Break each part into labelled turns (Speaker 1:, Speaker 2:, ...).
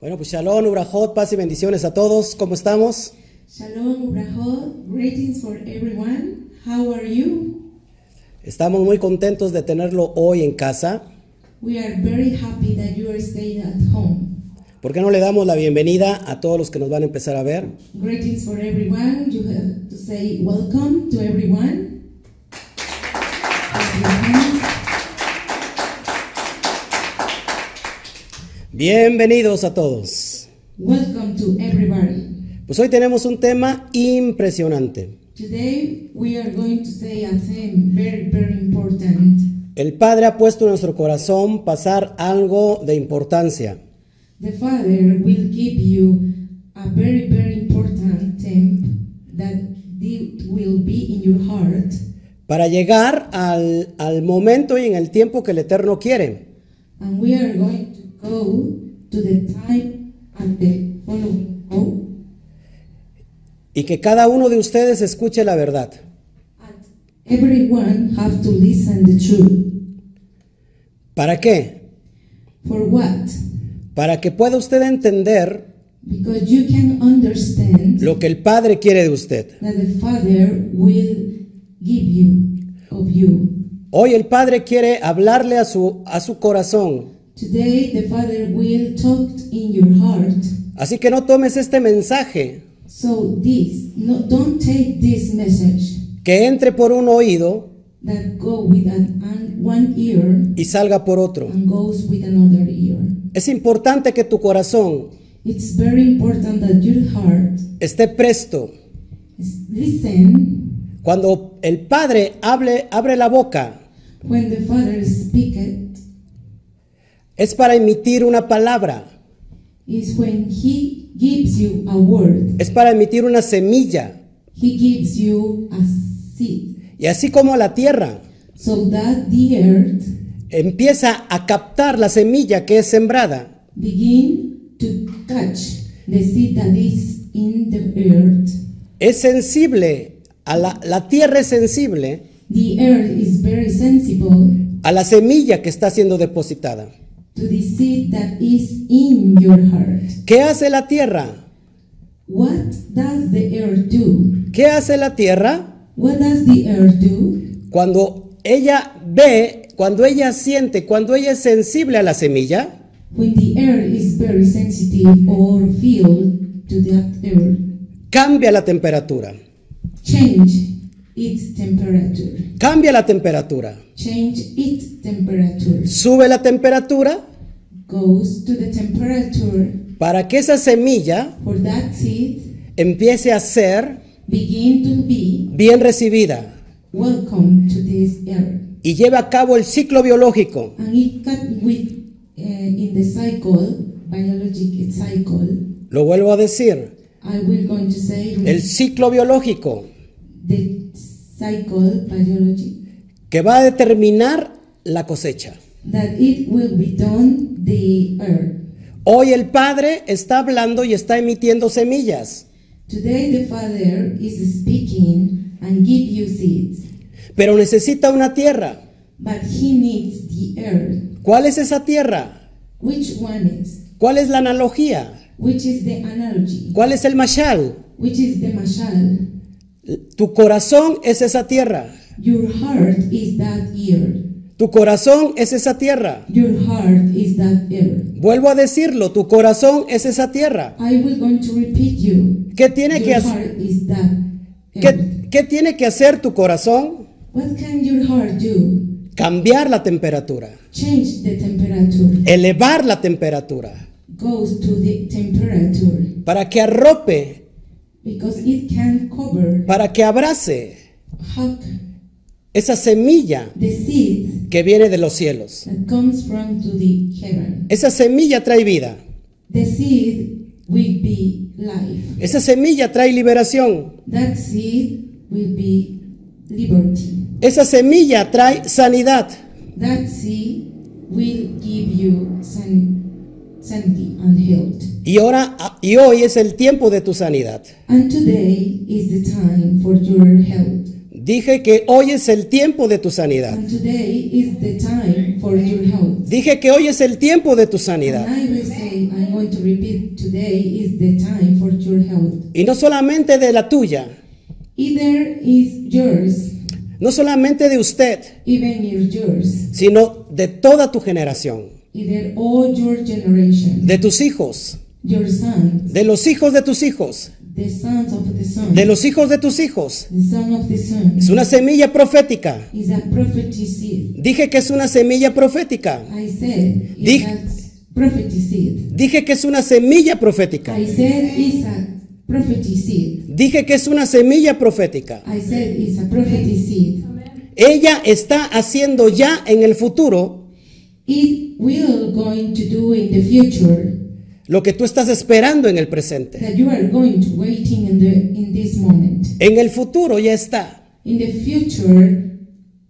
Speaker 1: Bueno, pues shalom, Ubrajot, paz y bendiciones a todos. ¿Cómo estamos?
Speaker 2: Shalom, Ubrahot. Greetings for everyone. How are you?
Speaker 1: Estamos muy contentos de tenerlo hoy en casa.
Speaker 2: We are very happy that you are staying at home.
Speaker 1: ¿Por qué no le damos la bienvenida a todos los que nos van a empezar a ver?
Speaker 2: Greetings for everyone. You have to say welcome to everyone. Clap your hands.
Speaker 1: Bienvenidos a todos.
Speaker 2: Welcome to everybody.
Speaker 1: Pues hoy tenemos un tema impresionante.
Speaker 2: Today we are going to say a theme very, very important.
Speaker 1: El Padre ha puesto en nuestro corazón pasar algo de importancia.
Speaker 2: The Father will give you a very, very important theme that it will be in your heart
Speaker 1: Para llegar al, al momento y en el tiempo que el Eterno quiere.
Speaker 2: And we are going to go to the time and the following hope,
Speaker 1: Y que cada uno de ustedes escuche la verdad.
Speaker 2: and everyone have to listen the truth.
Speaker 1: ¿Para qué?
Speaker 2: For what?
Speaker 1: Para que pueda usted entender
Speaker 2: Because you can understand
Speaker 1: lo que el Padre quiere de usted.
Speaker 2: that the Father will give you of you.
Speaker 1: Hoy el Padre quiere hablarle a su, a su corazón.
Speaker 2: Today the Father will talk in your heart.
Speaker 1: Así que no tomes este mensaje
Speaker 2: So this, no, don't take this message
Speaker 1: que entre por un oído
Speaker 2: that go with an, an, one ear
Speaker 1: y salga por otro.
Speaker 2: and goes with another ear.
Speaker 1: Es importante que tu corazón
Speaker 2: It's very important that your heart
Speaker 1: esté presto.
Speaker 2: is listen
Speaker 1: Cuando el Padre hable, abre la boca,
Speaker 2: when the Father speaks it,
Speaker 1: es para emitir una palabra,
Speaker 2: is when He gives you a word,
Speaker 1: es para emitir una semilla.
Speaker 2: He gives you a seed,
Speaker 1: Y así como la tierra
Speaker 2: so that the earth
Speaker 1: empieza a captar la semilla que es sembrada,
Speaker 2: begin to catch the seed that is in the earth.
Speaker 1: es sensible, a la, la tierra es sensible
Speaker 2: The earth is very sensible
Speaker 1: a la semilla que está siendo depositada.
Speaker 2: to the seed that is in your heart.
Speaker 1: ¿Qué hace la tierra?
Speaker 2: What does the earth do?
Speaker 1: ¿Qué hace la tierra
Speaker 2: What does the earth do?
Speaker 1: cuando ella ve, cuando ella siente, cuando ella es sensible a la semilla?
Speaker 2: When the air is very sensitive or filled to that air,
Speaker 1: Cambia la temperatura,
Speaker 2: change its temperature.
Speaker 1: cambia la temperatura,
Speaker 2: Change its temperature.
Speaker 1: sube la temperatura
Speaker 2: Goes to the temperature
Speaker 1: para que esa semilla
Speaker 2: for that seed
Speaker 1: empiece a ser
Speaker 2: begin to be
Speaker 1: bien recibida
Speaker 2: welcome to this air.
Speaker 1: y lleve a cabo el ciclo biológico.
Speaker 2: And it can with uh, in the cycle, biologic cycle,
Speaker 1: Lo vuelvo a decir,
Speaker 2: I will going to say
Speaker 1: el ciclo biológico
Speaker 2: the cycle biology
Speaker 1: que va a determinar la cosecha.
Speaker 2: that it will be done the earth.
Speaker 1: Hoy el Padre está hablando y está emitiendo semillas,
Speaker 2: Today the Father is speaking and give you seeds,
Speaker 1: pero necesita una tierra.
Speaker 2: but he needs the earth.
Speaker 1: ¿Cuál es esa tierra?
Speaker 2: Which one is?
Speaker 1: ¿Cuál es la analogía?
Speaker 2: Which is the analogy?
Speaker 1: ¿Cuál es el mashal?
Speaker 2: Which is the mashal?
Speaker 1: Tu corazón es esa tierra.
Speaker 2: Your heart is that ear.
Speaker 1: Tu corazón es esa tierra.
Speaker 2: Your heart is that ear.
Speaker 1: Vuelvo a decirlo, tu corazón es esa tierra.
Speaker 2: I will going to repeat you.
Speaker 1: ¿Qué tiene que,
Speaker 2: Your
Speaker 1: hacer?
Speaker 2: heart is that earth.
Speaker 1: ¿Qué, qué tiene que hacer tu corazón?
Speaker 2: What can your heart do?
Speaker 1: Cambiar la temperatura,
Speaker 2: Change the temperature.
Speaker 1: elevar la temperatura,
Speaker 2: Goes to the temperature
Speaker 1: para que arrope,
Speaker 2: because it can cover,
Speaker 1: para que abrace
Speaker 2: hug
Speaker 1: esa semilla
Speaker 2: the seed
Speaker 1: que viene de los cielos.
Speaker 2: that comes from to the heaven.
Speaker 1: Esa semilla trae vida,
Speaker 2: The seed will be life.
Speaker 1: esa semilla trae liberación,
Speaker 2: That seed will be liberty.
Speaker 1: esa semilla trae sanidad,
Speaker 2: That seed will give you san- sanity and health.
Speaker 1: Y, ahora, ah, y hoy es el tiempo de tu sanidad.
Speaker 2: And today is the time for your health.
Speaker 1: Dije que hoy es el tiempo de tu sanidad.
Speaker 2: And today is the time for your health.
Speaker 1: Dije que hoy es el tiempo de tu
Speaker 2: And
Speaker 1: sanidad.
Speaker 2: I will say, I will going to repeat today is the time for your health.
Speaker 1: Y no solamente de la tuya,
Speaker 2: Either is yours,
Speaker 1: no solamente de usted,
Speaker 2: even is yours,
Speaker 1: sino de toda tu generación,
Speaker 2: either all your generation,
Speaker 1: de tus hijos,
Speaker 2: your sons,
Speaker 1: de los hijos de tus hijos,
Speaker 2: the sons of the son,
Speaker 1: de los hijos de tus hijos.
Speaker 2: the son of the son,
Speaker 1: Es una semilla profética.
Speaker 2: is a prophecy seed.
Speaker 1: Dije que es una semilla profética.
Speaker 2: I said
Speaker 1: Dic-
Speaker 2: it's a prophecy seed.
Speaker 1: Dije que es una semilla profética.
Speaker 2: I said it's a prophecy seed.
Speaker 1: Dije que es una semilla profética.
Speaker 2: I said it's a prophecy seed.
Speaker 1: Ella está haciendo ya en el futuro
Speaker 2: It will going to do in the future
Speaker 1: lo que tú estás esperando en el presente.
Speaker 2: that you are going to waiting in the in this moment.
Speaker 1: En el futuro ya está.
Speaker 2: In the future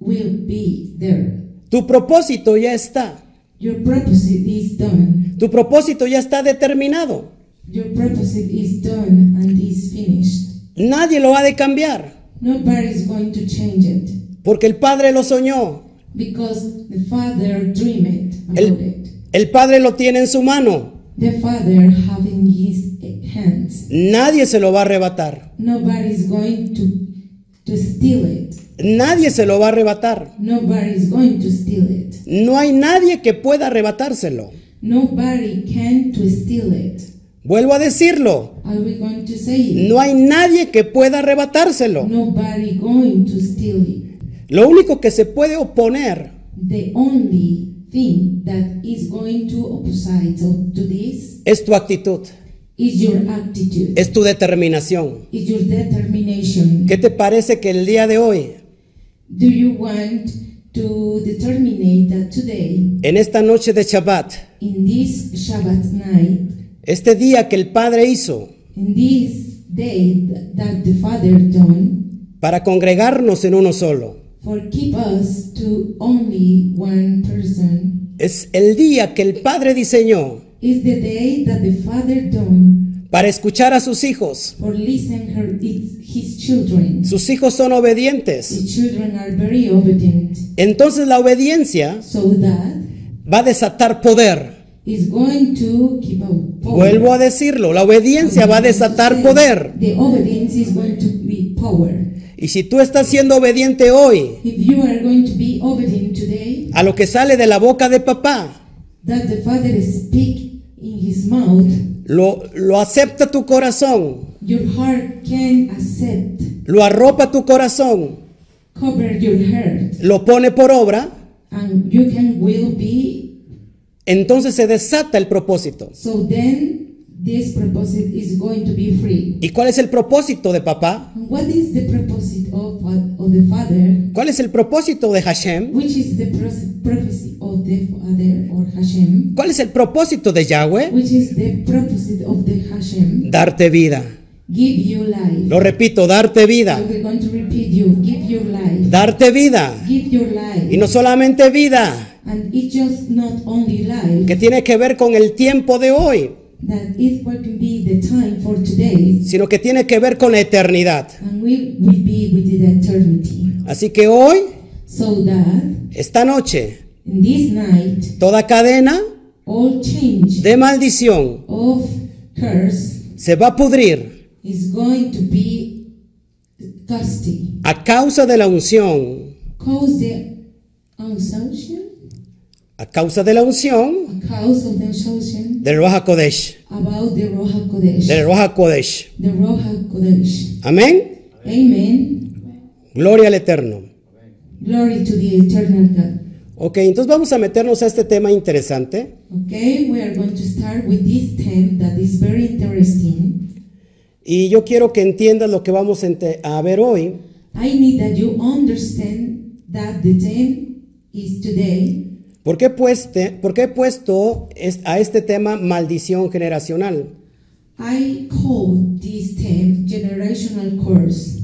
Speaker 2: will be there.
Speaker 1: Tu propósito ya está.
Speaker 2: Your purpose is done.
Speaker 1: Tu propósito ya está determinado.
Speaker 2: Your purpose is done and is finished.
Speaker 1: Nadie lo ha de cambiar,
Speaker 2: Nobody is going to change it
Speaker 1: porque el Padre lo soñó.
Speaker 2: because the Father dreamed about
Speaker 1: El-
Speaker 2: it.
Speaker 1: El Padre lo tiene en su mano.
Speaker 2: The Father having his hands.
Speaker 1: Nadie se lo va a arrebatar.
Speaker 2: Nobody is going to to steal it.
Speaker 1: Nadie se lo va a arrebatar.
Speaker 2: Nobody is going to steal it.
Speaker 1: No hay nadie que pueda arrebatárselo.
Speaker 2: Nobody can to steal it.
Speaker 1: Vuelvo a decirlo.
Speaker 2: Are we going to say it?
Speaker 1: No hay nadie que pueda arrebatárselo.
Speaker 2: Nobody going to steal it.
Speaker 1: Lo único que se puede oponer
Speaker 2: The only thing that is going to opposite of- to this
Speaker 1: es tu actitud,
Speaker 2: is your attitude,
Speaker 1: es tu determinación.
Speaker 2: is your determination.
Speaker 1: ¿Qué te parece que el día de hoy,
Speaker 2: Do you want to determine that today,
Speaker 1: en esta noche de Shabbat,
Speaker 2: in this Shabbat night,
Speaker 1: este día que el Padre hizo
Speaker 2: in this day th- that the Father done,
Speaker 1: para congregarnos en uno solo,
Speaker 2: for keep us to only one person,
Speaker 1: es el día que el Padre diseñó
Speaker 2: is the day that the Father done
Speaker 1: para escuchar a sus hijos?
Speaker 2: for listen her it's his children.
Speaker 1: Sus hijos son obedientes.
Speaker 2: The children are very obedient,
Speaker 1: Entonces la obediencia
Speaker 2: so that
Speaker 1: va a desatar poder.
Speaker 2: is going to keep out power.
Speaker 1: Vuelvo a decirlo, la obediencia va a desatar poder.
Speaker 2: The obedience is going to be power.
Speaker 1: Y si tú estás siendo obediente hoy
Speaker 2: If you are going to be obedient today,
Speaker 1: a lo que sale de la boca de papá,
Speaker 2: that the Father speak in his mouth,
Speaker 1: lo, lo acepta tu corazón,
Speaker 2: your heart can accept,
Speaker 1: lo arropa tu corazón,
Speaker 2: cover your heart,
Speaker 1: lo pone por obra,
Speaker 2: and you can will be.
Speaker 1: entonces se desata el propósito.
Speaker 2: So then, this proposal is going to be free.
Speaker 1: ¿Y cuál es el propósito de papá?
Speaker 2: And What is the propósito of, fa- of the Father?
Speaker 1: ¿Cuál es el propósito de Hashem?
Speaker 2: Which is the pros- prophecy of the Father or Hashem?
Speaker 1: ¿Cuál es el propósito de Yahweh?
Speaker 2: Which is the propósito of the Hashem?
Speaker 1: Darte vida.
Speaker 2: Give you life.
Speaker 1: Lo repito, darte vida.
Speaker 2: We're going to repeat you. Give your life.
Speaker 1: Darte vida.
Speaker 2: Give your
Speaker 1: Y
Speaker 2: life.
Speaker 1: no solamente vida,
Speaker 2: And it's just not only life
Speaker 1: que tiene que ver con el tiempo de hoy,
Speaker 2: that it will be the time for today,
Speaker 1: sino que tiene que ver con la eternidad.
Speaker 2: and we will be with the eternity.
Speaker 1: Así que hoy
Speaker 2: So that
Speaker 1: Esta noche,
Speaker 2: in this night,
Speaker 1: toda cadena
Speaker 2: all change
Speaker 1: de maldición
Speaker 2: of curse
Speaker 1: se va a pudrir
Speaker 2: is going to be thirsty.
Speaker 1: a causa de la unción.
Speaker 2: Cause the assumption,
Speaker 1: A causa de la unción
Speaker 2: a cause of the assumption
Speaker 1: del Roja Kodesh.
Speaker 2: about the Roha Kodesh.
Speaker 1: Del Roja Kodesh.
Speaker 2: The Roha Kodesh.
Speaker 1: Amén.
Speaker 2: Amen.
Speaker 1: Gloria al Eterno.
Speaker 2: Glory to the eternal God.
Speaker 1: Ok, entonces vamos a meternos a este tema interesante.
Speaker 2: Okay, we are going to start with this theme that is very interesting.
Speaker 1: Y yo quiero que entiendas lo que vamos a ente- a ver hoy.
Speaker 2: I need that you understand that the theme is today.
Speaker 1: ¿Por qué, pueste- por qué he puesto es- a este tema maldición generacional?
Speaker 2: I call this theme generational curse.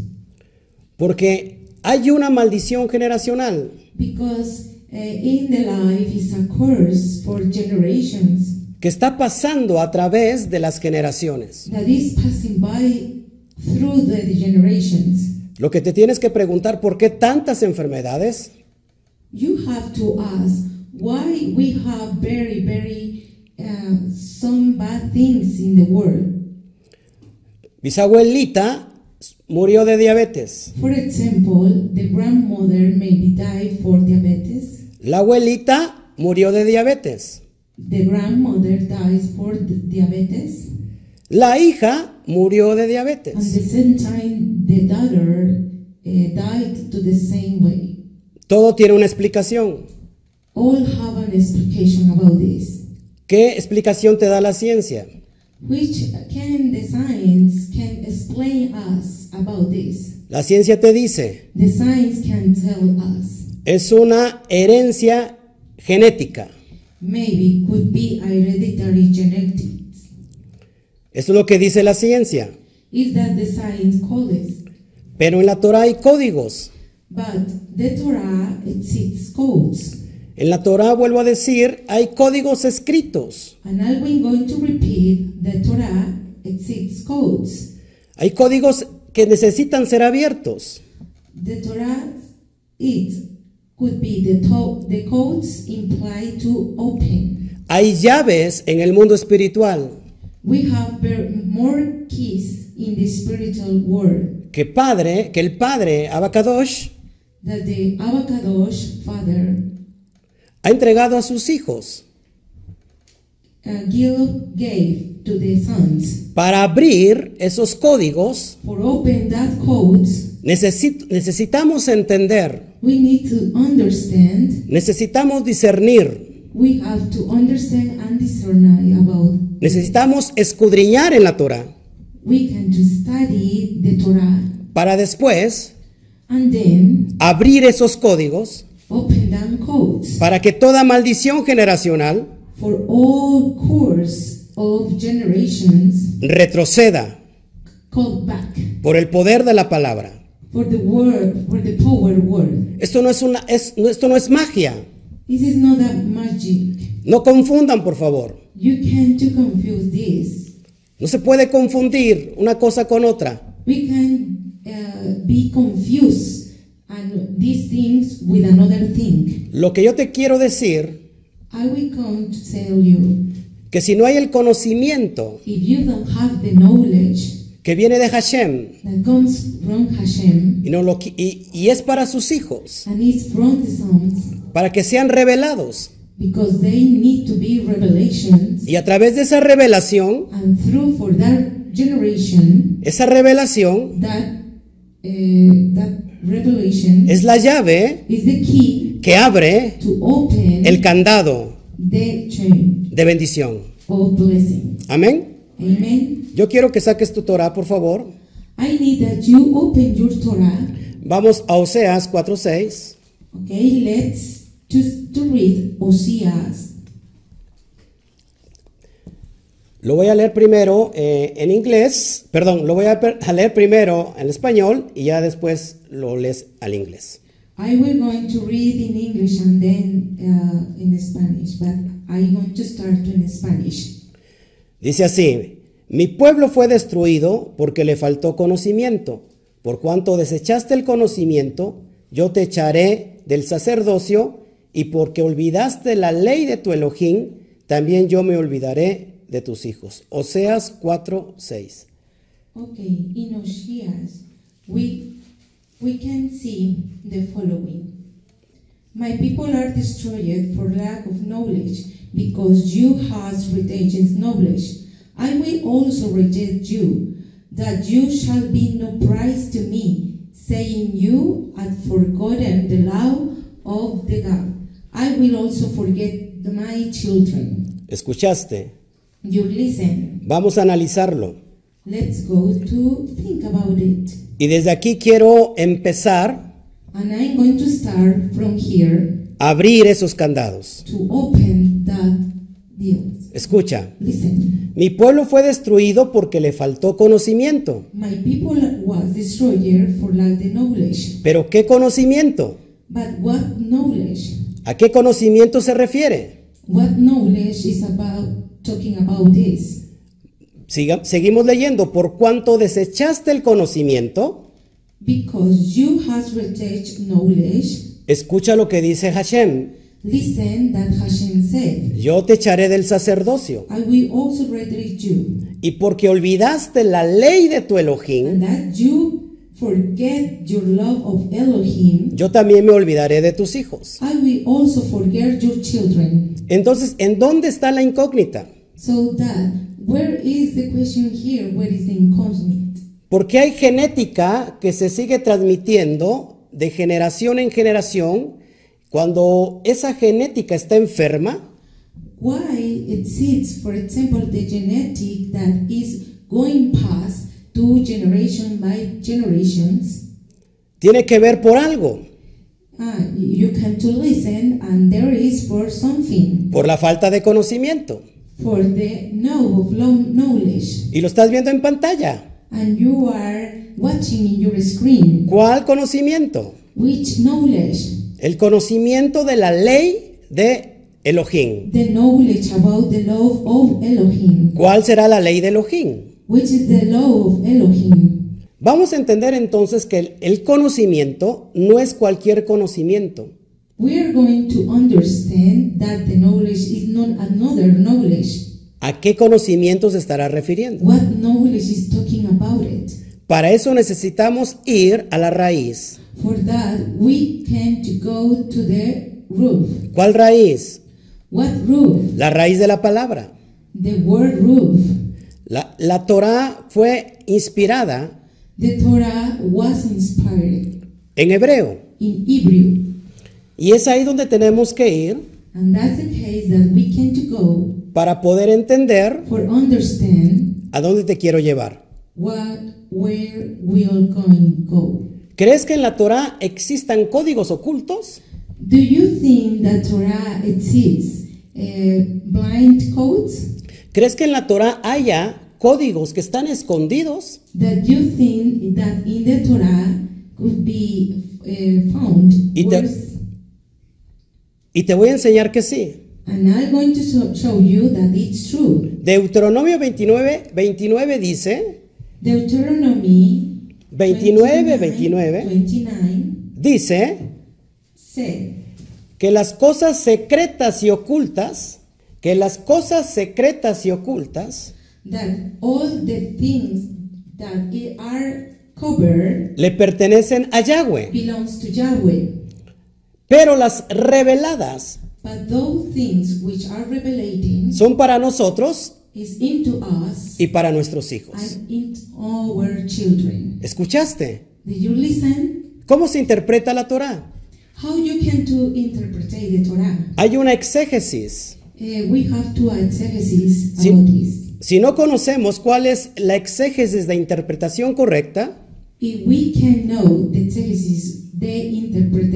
Speaker 1: Porque hay una maldición generacional.
Speaker 2: Because uh, in the life is a curse for generations
Speaker 1: que está pasando a través de las generaciones.
Speaker 2: that is passing by through the generations.
Speaker 1: Lo que te tienes que preguntar, ¿por qué tantas enfermedades?
Speaker 2: You have to ask why we have very, very uh, some bad things in the world.
Speaker 1: Mis abuelita murió de diabetes.
Speaker 2: For example, the grandmother maybe died for diabetes.
Speaker 1: La abuelita murió de diabetes.
Speaker 2: The grandmother dies for d- diabetes.
Speaker 1: La hija murió de
Speaker 2: And
Speaker 1: diabetes.
Speaker 2: the same time, the daughter uh, died to the same way.
Speaker 1: Todo tiene una explicación.
Speaker 2: All have an explication about this,
Speaker 1: ¿Qué explicación te da la ciencia?
Speaker 2: which can the science can explain us about this.
Speaker 1: La ciencia te dice,
Speaker 2: The science can tell us.
Speaker 1: es una herencia genética.
Speaker 2: Maybe could be hereditary genetics.
Speaker 1: Eso es lo que dice la ciencia.
Speaker 2: Is that the science calls?
Speaker 1: Pero en la Torah hay códigos.
Speaker 2: But the Torah exists codes,
Speaker 1: En la Torah, vuelvo a decir, hay códigos escritos.
Speaker 2: and I'm going to repeat the Torah exists codes.
Speaker 1: Hay códigos que necesitan ser abiertos.
Speaker 2: The Torah it could be the to- the codes imply to open.
Speaker 1: Hay llaves en el mundo espiritual
Speaker 2: We have ver- more keys in the spiritual world
Speaker 1: que padre, que el padre Abacadosh
Speaker 2: that the Avakadosh Father
Speaker 1: ha entregado a sus hijos
Speaker 2: uh, Gil gave to the sons.
Speaker 1: para abrir esos códigos.
Speaker 2: For open that codes,
Speaker 1: necesi- necesitamos entender,
Speaker 2: we need to understand.
Speaker 1: necesitamos discernir,
Speaker 2: We have to understand and discern about.
Speaker 1: necesitamos escudriñar en la Torah
Speaker 2: We can to study the Torah
Speaker 1: para después
Speaker 2: and then
Speaker 1: abrir esos códigos
Speaker 2: open down codes
Speaker 1: para que toda maldición generacional
Speaker 2: for all course of generations
Speaker 1: retroceda
Speaker 2: called back
Speaker 1: por el poder de la palabra.
Speaker 2: for the word, for the power word.
Speaker 1: Esto no es, una, es- no- esto no es magia.
Speaker 2: This is not that magic.
Speaker 1: No confundan, por favor.
Speaker 2: You can to confuse this.
Speaker 1: No se puede confundir una cosa con otra.
Speaker 2: We can uh, be confused and these things with another thing.
Speaker 1: Lo que yo te quiero decir,
Speaker 2: I will come to tell you
Speaker 1: que si no hay el conocimiento
Speaker 2: if you don't have the knowledge
Speaker 1: que viene de Hashem
Speaker 2: that comes from Hashem
Speaker 1: y, no lo qui- y- y es para sus hijos,
Speaker 2: and is from the Psalms
Speaker 1: para que sean revelados.
Speaker 2: because they need to be revelations
Speaker 1: Y a través de esa revelación,
Speaker 2: and through for that generation
Speaker 1: esa revelación
Speaker 2: that uh, that revelation
Speaker 1: es la llave
Speaker 2: is the key
Speaker 1: que abre
Speaker 2: to open
Speaker 1: el candado
Speaker 2: the chain
Speaker 1: de bendición.
Speaker 2: of blessing.
Speaker 1: Amén.
Speaker 2: Amen.
Speaker 1: Yo quiero que saques tu Torah, por favor.
Speaker 2: I need that you open your Torah.
Speaker 1: Vamos a Oseas 4.6.
Speaker 2: Okay, let's to, to read Oseas.
Speaker 1: Lo voy a leer primero eh, en inglés, perdón, lo voy a, per- a leer primero en español y ya después lo lees al inglés.
Speaker 2: I will going to read in English and then uh, in Spanish, but I'm going to start in Spanish.
Speaker 1: Dice así, mi pueblo fue destruido porque le faltó conocimiento. Por cuanto desechaste el conocimiento, yo te echaré del sacerdocio y porque olvidaste la ley de tu Elohim, también yo me olvidaré de tus hijos. Oseas 4, 6.
Speaker 2: Okay, in Oseas, we we can see the following. My people are destroyed for lack of knowledge, because you has rejected knowledge. I will also reject you, that you shall be no prize to me, saying you had forgotten the law of the God. I will also forget my children.
Speaker 1: ¿Escuchaste?
Speaker 2: You listen.
Speaker 1: Vamos a analizarlo.
Speaker 2: Let's go to think about it.
Speaker 1: Y desde aquí quiero empezar
Speaker 2: And I'm going to start from here
Speaker 1: a abrir esos candados.
Speaker 2: to open that deal.
Speaker 1: Escucha,
Speaker 2: Listen,
Speaker 1: mi pueblo fue destruido porque le faltó conocimiento.
Speaker 2: my people was destroyed for lack the knowledge.
Speaker 1: Pero ¿qué conocimiento?
Speaker 2: But what knowledge?
Speaker 1: ¿A qué conocimiento se refiere?
Speaker 2: What knowledge is about talking about this?
Speaker 1: Siga- seguimos leyendo, por cuanto desechaste el conocimiento,
Speaker 2: Because you has rejected knowledge.
Speaker 1: escucha lo que dice Hashem,
Speaker 2: Listen that Hashem said,
Speaker 1: Yo te echaré del sacerdocio.
Speaker 2: I will also retrieve you,
Speaker 1: Y porque olvidaste la ley de tu Elohim,
Speaker 2: and that you forget your love of Elohim,
Speaker 1: yo también me olvidaré de tus hijos.
Speaker 2: I will also forget your children.
Speaker 1: Entonces, ¿en dónde está la incógnita?
Speaker 2: So that, where is the question here? Where is the incognito?
Speaker 1: Porque hay genética que se sigue transmitiendo de generación en generación. Cuando esa genética está enferma,
Speaker 2: Why exists, for example, the genetic that is going past to generation by generations?
Speaker 1: tiene que ver por algo,
Speaker 2: Ah, you can to listen, and there is for something,
Speaker 1: por la falta de conocimiento.
Speaker 2: for the know of low knowledge,
Speaker 1: Y lo estás viendo en pantalla.
Speaker 2: and you are watching in your screen.
Speaker 1: ¿Cuál conocimiento?
Speaker 2: Which knowledge?
Speaker 1: El conocimiento de la ley de Elohim.
Speaker 2: The knowledge about the love of Elohim.
Speaker 1: ¿Cuál será la ley de Elohim?
Speaker 2: Which is the law of Elohim?
Speaker 1: Vamos a entender entonces que el, el conocimiento no es cualquier conocimiento.
Speaker 2: We are going to understand that the knowledge is not another knowledge.
Speaker 1: ¿A qué conocimiento se estará refiriendo?
Speaker 2: What knowledge is talking about it?
Speaker 1: Para eso necesitamos ir a la raíz.
Speaker 2: For that, we can to go to the roof.
Speaker 1: ¿Cuál raíz?
Speaker 2: What roof?
Speaker 1: La raíz de la palabra.
Speaker 2: The word roof.
Speaker 1: La, la Torá fue inspirada
Speaker 2: The Torah was inspired
Speaker 1: en hebreo.
Speaker 2: in Hebrew,
Speaker 1: Y es ahí donde tenemos que ir
Speaker 2: and that's the case that we can to go
Speaker 1: para poder entender
Speaker 2: for understand
Speaker 1: a dónde te quiero llevar.
Speaker 2: what, where we are going go.
Speaker 1: ¿Crees que en la Torá existan códigos ocultos?
Speaker 2: Do you think that Torah exists? Uh, blind codes?
Speaker 1: ¿Crees que en la Torá haya códigos que están escondidos?
Speaker 2: that you think that in the Torah could be uh, found
Speaker 1: In the-
Speaker 2: words,
Speaker 1: Y te voy a enseñar que sí.
Speaker 2: and I'm going to so- show you that it's true.
Speaker 1: Deuteronomio 29, 29 dice,
Speaker 2: Deuteronomy
Speaker 1: 29,
Speaker 2: 29,
Speaker 1: 29,
Speaker 2: 29
Speaker 1: dice
Speaker 2: said
Speaker 1: que las cosas secretas y ocultas, que las cosas secretas y ocultas
Speaker 2: that all the things that i- are covered
Speaker 1: le pertenecen a Yahweh,
Speaker 2: belongs to Yahweh,
Speaker 1: pero las reveladas
Speaker 2: but those things which are revelating
Speaker 1: son para nosotros
Speaker 2: is into us
Speaker 1: y para nuestros hijos.
Speaker 2: and into our children.
Speaker 1: ¿Escuchaste?
Speaker 2: Did you listen?
Speaker 1: ¿Cómo se interpreta la Torá?
Speaker 2: How you can to interpret the Torah?
Speaker 1: Hay una exégesis.
Speaker 2: Eh, we have two exegesis
Speaker 1: Sí.
Speaker 2: about this.
Speaker 1: Si no conocemos cuál es la exégesis de interpretación correcta,
Speaker 2: If we can know the exegesis, the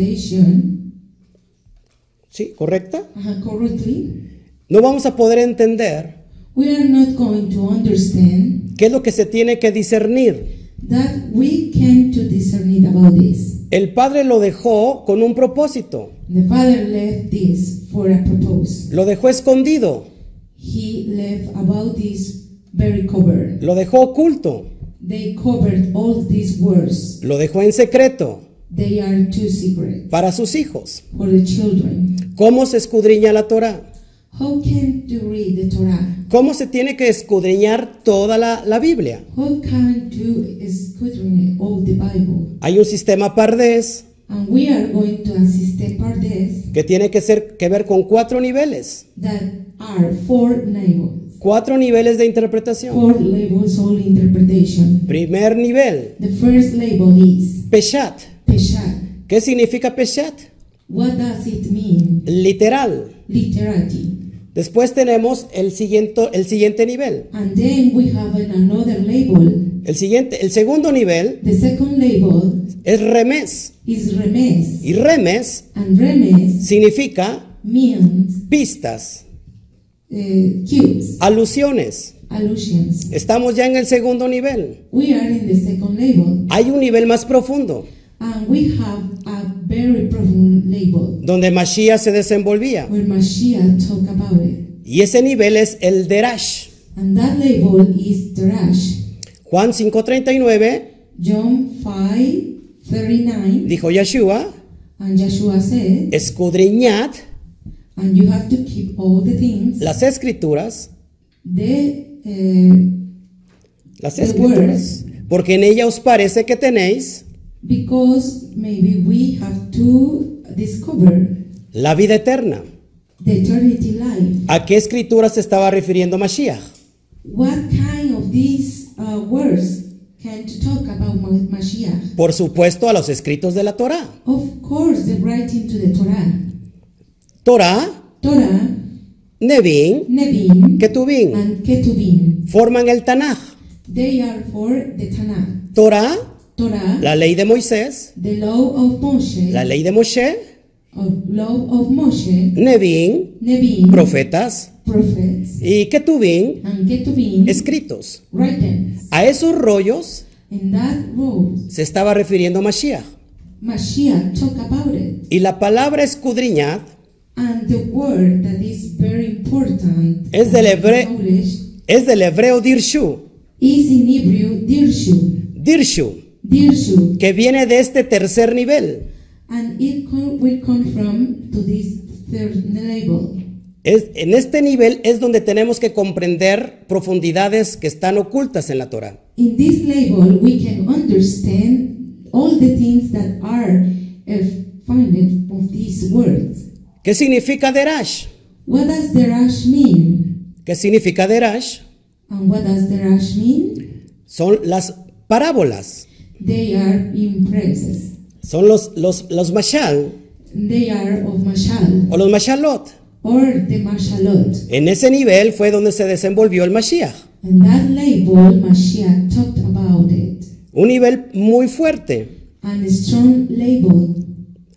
Speaker 2: interpretation
Speaker 1: ¿sí? ¿Correcta?
Speaker 2: uh, correctly,
Speaker 1: No vamos a poder entender
Speaker 2: we are not going to understand
Speaker 1: qué es lo que se tiene que discernir.
Speaker 2: that we can to discern it about this.
Speaker 1: El Padre lo dejó con un propósito,
Speaker 2: The Father left this for a purpose.
Speaker 1: lo dejó escondido,
Speaker 2: He left about this very covered.
Speaker 1: lo dejó oculto,
Speaker 2: They covered all these words.
Speaker 1: lo dejó en secreto
Speaker 2: They are too secret
Speaker 1: para sus hijos.
Speaker 2: for the children.
Speaker 1: ¿Cómo se escudriña la Torá?
Speaker 2: How can you read the Torah?
Speaker 1: ¿Cómo se tiene que escudriñar toda la, la Biblia?
Speaker 2: How can you scrutiny all the Bible?
Speaker 1: Hay un sistema pardés
Speaker 2: And we are going to assist the parties
Speaker 1: que tiene que, ser, que ver con cuatro niveles,
Speaker 2: that are four levels,
Speaker 1: cuatro niveles de interpretación.
Speaker 2: four levels all interpretation.
Speaker 1: Primer nivel,
Speaker 2: The first label is
Speaker 1: Peshat.
Speaker 2: Peshat.
Speaker 1: ¿Qué significa Peshat?
Speaker 2: What does it mean?
Speaker 1: Literal.
Speaker 2: Literati.
Speaker 1: Después tenemos el siguiente, el siguiente nivel.
Speaker 2: And then we have an- another label.
Speaker 1: El, siguiente, el segundo nivel
Speaker 2: The second label
Speaker 1: es remes.
Speaker 2: is Remes.
Speaker 1: Y remes
Speaker 2: And Remes
Speaker 1: significa
Speaker 2: means
Speaker 1: pistas,
Speaker 2: uh, cubes,
Speaker 1: alusiones.
Speaker 2: allusions.
Speaker 1: Estamos ya en el segundo nivel.
Speaker 2: We are in the second label.
Speaker 1: Hay un nivel más profundo
Speaker 2: And we have a very profound label
Speaker 1: donde Mashiach se desenvolvía.
Speaker 2: where Mashiach talk about it.
Speaker 1: Y ese nivel es el Derash.
Speaker 2: And that label is Terash.
Speaker 1: Juan 5:39
Speaker 2: John 5, 39.
Speaker 1: dijo Yeshua,
Speaker 2: And Joshua said,
Speaker 1: escudriñad
Speaker 2: and you have to keep all the things
Speaker 1: Las escrituras,
Speaker 2: the uh,
Speaker 1: las
Speaker 2: The
Speaker 1: escrituras, porque en ella os parece que tenéis
Speaker 2: because maybe we have to discover
Speaker 1: la vida eterna.
Speaker 2: the eternity life.
Speaker 1: ¿A qué escritura se estaba refiriendo Mashiach?
Speaker 2: What kind of these uh, words can to talk about Ma- Mashiach?
Speaker 1: Por supuesto, a los escritos de la Torá.
Speaker 2: Of course, the writing to the Torah,
Speaker 1: Torá,
Speaker 2: Torah,
Speaker 1: Nevin,
Speaker 2: Nevin,
Speaker 1: Ketuvim
Speaker 2: and Ketuvim.
Speaker 1: forman el Tanaj.
Speaker 2: They are for the Tanakh,
Speaker 1: Torá,
Speaker 2: Torah,
Speaker 1: la ley de Moisés,
Speaker 2: the law of Moshe,
Speaker 1: la ley de Moshe,
Speaker 2: of law of Moshe,
Speaker 1: Nevin,
Speaker 2: Nevin,
Speaker 1: profetas
Speaker 2: prophets,
Speaker 1: y Ketuvim,
Speaker 2: and Ketuvim,
Speaker 1: escritos.
Speaker 2: writings.
Speaker 1: A esos rollos
Speaker 2: In that road,
Speaker 1: se estaba refiriendo Mashiach.
Speaker 2: Mashiach talk about it.
Speaker 1: Y la palabra escudriñad
Speaker 2: And the word that is very important
Speaker 1: Es del
Speaker 2: and
Speaker 1: hebre-
Speaker 2: knowledge
Speaker 1: es del hebreo dirshu,
Speaker 2: is in Hebrew dirshu,
Speaker 1: dirshu,
Speaker 2: dirshu,
Speaker 1: que viene de este tercer nivel.
Speaker 2: and it co- will come from to this third level.
Speaker 1: Es, en este nivel es donde tenemos que comprender profundidades que están ocultas en la Torah.
Speaker 2: In this level, we can understand all the things that are uh, found of these words.
Speaker 1: ¿Qué significa derash?
Speaker 2: What does the rash mean?
Speaker 1: ¿Qué significa derash?
Speaker 2: And what does the rash mean?
Speaker 1: Son las parábolas,
Speaker 2: They are in phrases.
Speaker 1: son los, los, los mashal
Speaker 2: They are of mashal
Speaker 1: o los mashalot.
Speaker 2: or the mashalot.
Speaker 1: En ese nivel fue donde se desenvolvió el Mashiach.
Speaker 2: And that label, Mashiach talked about it.
Speaker 1: Un nivel muy fuerte.
Speaker 2: And a strong label.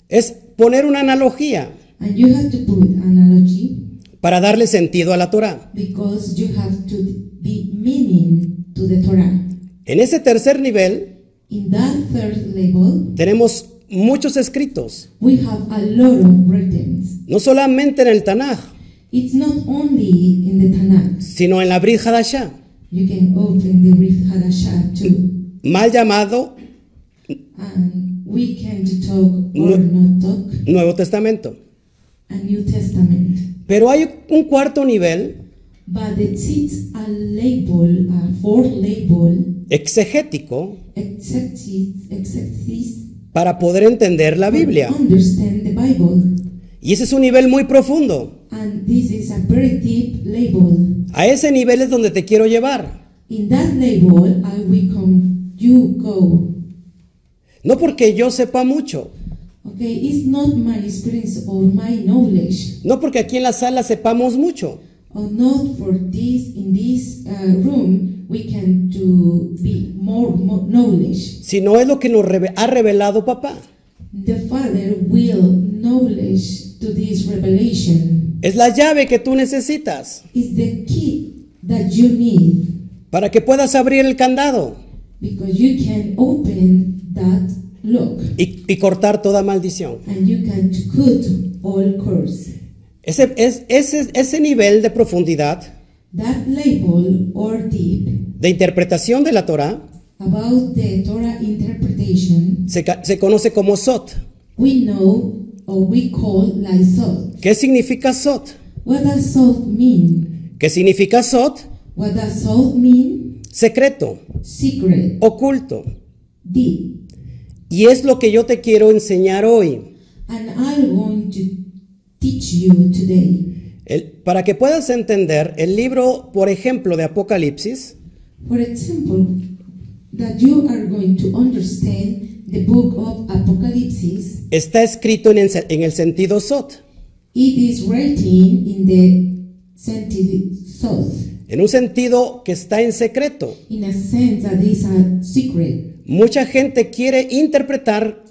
Speaker 1: es poner una analogía
Speaker 2: And you have to put analogy
Speaker 1: para darle sentido a la Torá.
Speaker 2: because you have to be meaning to the Torah.
Speaker 1: En ese tercer nivel
Speaker 2: In that third label,
Speaker 1: tenemos muchos escritos,
Speaker 2: we have a lot of writings.
Speaker 1: no solamente en el Tanaj,
Speaker 2: It's not only in the Tanakh.
Speaker 1: sino en la Brit Hadashah,
Speaker 2: You can open the Rif Hadashah too.
Speaker 1: mal llamado
Speaker 2: And we can to talk
Speaker 1: No.
Speaker 2: or not talk
Speaker 1: Nuevo Testamento.
Speaker 2: a New Testament.
Speaker 1: Pero hay un cuarto nivel
Speaker 2: But the seats are labeled, are four labeled,
Speaker 1: exegético
Speaker 2: except it, except this.
Speaker 1: para poder entender la Biblia.
Speaker 2: Understand the Bible.
Speaker 1: Y ese es un nivel muy profundo.
Speaker 2: And this is a very deep label.
Speaker 1: A ese nivel es donde te quiero llevar.
Speaker 2: In that label, I will come, you go.
Speaker 1: No porque yo sepa mucho,
Speaker 2: Okay, it's not my experience or my knowledge,
Speaker 1: no porque aquí en la sala sepamos mucho,
Speaker 2: or not for this, in this uh, room, we can to be more, more knowledge.
Speaker 1: sino es lo que nos reve- ha revelado papá.
Speaker 2: The Father will knowledge to this revelation.
Speaker 1: Es la llave que tú necesitas
Speaker 2: is the key that you need
Speaker 1: para que puedas abrir el candado
Speaker 2: because you can open that lock
Speaker 1: y, y cortar toda maldición.
Speaker 2: and you can cut all curse.
Speaker 1: Ese, es, ese, ese nivel de profundidad,
Speaker 2: That label or deep
Speaker 1: de interpretación de la Torah,
Speaker 2: about the Torah interpretation
Speaker 1: se, ca- se conoce como Sot.
Speaker 2: we know or we call Lysol.
Speaker 1: ¿Qué significa Sot?
Speaker 2: What does salt mean?
Speaker 1: ¿Qué significa Sot?
Speaker 2: What does salt mean?
Speaker 1: Secreto,
Speaker 2: Secret,
Speaker 1: oculto.
Speaker 2: deep.
Speaker 1: Y es lo que yo te quiero enseñar hoy,
Speaker 2: And I'm going to teach you today.
Speaker 1: El- para que puedas entender el libro, por ejemplo, de Apocalipsis.
Speaker 2: For example, that you are going to understand the book of Apocalypse,
Speaker 1: Está escrito en el, se- en el sentido Sot,
Speaker 2: it is written in the scientific thought,
Speaker 1: en un sentido que está en secreto.
Speaker 2: in a sense that is a secret.
Speaker 1: Mucha gente quiere interpretar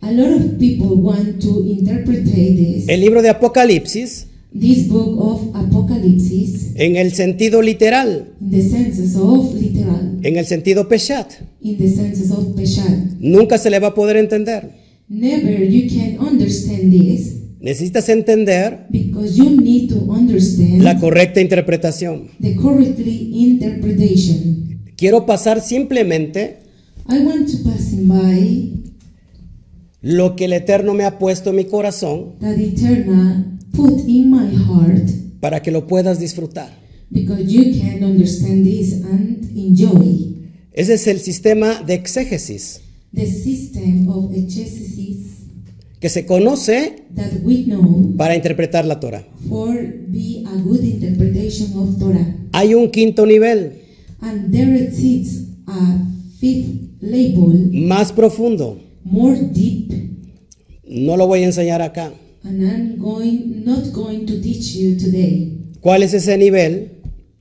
Speaker 2: A lot of people want to interpret this,
Speaker 1: el libro de Apocalipsis
Speaker 2: this book of Apocalypse
Speaker 1: en el sentido literal,
Speaker 2: in the senses of literal,
Speaker 1: en el sentido peshat.
Speaker 2: in the senses of peshat.
Speaker 1: Nunca se le va a poder entender.
Speaker 2: Never you can understand this
Speaker 1: Necesitas entender
Speaker 2: because you need to understand
Speaker 1: la correcta interpretación.
Speaker 2: the correctly interpretation.
Speaker 1: Quiero pasar simplemente
Speaker 2: I want to pass him by
Speaker 1: lo que el Eterno me ha puesto en mi corazón
Speaker 2: that eternal put in my heart
Speaker 1: para que lo puedas disfrutar.
Speaker 2: because you can understand this and enjoy
Speaker 1: Ese es el sistema de exégesis,
Speaker 2: the system of exegesis
Speaker 1: que se conoce
Speaker 2: that we know
Speaker 1: para interpretar la Torah.
Speaker 2: for be a good interpretation of Torah.
Speaker 1: Hay un quinto nivel,
Speaker 2: And there exists a fifth label,
Speaker 1: más profundo.
Speaker 2: more deep,
Speaker 1: No lo voy a enseñar acá.
Speaker 2: and I'm going not going to teach you today.
Speaker 1: ¿Cuál es ese nivel?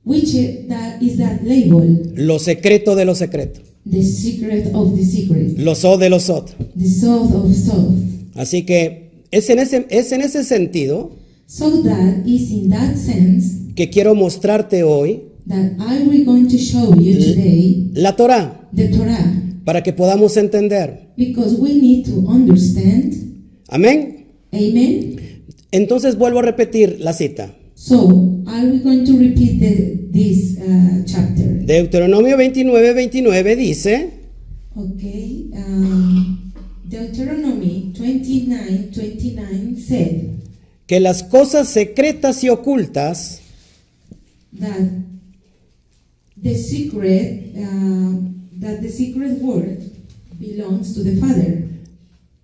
Speaker 2: Which is that is that label?
Speaker 1: Lo secreto de lo secreto.
Speaker 2: The secret of the secret,
Speaker 1: Lo so de lo sot.
Speaker 2: the south of south.
Speaker 1: Así que es en ese, es en ese sentido
Speaker 2: So that is in that sense
Speaker 1: que quiero mostrarte hoy
Speaker 2: that I will going to show you today
Speaker 1: la Torah
Speaker 2: the Torah,
Speaker 1: para que podamos entender.
Speaker 2: because we need to understand.
Speaker 1: Amén.
Speaker 2: Amen.
Speaker 1: Entonces vuelvo a repetir la cita.
Speaker 2: So I will going to repeat the, this uh, chapter.
Speaker 1: Deuteronomio 29, 29 dice,
Speaker 2: Okay, um, Deuteronomy 29 29 said
Speaker 1: que las cosas secretas y ocultas
Speaker 2: that the secret, uh, that the secret word belongs to the Father,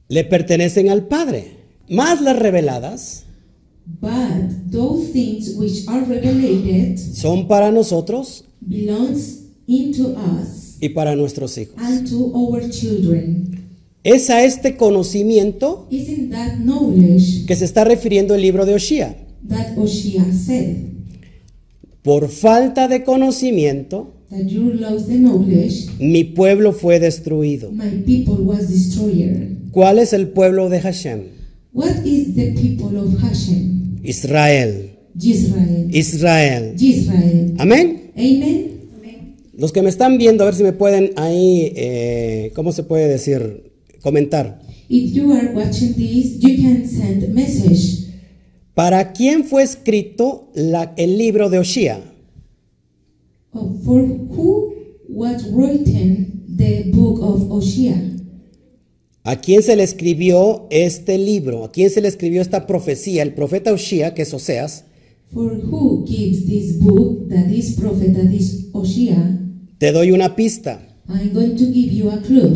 Speaker 1: le pertenecen al Padre, más las reveladas
Speaker 2: but those things which are revelated
Speaker 1: son para nosotros
Speaker 2: belongs into us
Speaker 1: y para nuestros hijos.
Speaker 2: and to our children.
Speaker 1: Es a este conocimiento
Speaker 2: Isn't that knowledge
Speaker 1: que se está refiriendo el libro de Oshía.
Speaker 2: that Oshia said?
Speaker 1: Por falta de conocimiento,
Speaker 2: That you lost the knowledge,
Speaker 1: mi pueblo fue destruido.
Speaker 2: my people was destroyed.
Speaker 1: ¿Cuál es el pueblo de Hashem?
Speaker 2: What is the people of Hashem?
Speaker 1: Israel.
Speaker 2: Israel.
Speaker 1: Israel.
Speaker 2: Israel.
Speaker 1: Amén.
Speaker 2: Amen.
Speaker 1: Los que me están viendo, a ver si me pueden ahí, eh, ¿cómo se puede decir? Comentar.
Speaker 2: If you are watching this, you can send message.
Speaker 1: ¿Para quién fue escrito la- el libro de Oshía?
Speaker 2: of for who was written the book of Oshia?
Speaker 1: ¿A quién se le escribió este libro? ¿A quién se le escribió esta profecía? El profeta Oshía, que es Oseas,
Speaker 2: For who gives this book that is prophet that is Oshia?
Speaker 1: te doy una pista.
Speaker 2: I'm going to give you a clue.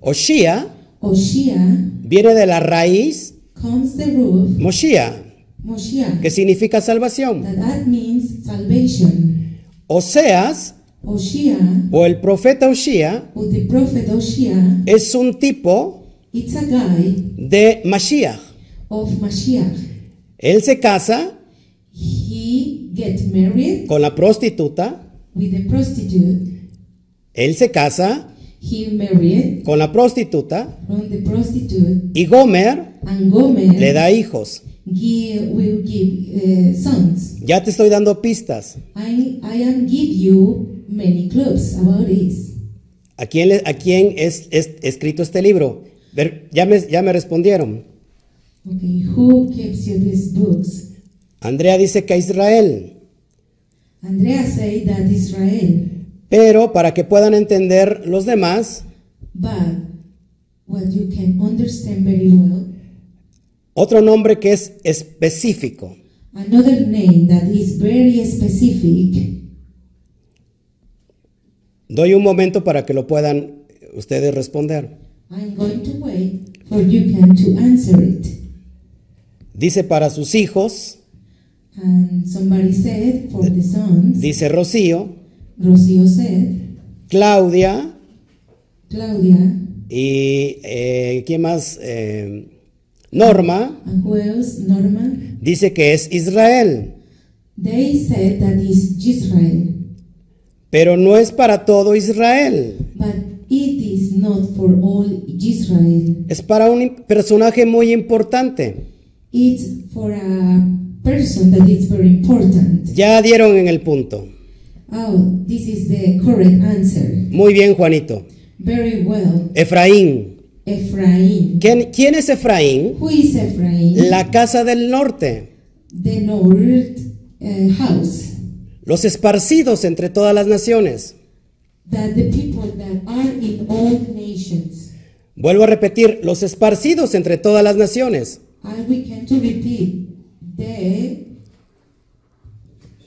Speaker 1: Oshía
Speaker 2: Oshia
Speaker 1: viene de la raíz
Speaker 2: comes the roof
Speaker 1: Moshía,
Speaker 2: Moshia.
Speaker 1: que significa salvación.
Speaker 2: That, that means salvation.
Speaker 1: Oseas
Speaker 2: Oshia
Speaker 1: o el profeta Oshía
Speaker 2: or the prophet Oshia
Speaker 1: es un tipo
Speaker 2: it's a guy
Speaker 1: de Mashiach.
Speaker 2: of Mashiach.
Speaker 1: Él se casa
Speaker 2: He get married
Speaker 1: con la prostituta,
Speaker 2: with a prostitute.
Speaker 1: él se casa
Speaker 2: He married
Speaker 1: con la prostituta
Speaker 2: from the prostitute,
Speaker 1: y Gomer
Speaker 2: and Gomer
Speaker 1: le da hijos.
Speaker 2: give, will give uh, sons.
Speaker 1: Ya te estoy dando pistas.
Speaker 2: I I am give you many clues about this.
Speaker 1: ¿A quién, le- a quién es, es escrito este libro? Ver- ya, me, ya me respondieron.
Speaker 2: Okay, who gives you these books?
Speaker 1: Andrea dice que a Israel,
Speaker 2: Andrea say that Israel,
Speaker 1: pero para que puedan entender los demás,
Speaker 2: but what you can understand very well.
Speaker 1: otro nombre que es específico.
Speaker 2: Another name that is very specific.
Speaker 1: Doy un momento para que lo puedan eh, ustedes responder.
Speaker 2: I'm going to wait for you can to answer it.
Speaker 1: Dice para sus hijos,
Speaker 2: And somebody said for the sons,
Speaker 1: dice Rocío,
Speaker 2: Rocío said,
Speaker 1: Claudia
Speaker 2: Claudia,
Speaker 1: y eh, ¿quién más? Eh, Norma,
Speaker 2: and who else? Norma.
Speaker 1: dice que es Israel,
Speaker 2: They said that is Israel,
Speaker 1: pero no es para todo Israel.
Speaker 2: but it is not for all Israel.
Speaker 1: Es para un im- personaje muy importante.
Speaker 2: It's for a person that is very important.
Speaker 1: Ya dieron en el punto.
Speaker 2: Oh, this is the correct answer.
Speaker 1: Muy bien, Juanito.
Speaker 2: Very well.
Speaker 1: Efraín.
Speaker 2: Ephraim.
Speaker 1: ¿Quién, quién es Efraín?
Speaker 2: Who is Ephraim?
Speaker 1: La casa del norte.
Speaker 2: the north uh, house.
Speaker 1: Los esparcidos entre todas las naciones.
Speaker 2: That the people that are in all nations.
Speaker 1: Vuelvo a repetir, los esparcidos entre todas las naciones.
Speaker 2: I we can to repeat the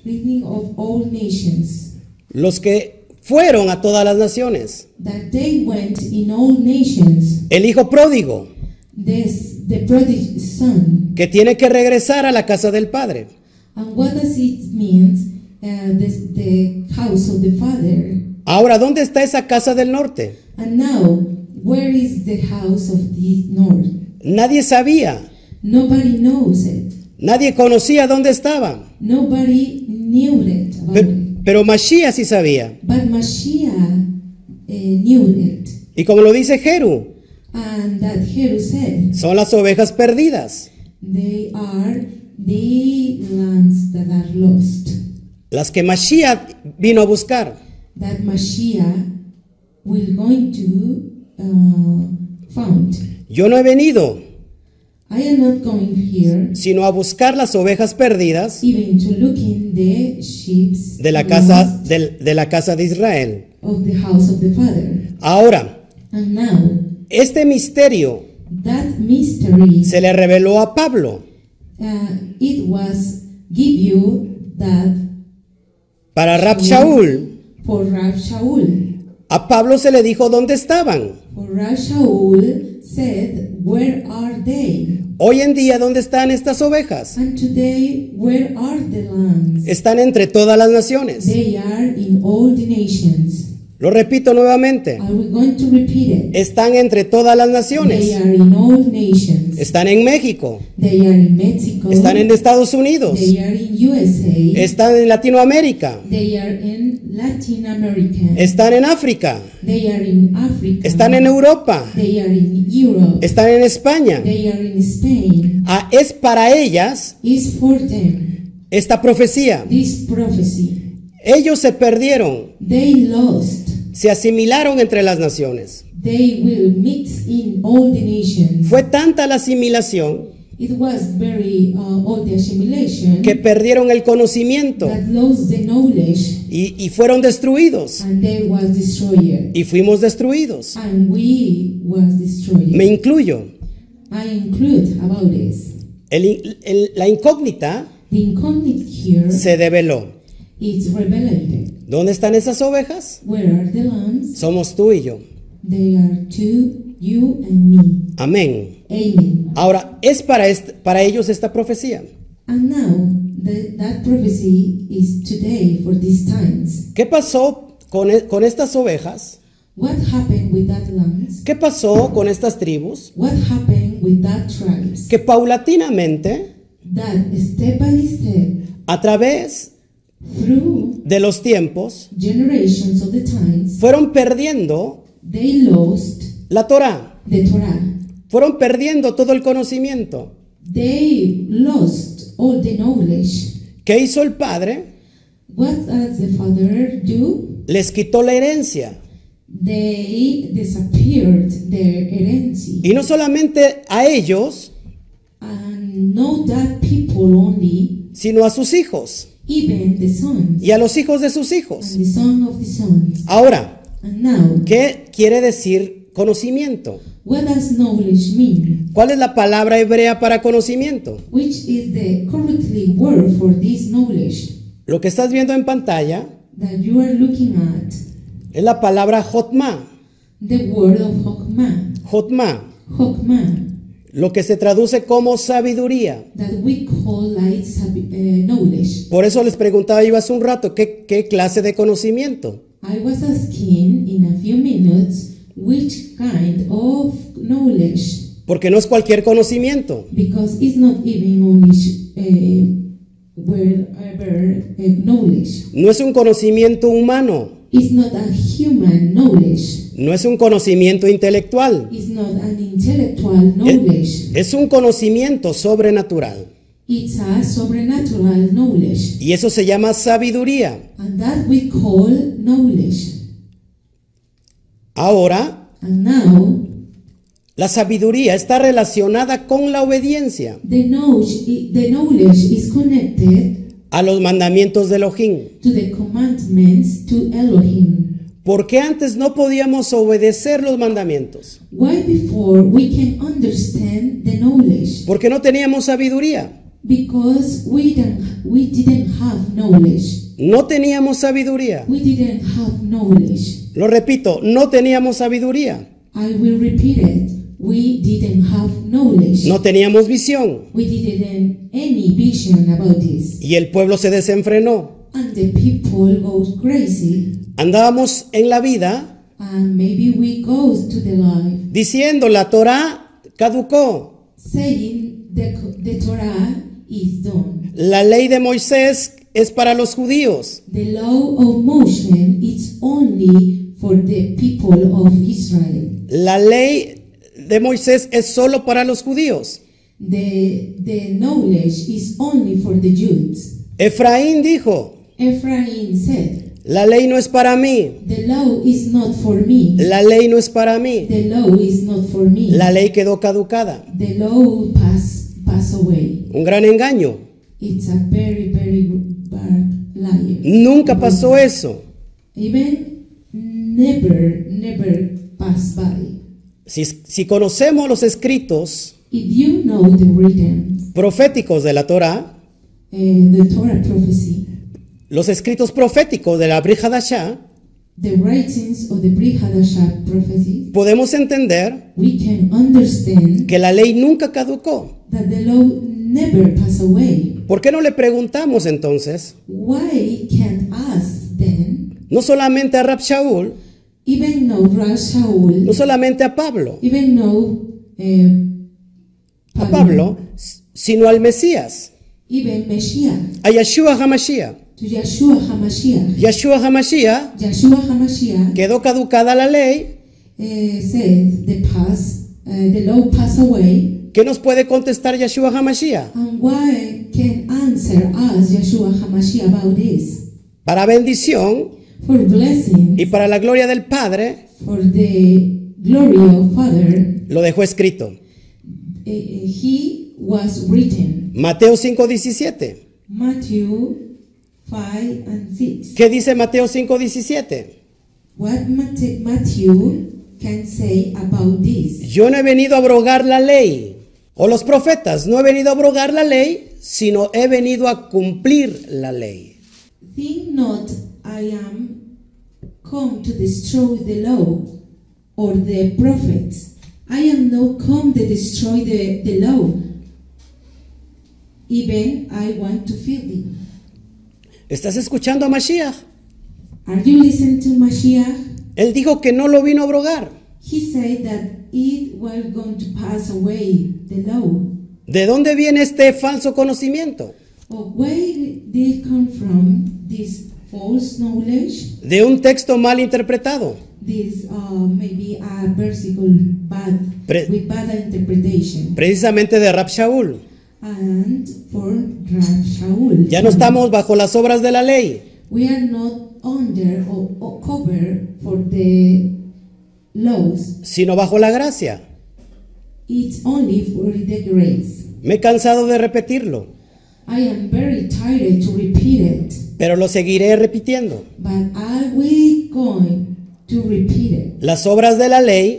Speaker 2: reading of all nations,
Speaker 1: los que fueron a todas las naciones,
Speaker 2: that they went in all nations,
Speaker 1: el hijo pródigo,
Speaker 2: this, the prodigal son.
Speaker 1: que tiene que regresar a la casa del padre.
Speaker 2: And what does it mean, uh, this, the house of the father?
Speaker 1: Ahora, ¿dónde está esa casa del norte?
Speaker 2: And now, where is the house of the north?
Speaker 1: Nadie sabía,
Speaker 2: Nobody knows it.
Speaker 1: nadie conocía dónde estaba,
Speaker 2: Nobody knew it about
Speaker 1: pero,
Speaker 2: it.
Speaker 1: pero Mashiach sí sabía.
Speaker 2: But Mashiach uh, knew it.
Speaker 1: Y como lo dice Jeru,
Speaker 2: And that Heru said,
Speaker 1: son las ovejas perdidas,
Speaker 2: they are the lambs that are lost,
Speaker 1: las que Mashiach vino a buscar.
Speaker 2: that Mashiach will going to uh, found.
Speaker 1: Yo no he venido
Speaker 2: I am not going here
Speaker 1: sino a buscar las ovejas perdidas
Speaker 2: even to look in the sheep
Speaker 1: de la casa, del- de la casa de Israel.
Speaker 2: of the house of the Father.
Speaker 1: Ahora,
Speaker 2: And now,
Speaker 1: este misterio
Speaker 2: that mystery
Speaker 1: se le reveló a Pablo
Speaker 2: Uh, it was give you that
Speaker 1: para Rab Shaul.
Speaker 2: for Rav Shaul.
Speaker 1: A Pablo se le dijo dónde estaban.
Speaker 2: For Rav Shaul said, Where are they?
Speaker 1: Hoy en día, ¿dónde están estas ovejas?
Speaker 2: And today, where are the lambs?
Speaker 1: Están entre todas las naciones.
Speaker 2: They are in all the nations.
Speaker 1: Lo repito nuevamente.
Speaker 2: Are we going to repeat it?
Speaker 1: Están entre todas las
Speaker 2: They
Speaker 1: naciones.
Speaker 2: are in all nations.
Speaker 1: Están en México.
Speaker 2: They are in Mexico.
Speaker 1: Están en Estados Unidos.
Speaker 2: They are in USA.
Speaker 1: Están en Latinoamérica.
Speaker 2: They are in Latin America.
Speaker 1: Están en África.
Speaker 2: They are in Africa.
Speaker 1: Están en Europa.
Speaker 2: They are in Europe.
Speaker 1: Están en España.
Speaker 2: They are in Spain.
Speaker 1: Ah, es para ellas
Speaker 2: is for them
Speaker 1: esta profecía.
Speaker 2: this prophecy.
Speaker 1: Ellos se perdieron,
Speaker 2: They lost.
Speaker 1: se asimilaron entre las naciones.
Speaker 2: They will mix in all the nations.
Speaker 1: Fue tanta la asimilación
Speaker 2: It was very uh, all the assimilation
Speaker 1: que perdieron el conocimiento
Speaker 2: that lost the knowledge
Speaker 1: y, y fueron destruidos.
Speaker 2: and they was destroyed.
Speaker 1: Y fuimos destruidos.
Speaker 2: And we was destroyed.
Speaker 1: Me incluyo.
Speaker 2: I include about this.
Speaker 1: El in- el- la incógnita
Speaker 2: The incognito here is
Speaker 1: se develó.
Speaker 2: revealed.
Speaker 1: ¿Dónde están esas ovejas?
Speaker 2: Where are the lambs?
Speaker 1: Somos tú y yo.
Speaker 2: They are to you and me.
Speaker 1: Amén.
Speaker 2: Amen.
Speaker 1: Ahora, es para, est- para ellos esta profecía.
Speaker 2: And now the, that prophecy is today for these times.
Speaker 1: ¿Qué pasó con e- con estas ovejas?
Speaker 2: What happened with that lands?
Speaker 1: ¿Qué pasó con estas tribus?
Speaker 2: What happened with that tribes?
Speaker 1: Que paulatinamente,
Speaker 2: That step by step,
Speaker 1: a través
Speaker 2: through
Speaker 1: de los tiempos,
Speaker 2: generations of the times,
Speaker 1: fueron perdiendo
Speaker 2: they lost
Speaker 1: la Torá,
Speaker 2: the Torah.
Speaker 1: fueron perdiendo todo el conocimiento
Speaker 2: They lost all the knowledge.
Speaker 1: que hizo el Padre,
Speaker 2: What does the father do?
Speaker 1: les quitó la herencia.
Speaker 2: They disappeared their heredity.
Speaker 1: Y no solamente a ellos,
Speaker 2: And not that people only,
Speaker 1: sino a sus hijos
Speaker 2: even the sons.
Speaker 1: y a los hijos de sus hijos.
Speaker 2: and the son of the sons.
Speaker 1: Ahora,
Speaker 2: And now,
Speaker 1: ¿qué quiere decir conocimiento?
Speaker 2: what does knowledge mean?
Speaker 1: ¿Cuál es la palabra hebrea para conocimiento?
Speaker 2: Which is the correctly word for this knowledge
Speaker 1: Lo que estás viendo en pantalla
Speaker 2: that you are looking at?
Speaker 1: es la palabra jotma.
Speaker 2: The word of Chokmah.
Speaker 1: Jotma,
Speaker 2: Chokmah,
Speaker 1: lo que se traduce como sabiduría.
Speaker 2: that we call light sab- uh, knowledge.
Speaker 1: Por eso les preguntaba yo hace un rato, ¿qué, qué clase de conocimiento?
Speaker 2: I was asking in a few minutes which kind of knowledge,
Speaker 1: Porque no es cualquier conocimiento.
Speaker 2: because it's not even only uh, wherever uh, knowledge.
Speaker 1: No es un conocimiento humano,
Speaker 2: It's not a human knowledge.
Speaker 1: no es un conocimiento intelectual,
Speaker 2: is not an intellectual knowledge.
Speaker 1: es un conocimiento sobrenatural.
Speaker 2: It's a sobrenatural knowledge.
Speaker 1: Y eso se llama sabiduría.
Speaker 2: And that we call knowledge.
Speaker 1: Ahora,
Speaker 2: And now,
Speaker 1: la sabiduría está relacionada con la obediencia
Speaker 2: the knowledge, the knowledge is connected
Speaker 1: a los mandamientos de Elohim.
Speaker 2: to the commandments to Elohim.
Speaker 1: Porque antes no podíamos obedecer los mandamientos,
Speaker 2: Why before we can understand the knowledge?
Speaker 1: porque no teníamos sabiduría.
Speaker 2: because we didn't, we didn't have knowledge.
Speaker 1: No teníamos sabiduría.
Speaker 2: We didn't have knowledge.
Speaker 1: Lo repito, no teníamos sabiduría.
Speaker 2: I will repeat it. We didn't have knowledge.
Speaker 1: No teníamos visión.
Speaker 2: We didn't any vision about this.
Speaker 1: Y el pueblo se desenfrenó.
Speaker 2: And the people goes crazy.
Speaker 1: Andábamos en la vida
Speaker 2: And maybe we goes to the life
Speaker 1: diciendo la Torá caducó.
Speaker 2: saying the, the Torah is done.
Speaker 1: La ley de Moisés es para los judíos.
Speaker 2: The law of motion is only for the people of Israel.
Speaker 1: La ley de Moisés es solo para los judíos.
Speaker 2: The, the knowledge is only for the Jews.
Speaker 1: Efraín dijo,
Speaker 2: Ephraim said,
Speaker 1: la ley no es para mí.
Speaker 2: The law is not for me.
Speaker 1: La ley no es para mí.
Speaker 2: The law is not for me.
Speaker 1: La ley quedó caducada.
Speaker 2: The law pass, pass away.
Speaker 1: Un gran engaño.
Speaker 2: It's a very, very bad liar.
Speaker 1: Nunca pasó eso.
Speaker 2: Even never, never pass by.
Speaker 1: Si, si conocemos los escritos
Speaker 2: If you know the written,
Speaker 1: proféticos de la Torá,
Speaker 2: uh, the Torah prophecy,
Speaker 1: los escritos proféticos de la Brihadashá,
Speaker 2: the writings of the Brit Hadashah prophecy,
Speaker 1: podemos entender
Speaker 2: we can understand
Speaker 1: que la ley nunca caducó.
Speaker 2: that the law never pass away.
Speaker 1: ¿Por qué no le preguntamos entonces?
Speaker 2: Why can't us then,
Speaker 1: No solamente a Rab Shaul,
Speaker 2: even know Rav
Speaker 1: no
Speaker 2: Shaul,
Speaker 1: solamente a Pablo,
Speaker 2: even know uh,
Speaker 1: a Pablo, s- sino al Mesías,
Speaker 2: even Mashiach,
Speaker 1: a Yeshua HaMashiach.
Speaker 2: to Yeshua HaMashiach.
Speaker 1: Yeshua HaMashiach
Speaker 2: Yeshua HaMashiach
Speaker 1: quedó caducada la ley.
Speaker 2: uh, said the pass, uh, the law pass away.
Speaker 1: ¿Qué nos puede contestar Yeshua HaMashiach?
Speaker 2: And why can answer us Yeshua Hamashiach about this?
Speaker 1: Para bendición
Speaker 2: For blessing,
Speaker 1: y para la gloria del Padre,
Speaker 2: for the glory of Father,
Speaker 1: lo dejó escrito.
Speaker 2: eh, eh, he was written.
Speaker 1: Mateo 5.17.
Speaker 2: Matthew 5 and 6.
Speaker 1: ¿Qué dice Mateo 5.17?
Speaker 2: What Mate- Matthew can say about this?
Speaker 1: Yo no he venido a abrogar la ley, o los profetas, no he venido a abrogar la ley, sino he venido a cumplir la ley.
Speaker 2: Think not I am come to destroy the law or the prophets. I am not come to destroy the, the law. Even I want to feel it.
Speaker 1: ¿Estás escuchando a Mashiach?
Speaker 2: Are you listening to Mashiach?
Speaker 1: Él dijo que no lo vino a abrogar.
Speaker 2: He said that it was going to pass away the law.
Speaker 1: ¿De dónde viene este falso conocimiento?
Speaker 2: Or where did it come from? This false knowledge,
Speaker 1: De un texto mal interpretado.
Speaker 2: this uh, maybe a versicle bad
Speaker 1: Pre-
Speaker 2: with bad interpretation.
Speaker 1: Precisamente de Rab Shaul.
Speaker 2: and for Rav Shaul.
Speaker 1: Ya no estamos bajo las obras de la ley,
Speaker 2: We are not under or, or cover for the laws.
Speaker 1: sino bajo la gracia.
Speaker 2: It's only for the grace.
Speaker 1: Me he cansado de repetirlo,
Speaker 2: I am very tired to repeat it,
Speaker 1: pero lo seguiré repitiendo.
Speaker 2: but I will going to repeat it.
Speaker 1: Las obras de la ley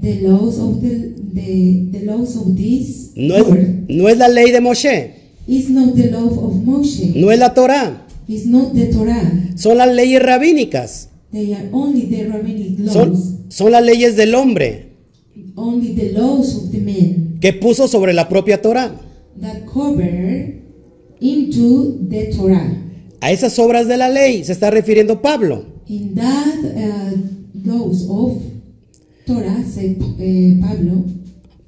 Speaker 2: The laws of the the, the laws of this
Speaker 1: no es,
Speaker 2: word
Speaker 1: no es la ley de Moshe,
Speaker 2: is not the law of Moshe.
Speaker 1: no es la Torá,
Speaker 2: It's not the Torah.
Speaker 1: son las leyes rabínicas,
Speaker 2: They are only the rabbinic laws.
Speaker 1: son, son las leyes del hombre
Speaker 2: Only the laws of the men.
Speaker 1: que puso sobre la propia Torá.
Speaker 2: that cover into the Torah.
Speaker 1: A esas obras de la ley se está refiriendo Pablo.
Speaker 2: In that uh, those of Torah, said uh, Pablo,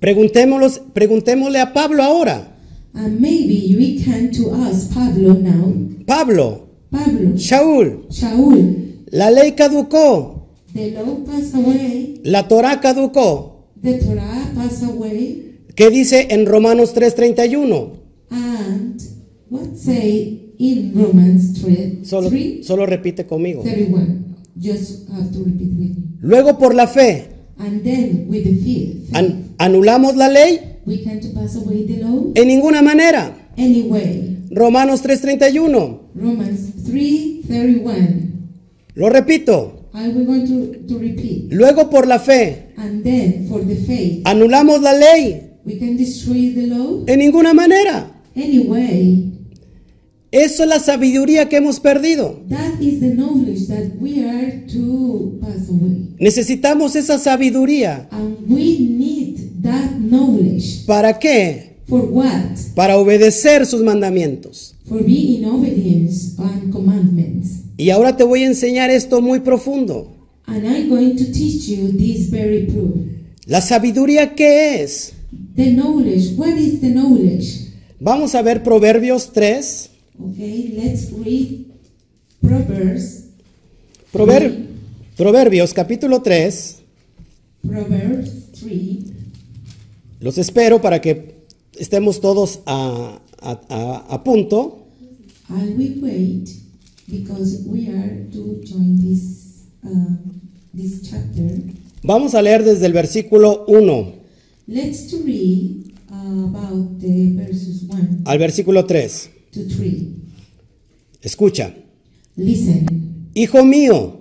Speaker 1: Preguntémoslos- preguntémosle a Pablo ahora.
Speaker 2: and maybe we can to us Pablo now.
Speaker 1: Pablo,
Speaker 2: Pablo,
Speaker 1: Shaul,
Speaker 2: Shaul,
Speaker 1: la ley caducó,
Speaker 2: the law passed away,
Speaker 1: la Torá caducó.
Speaker 2: the Torah passed away,
Speaker 1: ¿Qué dice en Romanos 3:31?
Speaker 2: and what say in Romans 3,
Speaker 1: Solo,
Speaker 2: 3
Speaker 1: solo repite conmigo.
Speaker 2: 31. Just have to repeat with me.
Speaker 1: Luego por la fe
Speaker 2: And then with the faith,
Speaker 1: an- anulamos la ley
Speaker 2: we can to pass away the law.
Speaker 1: en ninguna manera.
Speaker 2: Anyway,
Speaker 1: Romanos 3:31.
Speaker 2: Romans 3:31.
Speaker 1: Lo repito.
Speaker 2: I will going to, to repeat.
Speaker 1: Luego por la fe
Speaker 2: And then for the faith,
Speaker 1: anulamos la ley
Speaker 2: we can destroy the law
Speaker 1: en ninguna manera.
Speaker 2: Anyway,
Speaker 1: Eso es la sabiduría que hemos perdido.
Speaker 2: that is the knowledge that we are to pass away.
Speaker 1: Necesitamos esa sabiduría.
Speaker 2: And we need that knowledge.
Speaker 1: ¿Para qué?
Speaker 2: For what?
Speaker 1: Para obedecer sus mandamientos.
Speaker 2: For being in obedience and commandments.
Speaker 1: Y ahora te voy a enseñar esto muy profundo.
Speaker 2: And I'm going to teach you this very proof.
Speaker 1: ¿La sabiduría qué es?
Speaker 2: The knowledge. What is the knowledge?
Speaker 1: Vamos a ver Proverbios 3.
Speaker 2: Okay, let's read Proverbs.
Speaker 1: Prover- Proverbios capítulo 3.
Speaker 2: Proverbs 3.
Speaker 1: Los espero para que estemos todos a, a- a- a punto.
Speaker 2: I will wait because we are to join this uh, this chapter.
Speaker 1: Vamos a leer desde el versículo 1
Speaker 2: Let's to read uh, about the verses one
Speaker 1: al versículo 3.
Speaker 2: to three.
Speaker 1: Escucha.
Speaker 2: Listen,
Speaker 1: Hijo mío,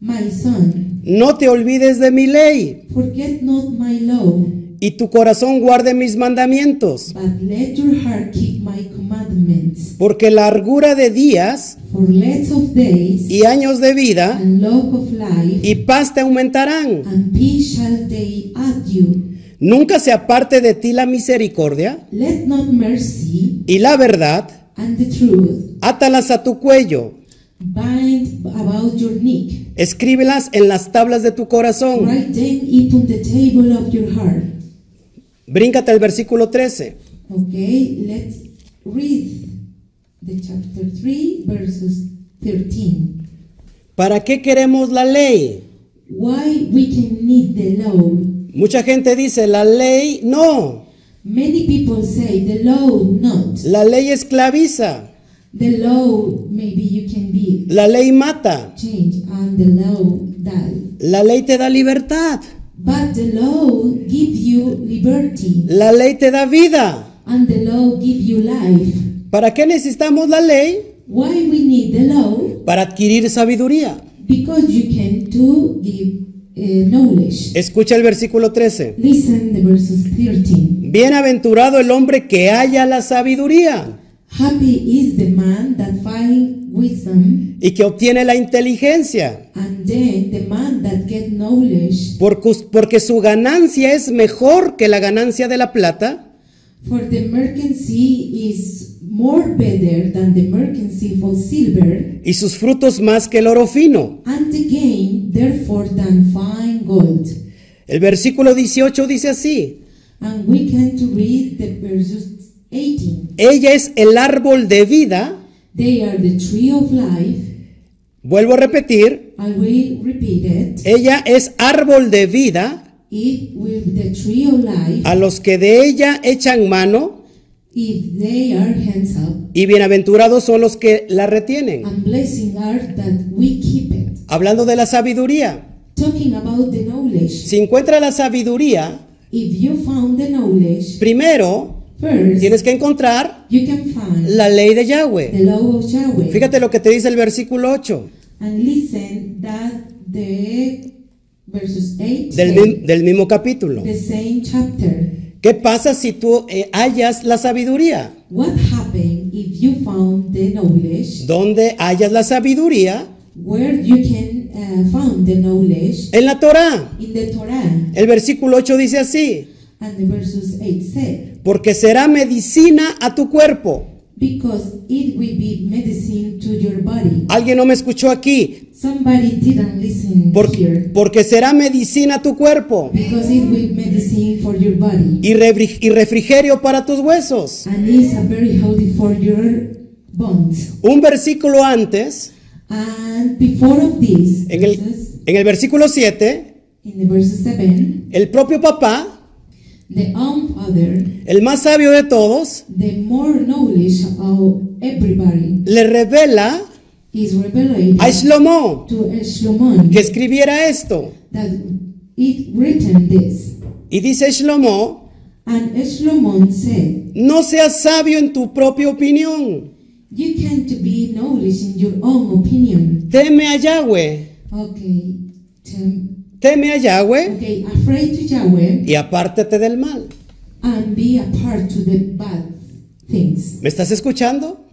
Speaker 2: my son,
Speaker 1: no te olvides de mi ley
Speaker 2: forget not my law,
Speaker 1: y tu corazón guarde mis mandamientos,
Speaker 2: but let your heart keep my commandments.
Speaker 1: porque largura de días
Speaker 2: For length of days
Speaker 1: y años de vida
Speaker 2: and love of life
Speaker 1: y paz te aumentarán.
Speaker 2: and peace shall they add you.
Speaker 1: Nunca se aparte de ti la misericordia
Speaker 2: Let not mercy
Speaker 1: y la verdad,
Speaker 2: and the truth
Speaker 1: átalas a tu cuello,
Speaker 2: bind about your neck.
Speaker 1: escríbelas en las tablas de tu corazón.
Speaker 2: Write them upon the table of your heart.
Speaker 1: Bríncate al versículo 13.
Speaker 2: Okay, let's read the chapter 3, verses 13.
Speaker 1: ¿Para qué queremos la ley?
Speaker 2: Why we can need the law.
Speaker 1: Mucha gente dice, la ley no,
Speaker 2: Many people say the law not.
Speaker 1: la ley esclaviza,
Speaker 2: The law maybe you can be
Speaker 1: la ley mata,
Speaker 2: changed and the law die.
Speaker 1: la ley te da libertad,
Speaker 2: But the law give you liberty
Speaker 1: la ley te da vida.
Speaker 2: and the law give you life.
Speaker 1: ¿Para qué necesitamos la ley?
Speaker 2: Why we need the law?
Speaker 1: Para adquirir sabiduría.
Speaker 2: Because you can to give uh, knowledge.
Speaker 1: Escucha el versículo 13.
Speaker 2: Listen the verses 13.
Speaker 1: Bienaventurado el hombre que haya la sabiduría
Speaker 2: Happy is the man that find wisdom,
Speaker 1: y que obtiene la inteligencia,
Speaker 2: and then the man that get knowledge,
Speaker 1: porque porque su ganancia es mejor que la ganancia de la plata
Speaker 2: for the mercancy is more better than the mercancy for silver,
Speaker 1: y sus frutos más que el oro fino.
Speaker 2: and the gain therefore than fine gold.
Speaker 1: El versículo 18 dice así,
Speaker 2: And we can to read the verses 18.
Speaker 1: ella es el árbol de vida,
Speaker 2: They are the tree of life.
Speaker 1: vuelvo a repetir,
Speaker 2: I will repeat it.
Speaker 1: ella es árbol de vida
Speaker 2: It will be the tree of life
Speaker 1: a los que de ella echan mano
Speaker 2: if they are hands up.
Speaker 1: y bienaventurados son los que la retienen.
Speaker 2: and blessing are that we keep it.
Speaker 1: Hablando de la sabiduría,
Speaker 2: Talking about the knowledge,
Speaker 1: si encuentra la sabiduría,
Speaker 2: if you found the knowledge,
Speaker 1: primero
Speaker 2: first
Speaker 1: tienes que encontrar
Speaker 2: you can find
Speaker 1: la ley de Yahweh.
Speaker 2: the law of Yahweh.
Speaker 1: Fíjate lo que te dice el versículo 8
Speaker 2: And listen that the verses 8
Speaker 1: del,
Speaker 2: say
Speaker 1: mi- del mismo capítulo.
Speaker 2: the same chapter.
Speaker 1: ¿Qué pasa si tú eh, hallas la sabiduría?
Speaker 2: What happened if you found the knowledge?
Speaker 1: ¿Dónde hallas la sabiduría?
Speaker 2: Where you can uh, found the knowledge
Speaker 1: En la Torá.
Speaker 2: in the Torah
Speaker 1: El versículo 8 dice así,
Speaker 2: and the verses 8 said,
Speaker 1: porque será medicina a tu cuerpo.
Speaker 2: because it will be medicine to your body.
Speaker 1: Alguien no me escuchó aquí.
Speaker 2: Somebody didn't listen
Speaker 1: Por-
Speaker 2: here
Speaker 1: porque será medicina a tu cuerpo
Speaker 2: because it will medicine for your body
Speaker 1: y, rebri- y refrigerio para tus huesos.
Speaker 2: and it's a very healthy for your bones.
Speaker 1: Un versículo antes,
Speaker 2: And before of this,
Speaker 1: en el,
Speaker 2: verses-
Speaker 1: en el versículo 7,
Speaker 2: in the verse seven,
Speaker 1: el propio papá,
Speaker 2: the own father,
Speaker 1: el más sabio de todos,
Speaker 2: the more knowledge of everybody
Speaker 1: le revela
Speaker 2: is revealed
Speaker 1: a Shlomo
Speaker 2: to Shlomo
Speaker 1: que escribiera esto.
Speaker 2: that it written this.
Speaker 1: Y dice Shlomo,
Speaker 2: And Shlomo said,
Speaker 1: No seas sabio en tu propia opinión.
Speaker 2: "You can't be knowledge in your own opinion."
Speaker 1: Teme a Yahweh.
Speaker 2: Okay, Tim.
Speaker 1: Teme a Yahweh
Speaker 2: Okay, afraid to Yahweh
Speaker 1: y apártate del mal.
Speaker 2: and be apart to the bad things.
Speaker 1: ¿Me estás escuchando?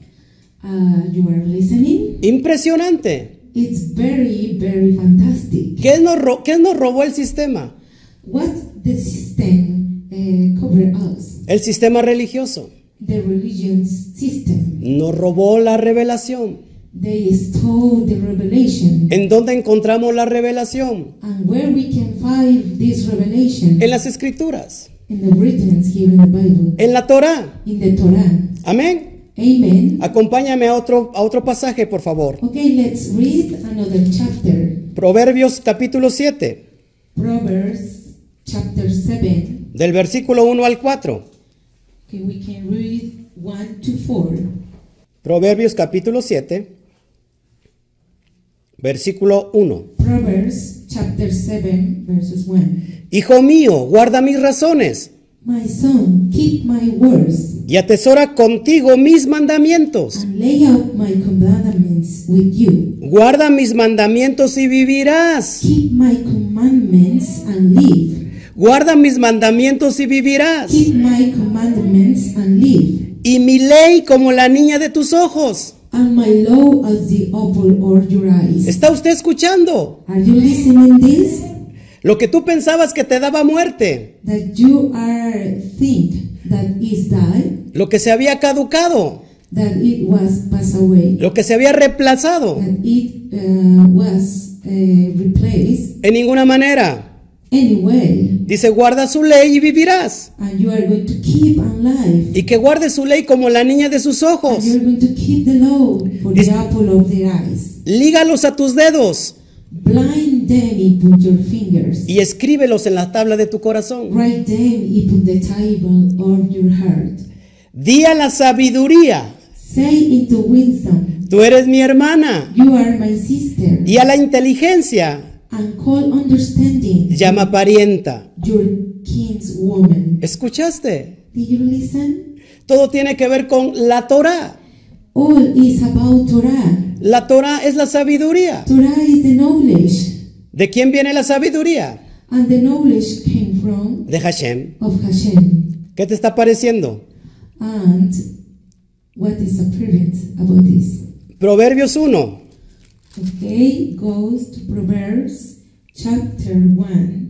Speaker 2: Uh, you are listening?
Speaker 1: Impresionante.
Speaker 2: It's very, very fantastic.
Speaker 1: ¿Qué nos, ro- qué nos robó el sistema?
Speaker 2: What the system uh, cover us,
Speaker 1: El sistema religioso.
Speaker 2: the religion's system,
Speaker 1: Nos robó la revelación.
Speaker 2: they stole the revelation.
Speaker 1: ¿En dónde encontramos la revelación?
Speaker 2: And where we can find this revelation?
Speaker 1: En las escrituras,
Speaker 2: In the writings here in the Bible,
Speaker 1: en la Torá.
Speaker 2: in the Torah.
Speaker 1: Amén.
Speaker 2: Amen.
Speaker 1: Acompáñame a otro, a otro pasaje, por favor.
Speaker 2: Okay, let's read another chapter.
Speaker 1: Proverbios capítulo 7,
Speaker 2: Proverbs chapter 7.
Speaker 1: del versículo 1 al 4.
Speaker 2: Okay, we can read 1 to 4.
Speaker 1: Proverbios capítulo 7, versículo 1.
Speaker 2: Proverbs chapter 7, verses 1.
Speaker 1: Hijo mío, guarda mis razones
Speaker 2: My son, keep my words
Speaker 1: y atesora contigo mis mandamientos.
Speaker 2: and lay out my commandments with you.
Speaker 1: Guarda mis mandamientos y vivirás.
Speaker 2: Keep my commandments and live.
Speaker 1: Guarda mis mandamientos y vivirás.
Speaker 2: Keep my commandments and live.
Speaker 1: Y mi ley como la niña de tus ojos.
Speaker 2: And my law as the apple of your eyes.
Speaker 1: ¿Está usted escuchando?
Speaker 2: Are you listening this?
Speaker 1: Lo que tú pensabas que te daba muerte,
Speaker 2: That you are think that is die,
Speaker 1: lo que se había caducado,
Speaker 2: that it was pass away,
Speaker 1: lo que se había reemplazado.
Speaker 2: that it uh, was uh, replaced
Speaker 1: En ninguna manera.
Speaker 2: anyway,
Speaker 1: Dice, guarda su ley y vivirás.
Speaker 2: and you are going to keep alive.
Speaker 1: Y que guarde su ley como la niña de sus
Speaker 2: And
Speaker 1: ojos.
Speaker 2: you are going to keep the law for
Speaker 1: This-
Speaker 2: the apple of their eyes.
Speaker 1: Lígalos a tus dedos
Speaker 2: Blind them put your fingers.
Speaker 1: y escríbelos en la tabla de tu corazón.
Speaker 2: Write them put the table of your heart.
Speaker 1: Di a la sabiduría,
Speaker 2: Say into wisdom,
Speaker 1: tú eres mi hermana.
Speaker 2: you are my sister,
Speaker 1: Y a la inteligencia,
Speaker 2: and call understanding
Speaker 1: llama parienta.
Speaker 2: your king's woman.
Speaker 1: ¿Escuchaste?
Speaker 2: Did you listen?
Speaker 1: Todo tiene que ver con la Torah.
Speaker 2: All is about Torah.
Speaker 1: La Torah es la sabiduría.
Speaker 2: Torah is the knowledge,
Speaker 1: ¿De quién viene la sabiduría?
Speaker 2: and the knowledge came from
Speaker 1: De Hashem.
Speaker 2: of Hashem.
Speaker 1: ¿Qué te está pareciendo?
Speaker 2: And what is apparent about this?
Speaker 1: Proverbios 1,
Speaker 2: Okay, goes to Proverbs chapter one,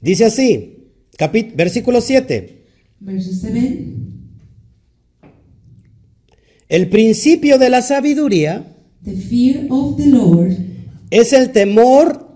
Speaker 1: dice así, capi- versículo 7.
Speaker 2: verse seven.
Speaker 1: El principio de la sabiduría
Speaker 2: The fear of the Lord
Speaker 1: es el temor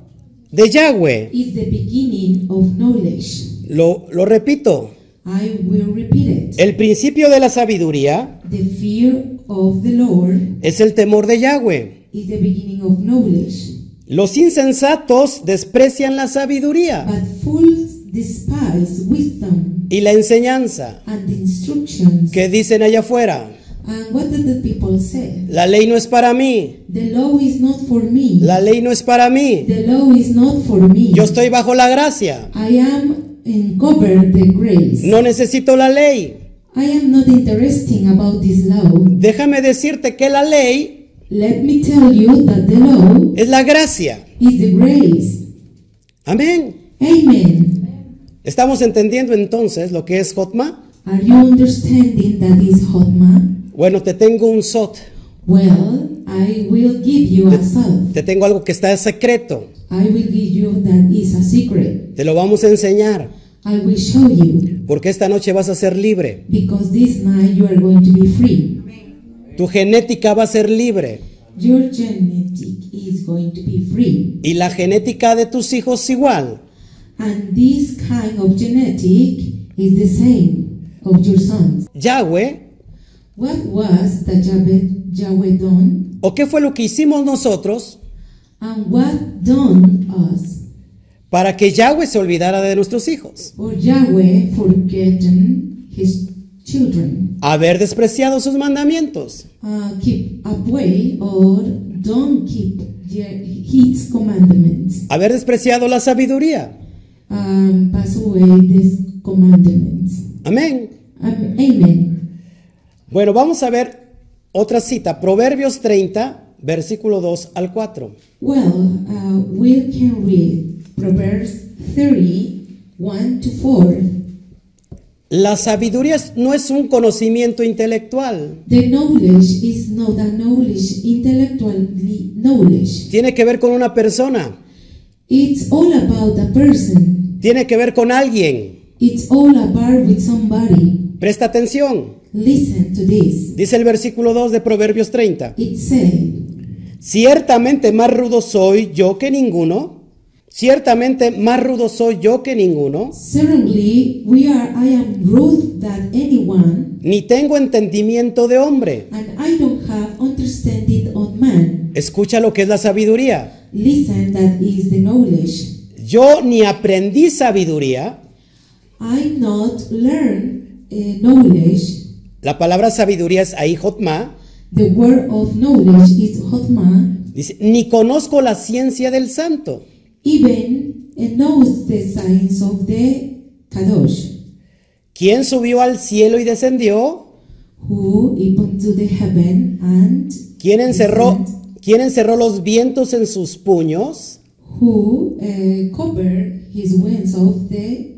Speaker 1: de Yahweh.
Speaker 2: is the beginning of knowledge.
Speaker 1: Lo, lo repito,
Speaker 2: I will repeat it.
Speaker 1: el principio de la sabiduría
Speaker 2: The fear of the Lord
Speaker 1: es el temor de Yahweh.
Speaker 2: is the beginning of knowledge.
Speaker 1: Los insensatos desprecian la sabiduría
Speaker 2: But fools despise wisdom
Speaker 1: y la enseñanza.
Speaker 2: and instructions.
Speaker 1: ¿Qué dicen allá afuera?
Speaker 2: And what did the people say?
Speaker 1: La ley no es para mí,
Speaker 2: The law is not for me.
Speaker 1: la ley no es para mí.
Speaker 2: The law is not for me.
Speaker 1: Yo estoy bajo la gracia,
Speaker 2: I am uncovered the grace.
Speaker 1: no necesito la ley.
Speaker 2: I am not interesting about this law.
Speaker 1: Déjame decirte que la ley
Speaker 2: Let me tell you that the law
Speaker 1: es la gracia.
Speaker 2: is the grace.
Speaker 1: Amén.
Speaker 2: Amen.
Speaker 1: Estamos entendiendo entonces lo que es Jotma.
Speaker 2: Are you understanding that is Hotma?
Speaker 1: Bueno, te tengo un sot.
Speaker 2: Well, I will give you a self.
Speaker 1: Te tengo algo que está en secreto.
Speaker 2: I will give you that is a secret.
Speaker 1: Te lo vamos a enseñar.
Speaker 2: I will show you,
Speaker 1: Porque esta noche vas a ser libre.
Speaker 2: because this night you are going to be free.
Speaker 1: Tu genética va a ser libre.
Speaker 2: Your genetic is going to be free.
Speaker 1: Y la genética de tus hijos igual.
Speaker 2: And this kind of genetic is the same of your sons.
Speaker 1: Yahweh,
Speaker 2: What was that Jabet, Yahweh done?
Speaker 1: ¿o qué fue lo que hicimos nosotros
Speaker 2: And what done us?
Speaker 1: para que Yahweh se olvidara de nuestros hijos?
Speaker 2: For Yahweh forgotten his children.
Speaker 1: Haber despreciado sus mandamientos.
Speaker 2: Uh, keep away or don't keep their- his commandments.
Speaker 1: Haber despreciado la sabiduría.
Speaker 2: um, pass away these commandments.
Speaker 1: Amén.
Speaker 2: Um, amen.
Speaker 1: Bueno, vamos a ver otra cita, Proverbios 30, versículo 2 al 4.
Speaker 2: Well, uh, we can read Proverbs 30, 1 to 4.
Speaker 1: La sabiduría es- no es un conocimiento intelectual.
Speaker 2: The knowledge is not a knowledge, intellectual knowledge.
Speaker 1: Tiene que ver con una persona.
Speaker 2: It's all about a person.
Speaker 1: Tiene que ver con alguien.
Speaker 2: It's all about with somebody.
Speaker 1: Presta atención.
Speaker 2: Listen to this.
Speaker 1: Dice el versículo 2 de Proverbios 30.
Speaker 2: It said,
Speaker 1: Ciertamente más rudo soy yo que ninguno. Ciertamente más rudo soy yo que ninguno.
Speaker 2: Certainly we are I am rude than anyone,
Speaker 1: Ni tengo entendimiento de hombre.
Speaker 2: and I don't have understanding on man.
Speaker 1: Escucha lo que es la sabiduría.
Speaker 2: Listen that is the knowledge.
Speaker 1: Yo ni aprendí sabiduría.
Speaker 2: I not learn eh, knowledge.
Speaker 1: La palabra sabiduría es aijotma.
Speaker 2: The word of knowledge is hotma,
Speaker 1: Dice, ni conozco la ciencia del santo.
Speaker 2: even and knows the signs of the Kadosh,
Speaker 1: ¿Quién subió al cielo y descendió?
Speaker 2: who even to the heaven and
Speaker 1: ¿Quién encerró, ¿quién encerró los vientos en sus puños?
Speaker 2: who uh, cover his wings of the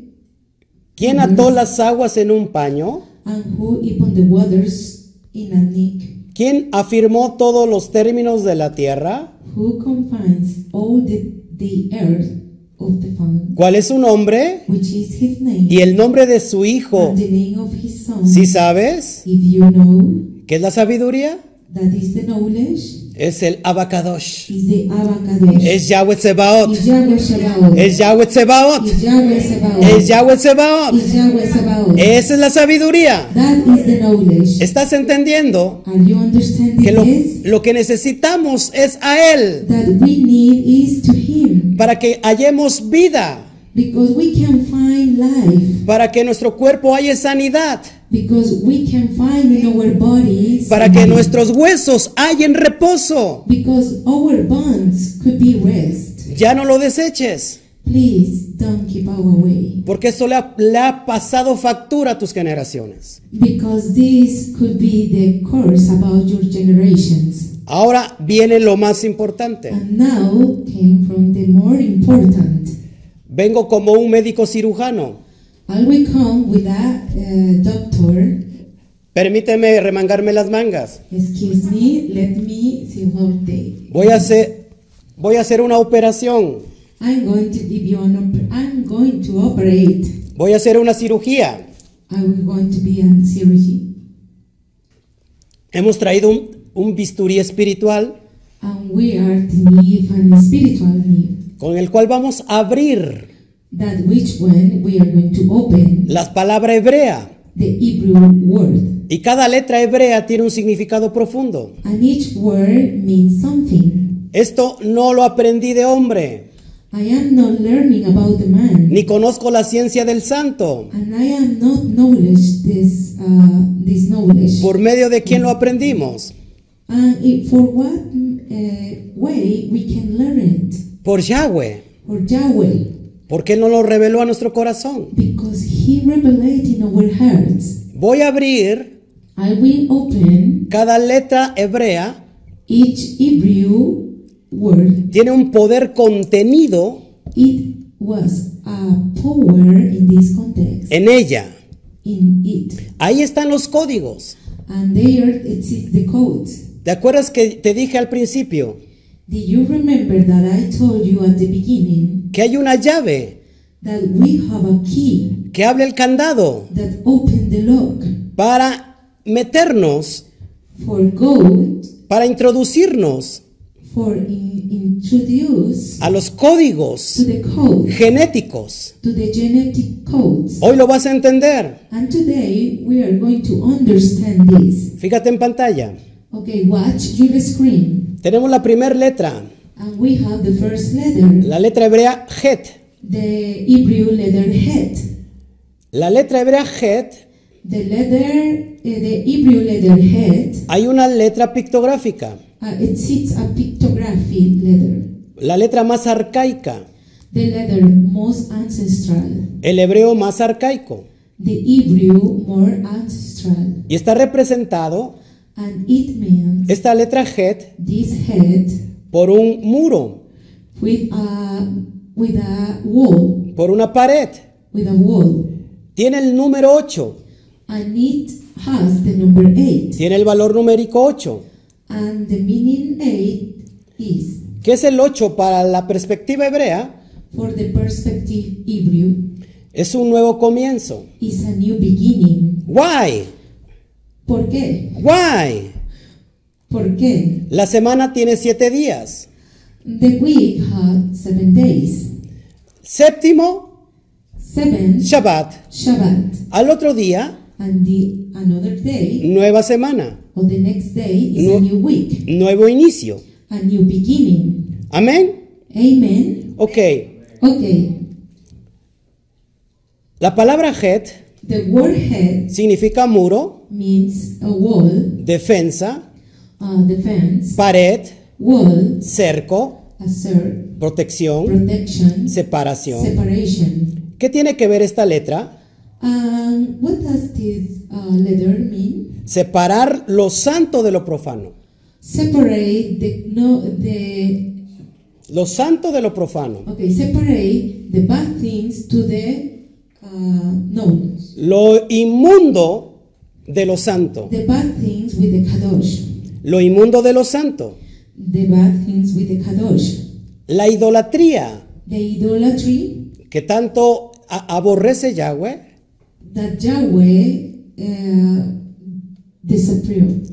Speaker 1: ¿Quién ató las aguas en un paño?
Speaker 2: and who even the waters in a nick,
Speaker 1: ¿Quién afirmó todos los términos de la tierra?
Speaker 2: who confines all the, the earth of the fountain,
Speaker 1: ¿Cuál es su nombre?
Speaker 2: which is his name,
Speaker 1: Y el nombre de su hijo.
Speaker 2: and the name of his son.
Speaker 1: ¿Sí sabes?
Speaker 2: If you know
Speaker 1: ¿Qué es la sabiduría?
Speaker 2: that is the knowledge,
Speaker 1: Es el Abacadosh.
Speaker 2: is the Abakadosh,
Speaker 1: Es Yahweh Sebaot.
Speaker 2: is Yahweh Shabaoth,
Speaker 1: Es Yahweh Sebaot.
Speaker 2: is Yahweh Sabaoth,
Speaker 1: Es Yahweh Sebaot.
Speaker 2: is Yahweh Sabaoth.
Speaker 1: Esa es la sabiduría.
Speaker 2: That is the knowledge.
Speaker 1: ¿Estás entendiendo?
Speaker 2: Are you understanding
Speaker 1: Que lo,
Speaker 2: this?
Speaker 1: lo que necesitamos es a Él
Speaker 2: That we need is to Him,
Speaker 1: para que hallemos vida,
Speaker 2: because we can find life,
Speaker 1: para que nuestro cuerpo haya sanidad,
Speaker 2: because we can find in our bodies,
Speaker 1: para que nuestros huesos hallen reposo.
Speaker 2: because our bonds could be rest.
Speaker 1: Ya no lo deseches,
Speaker 2: Please don't keep our way,
Speaker 1: porque eso le ha, le ha pasado factura a tus generaciones.
Speaker 2: because this could be the curse about your generations.
Speaker 1: Ahora viene lo más importante.
Speaker 2: And now came from the more important.
Speaker 1: Vengo como un médico cirujano.
Speaker 2: I will come with a uh, doctor.
Speaker 1: Permíteme remangarme las mangas.
Speaker 2: Excuse me, let me see how they.
Speaker 1: Voy a hacer, voy a hacer una operación.
Speaker 2: I'm going to give you an. Op- I'm going to operate.
Speaker 1: Voy a hacer una cirugía.
Speaker 2: I will going to be an surgeon,
Speaker 1: Hemos traído un, un bisturí espiritual
Speaker 2: and we are the need and spiritual need
Speaker 1: con el cual vamos a abrir
Speaker 2: that which one we are going to open
Speaker 1: la palabra hebrea.
Speaker 2: the Hebrew word,
Speaker 1: Y cada letra hebrea tiene un significado profundo.
Speaker 2: and each word means something.
Speaker 1: Esto no lo aprendí de hombre,
Speaker 2: I am not learning about the man,
Speaker 1: ni conozco la ciencia del santo.
Speaker 2: and I am not knowledge this uh, this knowledge.
Speaker 1: ¿Por medio de quién lo aprendimos?
Speaker 2: And it, for what uh, way we can learn it?
Speaker 1: Por Yahweh,
Speaker 2: Or Yahweh,
Speaker 1: porque Él no lo reveló a nuestro corazón.
Speaker 2: because He revelate in our hearts.
Speaker 1: Voy a abrir
Speaker 2: I will open
Speaker 1: cada letra hebrea,
Speaker 2: each Hebrew word.
Speaker 1: tiene un poder contenido
Speaker 2: It was a power in this context,
Speaker 1: en ella.
Speaker 2: in it,
Speaker 1: Ahí están los códigos.
Speaker 2: and there it is the codes.
Speaker 1: ¿Te acuerdas que te dije al principio
Speaker 2: Do you remember that I told you at the beginning
Speaker 1: que hay una llave
Speaker 2: that we have a key
Speaker 1: que abre el candado
Speaker 2: that open the lock
Speaker 1: para meternos,
Speaker 2: for gold
Speaker 1: para introducirnos
Speaker 2: for in, introduce
Speaker 1: a los
Speaker 2: to
Speaker 1: códigos
Speaker 2: the code,
Speaker 1: genéticos?
Speaker 2: to the genetic codes.
Speaker 1: Hoy lo vas a entender.
Speaker 2: And today we are going to understand this.
Speaker 1: Fíjate en pantalla.
Speaker 2: Okay, watch your screen.
Speaker 1: Tenemos la primera letra,
Speaker 2: And we have the first letter,
Speaker 1: la letra hebrea Het.
Speaker 2: the Hebrew letter het.
Speaker 1: La letra hebrea Het,
Speaker 2: The letter, eh, the Hebrew letter het,
Speaker 1: hay una letra pictográfica,
Speaker 2: uh, it sits a pictography letter.
Speaker 1: la letra más arcaica,
Speaker 2: The letter most ancestral,
Speaker 1: el hebreo más arcaico.
Speaker 2: the Hebrew more ancestral.
Speaker 1: Y está representado
Speaker 2: And it means
Speaker 1: esta letra Het
Speaker 2: this head
Speaker 1: por un muro,
Speaker 2: with a, with a wall,
Speaker 1: por una pared.
Speaker 2: with a wall.
Speaker 1: Tiene el número 8,
Speaker 2: and it has the number 8.
Speaker 1: tiene el valor numérico 8.
Speaker 2: And the meaning 8 is,
Speaker 1: ¿Qué es el 8 para la perspectiva hebrea?
Speaker 2: for the perspective Hebrew,
Speaker 1: Es un nuevo comienzo.
Speaker 2: is a new beginning.
Speaker 1: Why?
Speaker 2: ¿Por qué?
Speaker 1: Why?
Speaker 2: ¿Por qué?
Speaker 1: La semana tiene 7 días.
Speaker 2: The week had seven days.
Speaker 1: Séptimo,
Speaker 2: Seven,
Speaker 1: Shabbat.
Speaker 2: Shabbat.
Speaker 1: Al otro día,
Speaker 2: And the another day,
Speaker 1: nueva semana,
Speaker 2: or the next day, is
Speaker 1: No.
Speaker 2: a new week,
Speaker 1: nuevo inicio.
Speaker 2: a new beginning.
Speaker 1: Amén.
Speaker 2: Amen.
Speaker 1: Ok.
Speaker 2: Okay,
Speaker 1: La palabra het
Speaker 2: the word head
Speaker 1: significa muro,
Speaker 2: means a wall,
Speaker 1: defensa,
Speaker 2: a defense,
Speaker 1: pared,
Speaker 2: wall,
Speaker 1: cerco,
Speaker 2: assert,
Speaker 1: protección,
Speaker 2: protection,
Speaker 1: separación.
Speaker 2: separation.
Speaker 1: ¿Qué tiene que ver esta letra?
Speaker 2: Um, what does this uh, letter mean?
Speaker 1: Separar lo santo de lo profano.
Speaker 2: Separate the no the
Speaker 1: Lo santo de lo profano.
Speaker 2: Okay, separate the bad things to the uh, knowns.
Speaker 1: Lo inmundo de lo santo.
Speaker 2: The bad things with the kadosh.
Speaker 1: Lo inmundo de lo santo.
Speaker 2: The bad things with the kadosh.
Speaker 1: La idolatría
Speaker 2: The idolatry
Speaker 1: que tanto a- aborrece Yahweh,
Speaker 2: that Yahweh uh, disapproves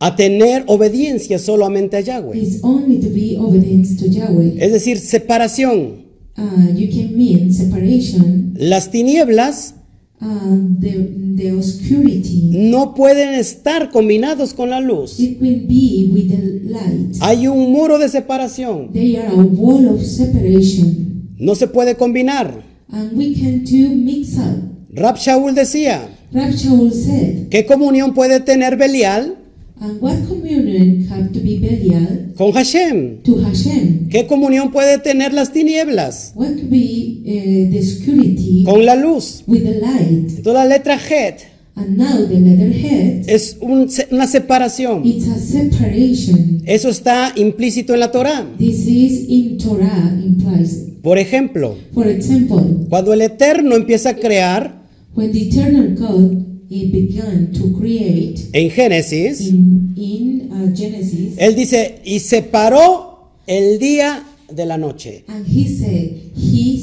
Speaker 1: a tener obediencia solamente a Yahweh.
Speaker 2: is only to be obedience to Yahweh.
Speaker 1: Es decir, separación.
Speaker 2: Uh, you can mean separation.
Speaker 1: Las tinieblas
Speaker 2: Uh, the the obscurity.
Speaker 1: no pueden estar combinados con la luz.
Speaker 2: It will be with the light.
Speaker 1: Hay un muro de separación.
Speaker 2: They are a wall of separation,
Speaker 1: No se puede combinar.
Speaker 2: and we can too mix up.
Speaker 1: Rab Shaul decía,
Speaker 2: Rab Shaul said,
Speaker 1: ¿qué comunión puede tener Belial
Speaker 2: And what communion have to be Belial
Speaker 1: con Hashem?
Speaker 2: to Hashem?
Speaker 1: ¿Qué comunión puede tener las tinieblas
Speaker 2: What could be uh, the security
Speaker 1: con la luz?
Speaker 2: with the light?
Speaker 1: Entonces la letra Het
Speaker 2: And now the letterhead,
Speaker 1: es un se- una separación.
Speaker 2: it's a separation.
Speaker 1: Eso está implícito en la Torá.
Speaker 2: This is in Torah implies.
Speaker 1: Por ejemplo,
Speaker 2: For example,
Speaker 1: cuando el Eterno empieza a crear
Speaker 2: when the eternal God he began to create
Speaker 1: en Génesis,
Speaker 2: in, in uh, Genesis,
Speaker 1: Él dice, y separó el día de la noche,
Speaker 2: and he said he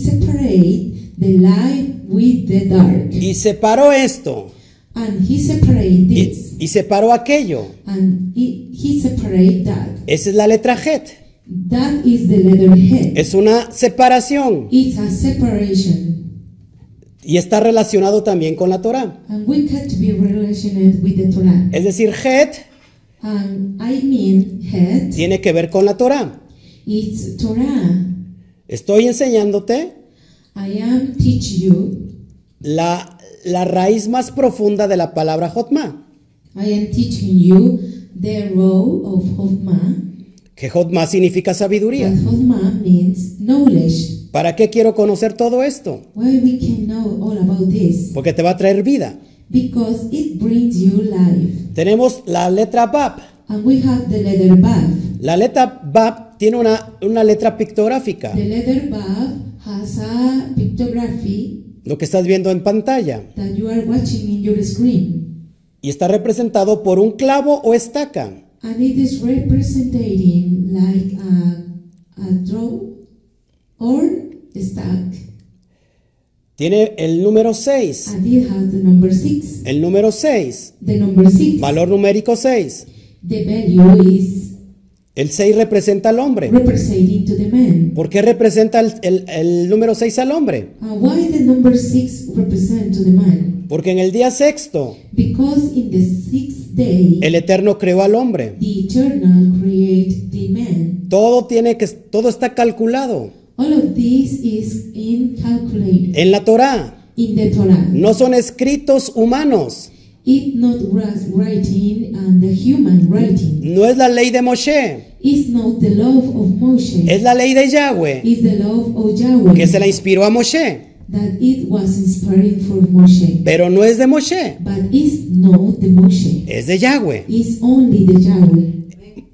Speaker 2: separate the light with the dark,
Speaker 1: y separó esto,
Speaker 2: and he separate this.
Speaker 1: y, y separó aquello.
Speaker 2: and he, he separate that.
Speaker 1: Esa es la letra Het.
Speaker 2: That is the letterhead.
Speaker 1: Es una separación
Speaker 2: It's a separation,
Speaker 1: y está relacionado también con la Torá.
Speaker 2: and we can be relationed with the Torah.
Speaker 1: Es decir, Het
Speaker 2: And I mean head.
Speaker 1: tiene que ver con la Torá.
Speaker 2: It's Torah.
Speaker 1: Estoy enseñándote
Speaker 2: I am teach you.
Speaker 1: la, la raíz más profunda de la palabra Jotma.
Speaker 2: I am teaching you the role of Hofma.
Speaker 1: Que Jotma significa sabiduría.
Speaker 2: But Hofma means knowledge.
Speaker 1: ¿Para qué quiero conocer todo esto?
Speaker 2: Why we can know all about this?
Speaker 1: Porque te va a traer vida.
Speaker 2: Because it brings you life.
Speaker 1: Tenemos la letra Bab.
Speaker 2: And we have the letter Bav.
Speaker 1: La letra Bab tiene una, una letra pictográfica,
Speaker 2: The leather bag has a pictography
Speaker 1: lo que estás viendo en pantalla,
Speaker 2: that you are watching in your screen,
Speaker 1: y está representado por un clavo o estaca.
Speaker 2: and it is representing like a, a draw or a stack,
Speaker 1: Tiene el número 6.
Speaker 2: and it has the number six.
Speaker 1: El número 6,
Speaker 2: The number six,
Speaker 1: valor numérico 6.
Speaker 2: the value is
Speaker 1: El 6 representa al hombre.
Speaker 2: representing to the man.
Speaker 1: ¿Por qué representa el, el- el número 6 al hombre?
Speaker 2: Uh, why the number six represent to the man?
Speaker 1: Porque en el día sexto,
Speaker 2: Because in the sixth day,
Speaker 1: el Eterno creó al hombre.
Speaker 2: the eternal create the man.
Speaker 1: Todo, tiene que, todo está calculado
Speaker 2: All of this is in calculated
Speaker 1: en la Torá.
Speaker 2: in the Torah.
Speaker 1: No son escritos humanos.
Speaker 2: It not was writing and the human writing.
Speaker 1: No es la ley de Moshe.
Speaker 2: It's not the love of Moshe.
Speaker 1: Es la ley de Yahweh
Speaker 2: It's the love of Yahweh
Speaker 1: que se la inspiró a Moshe.
Speaker 2: that it was inspiring for Moshe.
Speaker 1: Pero no es de Moshe,
Speaker 2: But it's not the Moshe.
Speaker 1: es de Yahweh.
Speaker 2: It's only the Yahweh.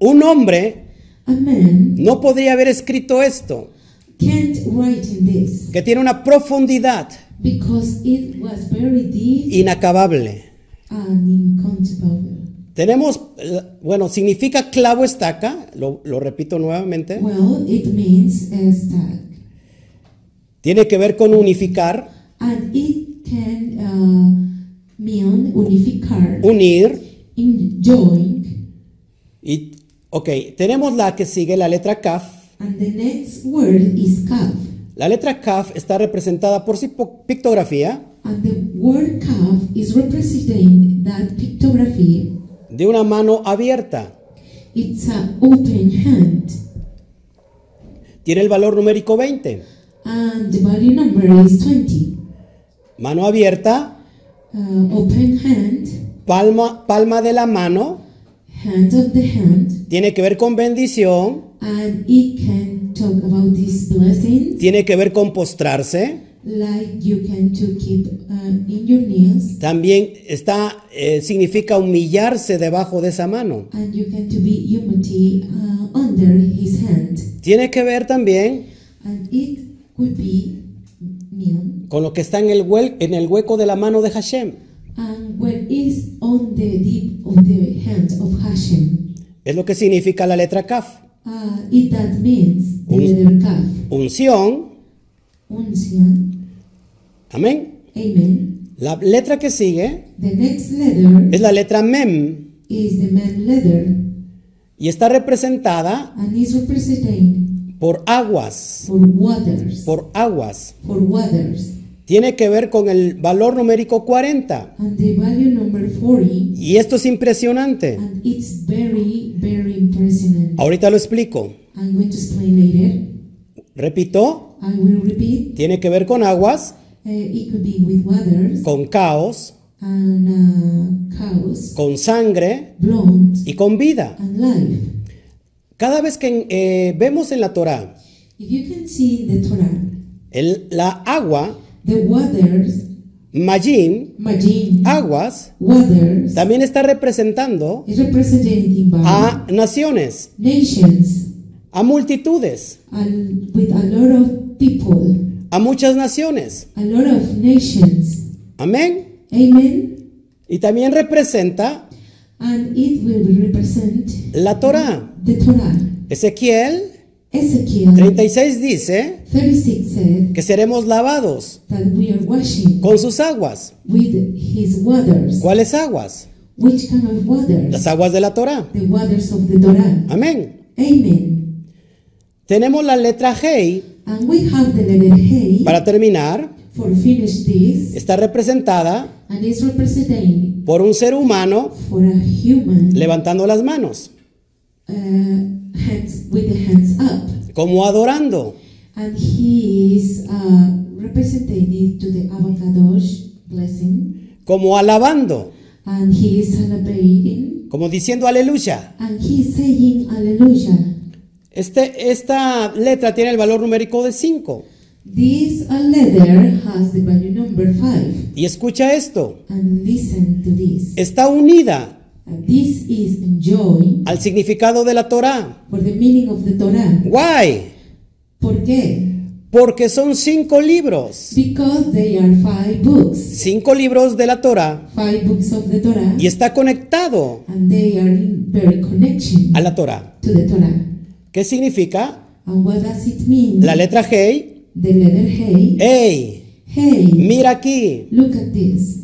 Speaker 1: Un hombre
Speaker 2: A man
Speaker 1: no podría haber escrito esto,
Speaker 2: can't write in this
Speaker 1: que tiene una profundidad
Speaker 2: because it was very deep
Speaker 1: inacabable.
Speaker 2: and inconceivable.
Speaker 1: Tenemos, eh, bueno, significa clavo estaca, lo, lo repito nuevamente.
Speaker 2: Well, it means a stack,
Speaker 1: Tiene que ver con unificar,
Speaker 2: and it can uh, mean unificar,
Speaker 1: unir.
Speaker 2: in join,
Speaker 1: Y, ok, tenemos la que sigue, la letra kaf.
Speaker 2: and the next word is calf,
Speaker 1: La letra kaf está representada por sipo- pictografía
Speaker 2: and the word calf is representing that pictography.
Speaker 1: de una mano abierta.
Speaker 2: It's an open hand,
Speaker 1: Tiene el valor numérico 20.
Speaker 2: and the value number is 20.
Speaker 1: Mano abierta,
Speaker 2: Uh, open hand,
Speaker 1: palma, palma de la mano,
Speaker 2: hand of the hand,
Speaker 1: tiene que ver con bendición,
Speaker 2: and it can talk about these blessings,
Speaker 1: tiene que ver con postrarse.
Speaker 2: like you can to keep uh, in your knees,
Speaker 1: También está, eh, significa humillarse debajo de esa mano.
Speaker 2: and you can to be humility uh, under his hand,
Speaker 1: Tiene que ver también
Speaker 2: and it could be mean,
Speaker 1: con lo que está en el, huel- en el hueco de la mano de Hashem.
Speaker 2: and what is on the deep of the hand of Hashem.
Speaker 1: Es lo que significa la letra kaf.
Speaker 2: Uh, it that means the letter calf,
Speaker 1: Unción,
Speaker 2: unción,
Speaker 1: amén.
Speaker 2: amen.
Speaker 1: La letra que sigue
Speaker 2: The next letter
Speaker 1: es la letra mem
Speaker 2: is the man letter.
Speaker 1: y está representada
Speaker 2: and is representing
Speaker 1: por aguas,
Speaker 2: for waters,
Speaker 1: por aguas.
Speaker 2: for waters,
Speaker 1: Tiene que ver con el valor numérico 40.
Speaker 2: and the value number 40,
Speaker 1: Y esto es impresionante.
Speaker 2: and it's very, very impressive.
Speaker 1: Ahorita lo explico.
Speaker 2: I'm going to explain later.
Speaker 1: Repito,
Speaker 2: I will repeat.
Speaker 1: tiene que ver con aguas,
Speaker 2: Uh, it could be with waters
Speaker 1: con caos,
Speaker 2: and uh, cows,
Speaker 1: con sangre
Speaker 2: blonde,
Speaker 1: y con vida.
Speaker 2: and life.
Speaker 1: Cada vez que eh, vemos en la Torá
Speaker 2: If you can see in the Torah,
Speaker 1: el- la agua,
Speaker 2: the waters,
Speaker 1: Majim,
Speaker 2: Majin,
Speaker 1: aguas,
Speaker 2: waters,
Speaker 1: también está representando
Speaker 2: is representing by
Speaker 1: a naciones,
Speaker 2: nations
Speaker 1: a multitudes,
Speaker 2: and with a lot of people.
Speaker 1: a muchas naciones.
Speaker 2: a lot of nations.
Speaker 1: Amén.
Speaker 2: Amen.
Speaker 1: Y también representa
Speaker 2: And it will represent
Speaker 1: la Torá.
Speaker 2: the Torah.
Speaker 1: Ezequiel
Speaker 2: Ezekiel
Speaker 1: 36 dice
Speaker 2: 36 said
Speaker 1: que seremos lavados
Speaker 2: that we are washing
Speaker 1: con sus aguas.
Speaker 2: with his waters.
Speaker 1: ¿Cuáles aguas?
Speaker 2: Which kind of waters?
Speaker 1: Las aguas de la Torá.
Speaker 2: The waters of the Torah.
Speaker 1: Amén.
Speaker 2: Amen.
Speaker 1: Tenemos la letra Hei
Speaker 2: And we have the letter Hey
Speaker 1: para terminar.
Speaker 2: for finish this,
Speaker 1: Está representada
Speaker 2: and it's representing
Speaker 1: por un ser humano
Speaker 2: for a human
Speaker 1: levantando las manos,
Speaker 2: uh, hands with the hands up,
Speaker 1: como adorando.
Speaker 2: and he is uh, represented to the Avakadosh blessing.
Speaker 1: como alabando,
Speaker 2: and he is celebrating
Speaker 1: como diciendo aleluya.
Speaker 2: and he is saying hallelujah
Speaker 1: Este, esta letra tiene el valor numérico de 5.
Speaker 2: this a letter has the value number five
Speaker 1: Y escucha esto,
Speaker 2: and listen to this
Speaker 1: está unida
Speaker 2: And this is enjoy
Speaker 1: al significado de la Torá.
Speaker 2: for the meaning of the Torah
Speaker 1: Why?
Speaker 2: ¿por qué?
Speaker 1: Porque son cinco libros.
Speaker 2: because they are five books
Speaker 1: Cinco libros de la Torá
Speaker 2: five books of the Torah
Speaker 1: y está conectado
Speaker 2: and they are in very connection
Speaker 1: a la Torá.
Speaker 2: to the Torah
Speaker 1: ¿Qué significa?
Speaker 2: and what does it mean?
Speaker 1: La letra Hey.
Speaker 2: the letter hey
Speaker 1: Hey,
Speaker 2: hey
Speaker 1: mira aquí.
Speaker 2: look at this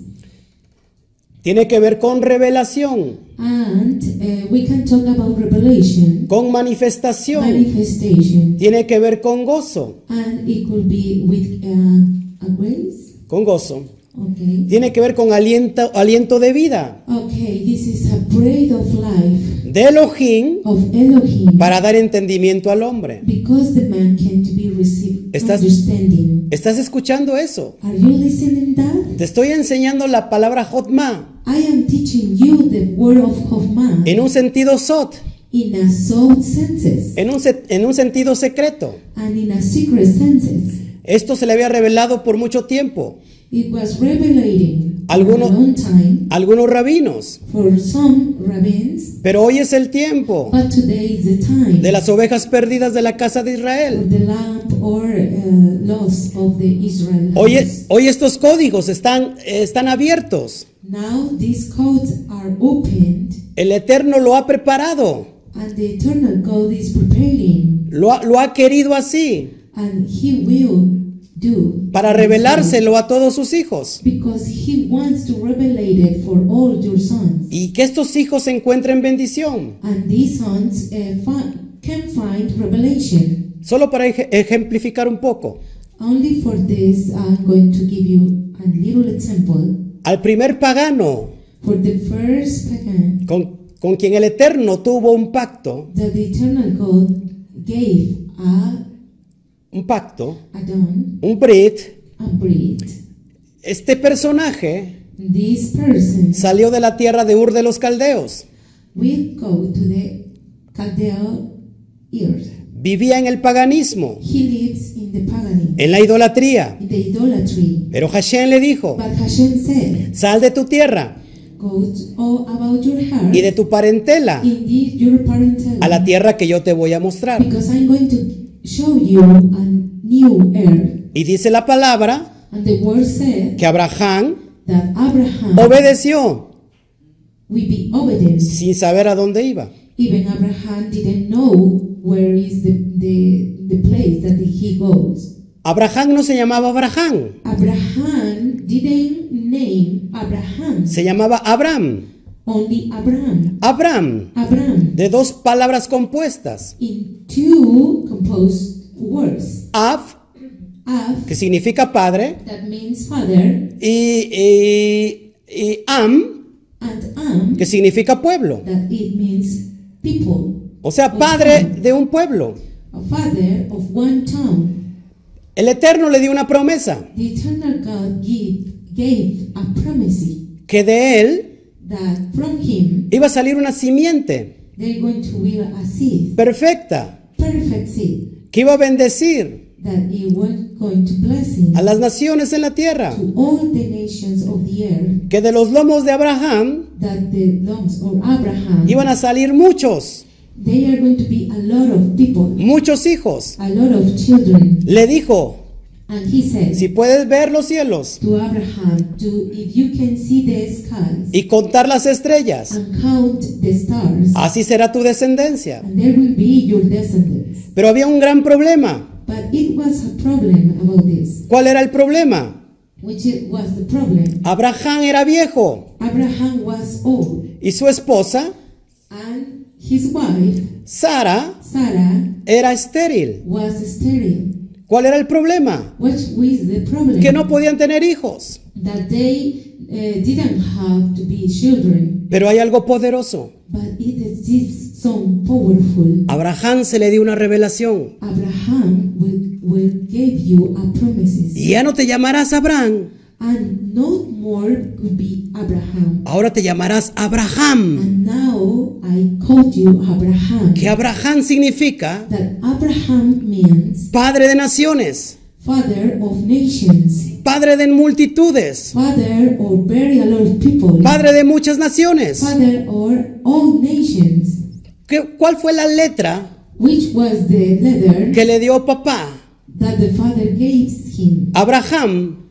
Speaker 1: Tiene que ver con revelación,
Speaker 2: and uh, we can talk about revelation
Speaker 1: con manifestación.
Speaker 2: manifestation,
Speaker 1: Tiene que ver con gozo,
Speaker 2: and it could be with uh, a grace.
Speaker 1: con gozo.
Speaker 2: Okay.
Speaker 1: Tiene que ver con aliento, aliento de vida.
Speaker 2: Okay, this is a breath of life
Speaker 1: De Elohim
Speaker 2: of Elohim
Speaker 1: para dar entendimiento al hombre.
Speaker 2: because the man can to be received
Speaker 1: Estás-
Speaker 2: understanding.
Speaker 1: ¿Estás escuchando eso?
Speaker 2: Are you listening that?
Speaker 1: Te estoy enseñando la palabra Jotma
Speaker 2: I am teaching you the word of Hoffman
Speaker 1: en un sentido Sot,
Speaker 2: in a soul senses
Speaker 1: en un, se- en un sentido secreto.
Speaker 2: and in a secret senses.
Speaker 1: Esto se le había revelado por mucho tiempo.
Speaker 2: It was revelating for a
Speaker 1: Algunos-
Speaker 2: long time
Speaker 1: Algunos rabinos.
Speaker 2: for some rabbins,
Speaker 1: Pero hoy es el tiempo
Speaker 2: but today is the time
Speaker 1: de las ovejas perdidas de la casa de
Speaker 2: for
Speaker 1: Israel.
Speaker 2: the lamp or uh, loss of the Israel
Speaker 1: Hoy,
Speaker 2: house.
Speaker 1: es- hoy estos códigos están, eh, están abiertos.
Speaker 2: Now these codes are opened
Speaker 1: El Eterno lo ha preparado.
Speaker 2: and the eternal God is preparing
Speaker 1: Lo ha, lo ha querido así
Speaker 2: and he will do
Speaker 1: para revelárselo a todos sus hijos.
Speaker 2: because he wants to revelate it for all your sons
Speaker 1: Y que estos hijos encuentren bendición.
Speaker 2: and these sons uh, fi- can find revelation
Speaker 1: Solo para ej- ejemplificar un poco.
Speaker 2: only for this i'm going to give you a little example
Speaker 1: Al primer pagano
Speaker 2: for the first pagan
Speaker 1: con, con quien el Eterno tuvo un pacto,
Speaker 2: that the eternal god gave a
Speaker 1: un pacto,
Speaker 2: adon
Speaker 1: un Brit,
Speaker 2: a breed
Speaker 1: este personaje
Speaker 2: this person
Speaker 1: salió de la tierra de Ur de los Caldeos.
Speaker 2: will go to the Caldeo earth.
Speaker 1: Vivía en el paganismo,
Speaker 2: He lives in the paganism,
Speaker 1: en la idolatría.
Speaker 2: in the idolatry.
Speaker 1: Pero Hashem le dijo,
Speaker 2: But Hashem said,
Speaker 1: sal de tu tierra
Speaker 2: Go to- all about your heart,
Speaker 1: y de tu parentela
Speaker 2: indeed your parental,
Speaker 1: a la tierra que yo te voy a mostrar.
Speaker 2: because I'm going to show you a new earth.
Speaker 1: Y dice la palabra
Speaker 2: And the word said
Speaker 1: que Abraham
Speaker 2: that Abraham
Speaker 1: obedeció
Speaker 2: will be obedient.
Speaker 1: sin saber a dónde iba.
Speaker 2: Even Abraham didn't know where is the, the, the place that he goes.
Speaker 1: Abraham no se llamaba Abraham,
Speaker 2: Abraham didn't name Abraham,
Speaker 1: se llamaba Abraham.
Speaker 2: only Abraham.
Speaker 1: Abraham,
Speaker 2: Abraham
Speaker 1: de dos palabras compuestas.
Speaker 2: in two composed words.
Speaker 1: Ab,
Speaker 2: Av,
Speaker 1: que significa padre,
Speaker 2: that means father,
Speaker 1: y, y- y Am,
Speaker 2: and Am,
Speaker 1: que significa pueblo.
Speaker 2: that it means people,
Speaker 1: O sea, padre de un pueblo.
Speaker 2: a father of one town.
Speaker 1: El Eterno le dio una promesa,
Speaker 2: The eternal God give, gave a promise
Speaker 1: que de él
Speaker 2: that from him
Speaker 1: iba a salir una simiente
Speaker 2: they're going to will a seed,
Speaker 1: perfecta,
Speaker 2: perfect seed,
Speaker 1: que iba a bendecir
Speaker 2: that it was going to bless him.
Speaker 1: a las naciones en la tierra,
Speaker 2: to all the nations of the earth
Speaker 1: que de los lomos de Abraham
Speaker 2: that the lungs of Abraham,
Speaker 1: iban a salir muchos,
Speaker 2: they are going to be a lot of people,
Speaker 1: muchos hijos.
Speaker 2: a lot of children.
Speaker 1: Le dijo,
Speaker 2: And he says
Speaker 1: si puedes ver los cielos
Speaker 2: to Abraham, to, if you can see the skies
Speaker 1: y contar las estrellas,
Speaker 2: and count the stars,
Speaker 1: así será tu descendencia.
Speaker 2: and there will be your descendants.
Speaker 1: Pero había un gran problema.
Speaker 2: But it was a problem about this,
Speaker 1: ¿Cuál era el problema?
Speaker 2: which it was the problem.
Speaker 1: Abraham era viejo
Speaker 2: Abraham was old,
Speaker 1: y su esposa,
Speaker 2: and his wife,
Speaker 1: Sara,
Speaker 2: Sarah,
Speaker 1: era estéril.
Speaker 2: was sterile.
Speaker 1: ¿Cuál era el problema?
Speaker 2: What was the problem?
Speaker 1: Que no podían tener hijos.
Speaker 2: that they uh, didn't have to be children,
Speaker 1: Pero hay algo poderoso.
Speaker 2: but it exists so powerful.
Speaker 1: A Abraham se le dio una revelación.
Speaker 2: Abraham will, will give you a promises,
Speaker 1: Y ya no te llamarás Abraham,
Speaker 2: and no more could be Abraham.
Speaker 1: ahora te llamarás Abraham.
Speaker 2: And now I called you Abraham.
Speaker 1: Que Abraham significa
Speaker 2: That Abraham means
Speaker 1: padre de naciones,
Speaker 2: father of nations,
Speaker 1: padre de multitudes,
Speaker 2: father or very a lot of people,
Speaker 1: padre de muchas naciones.
Speaker 2: father or all nations,
Speaker 1: ¿Qué- ¿Cuál fue la letra
Speaker 2: which was the letter
Speaker 1: que le dio papá
Speaker 2: that the father gave him.
Speaker 1: Abraham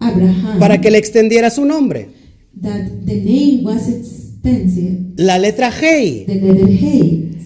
Speaker 2: Abraham,
Speaker 1: para que le extendiera su nombre?
Speaker 2: that the name was expensive,
Speaker 1: La letra G.
Speaker 2: the letter Hey.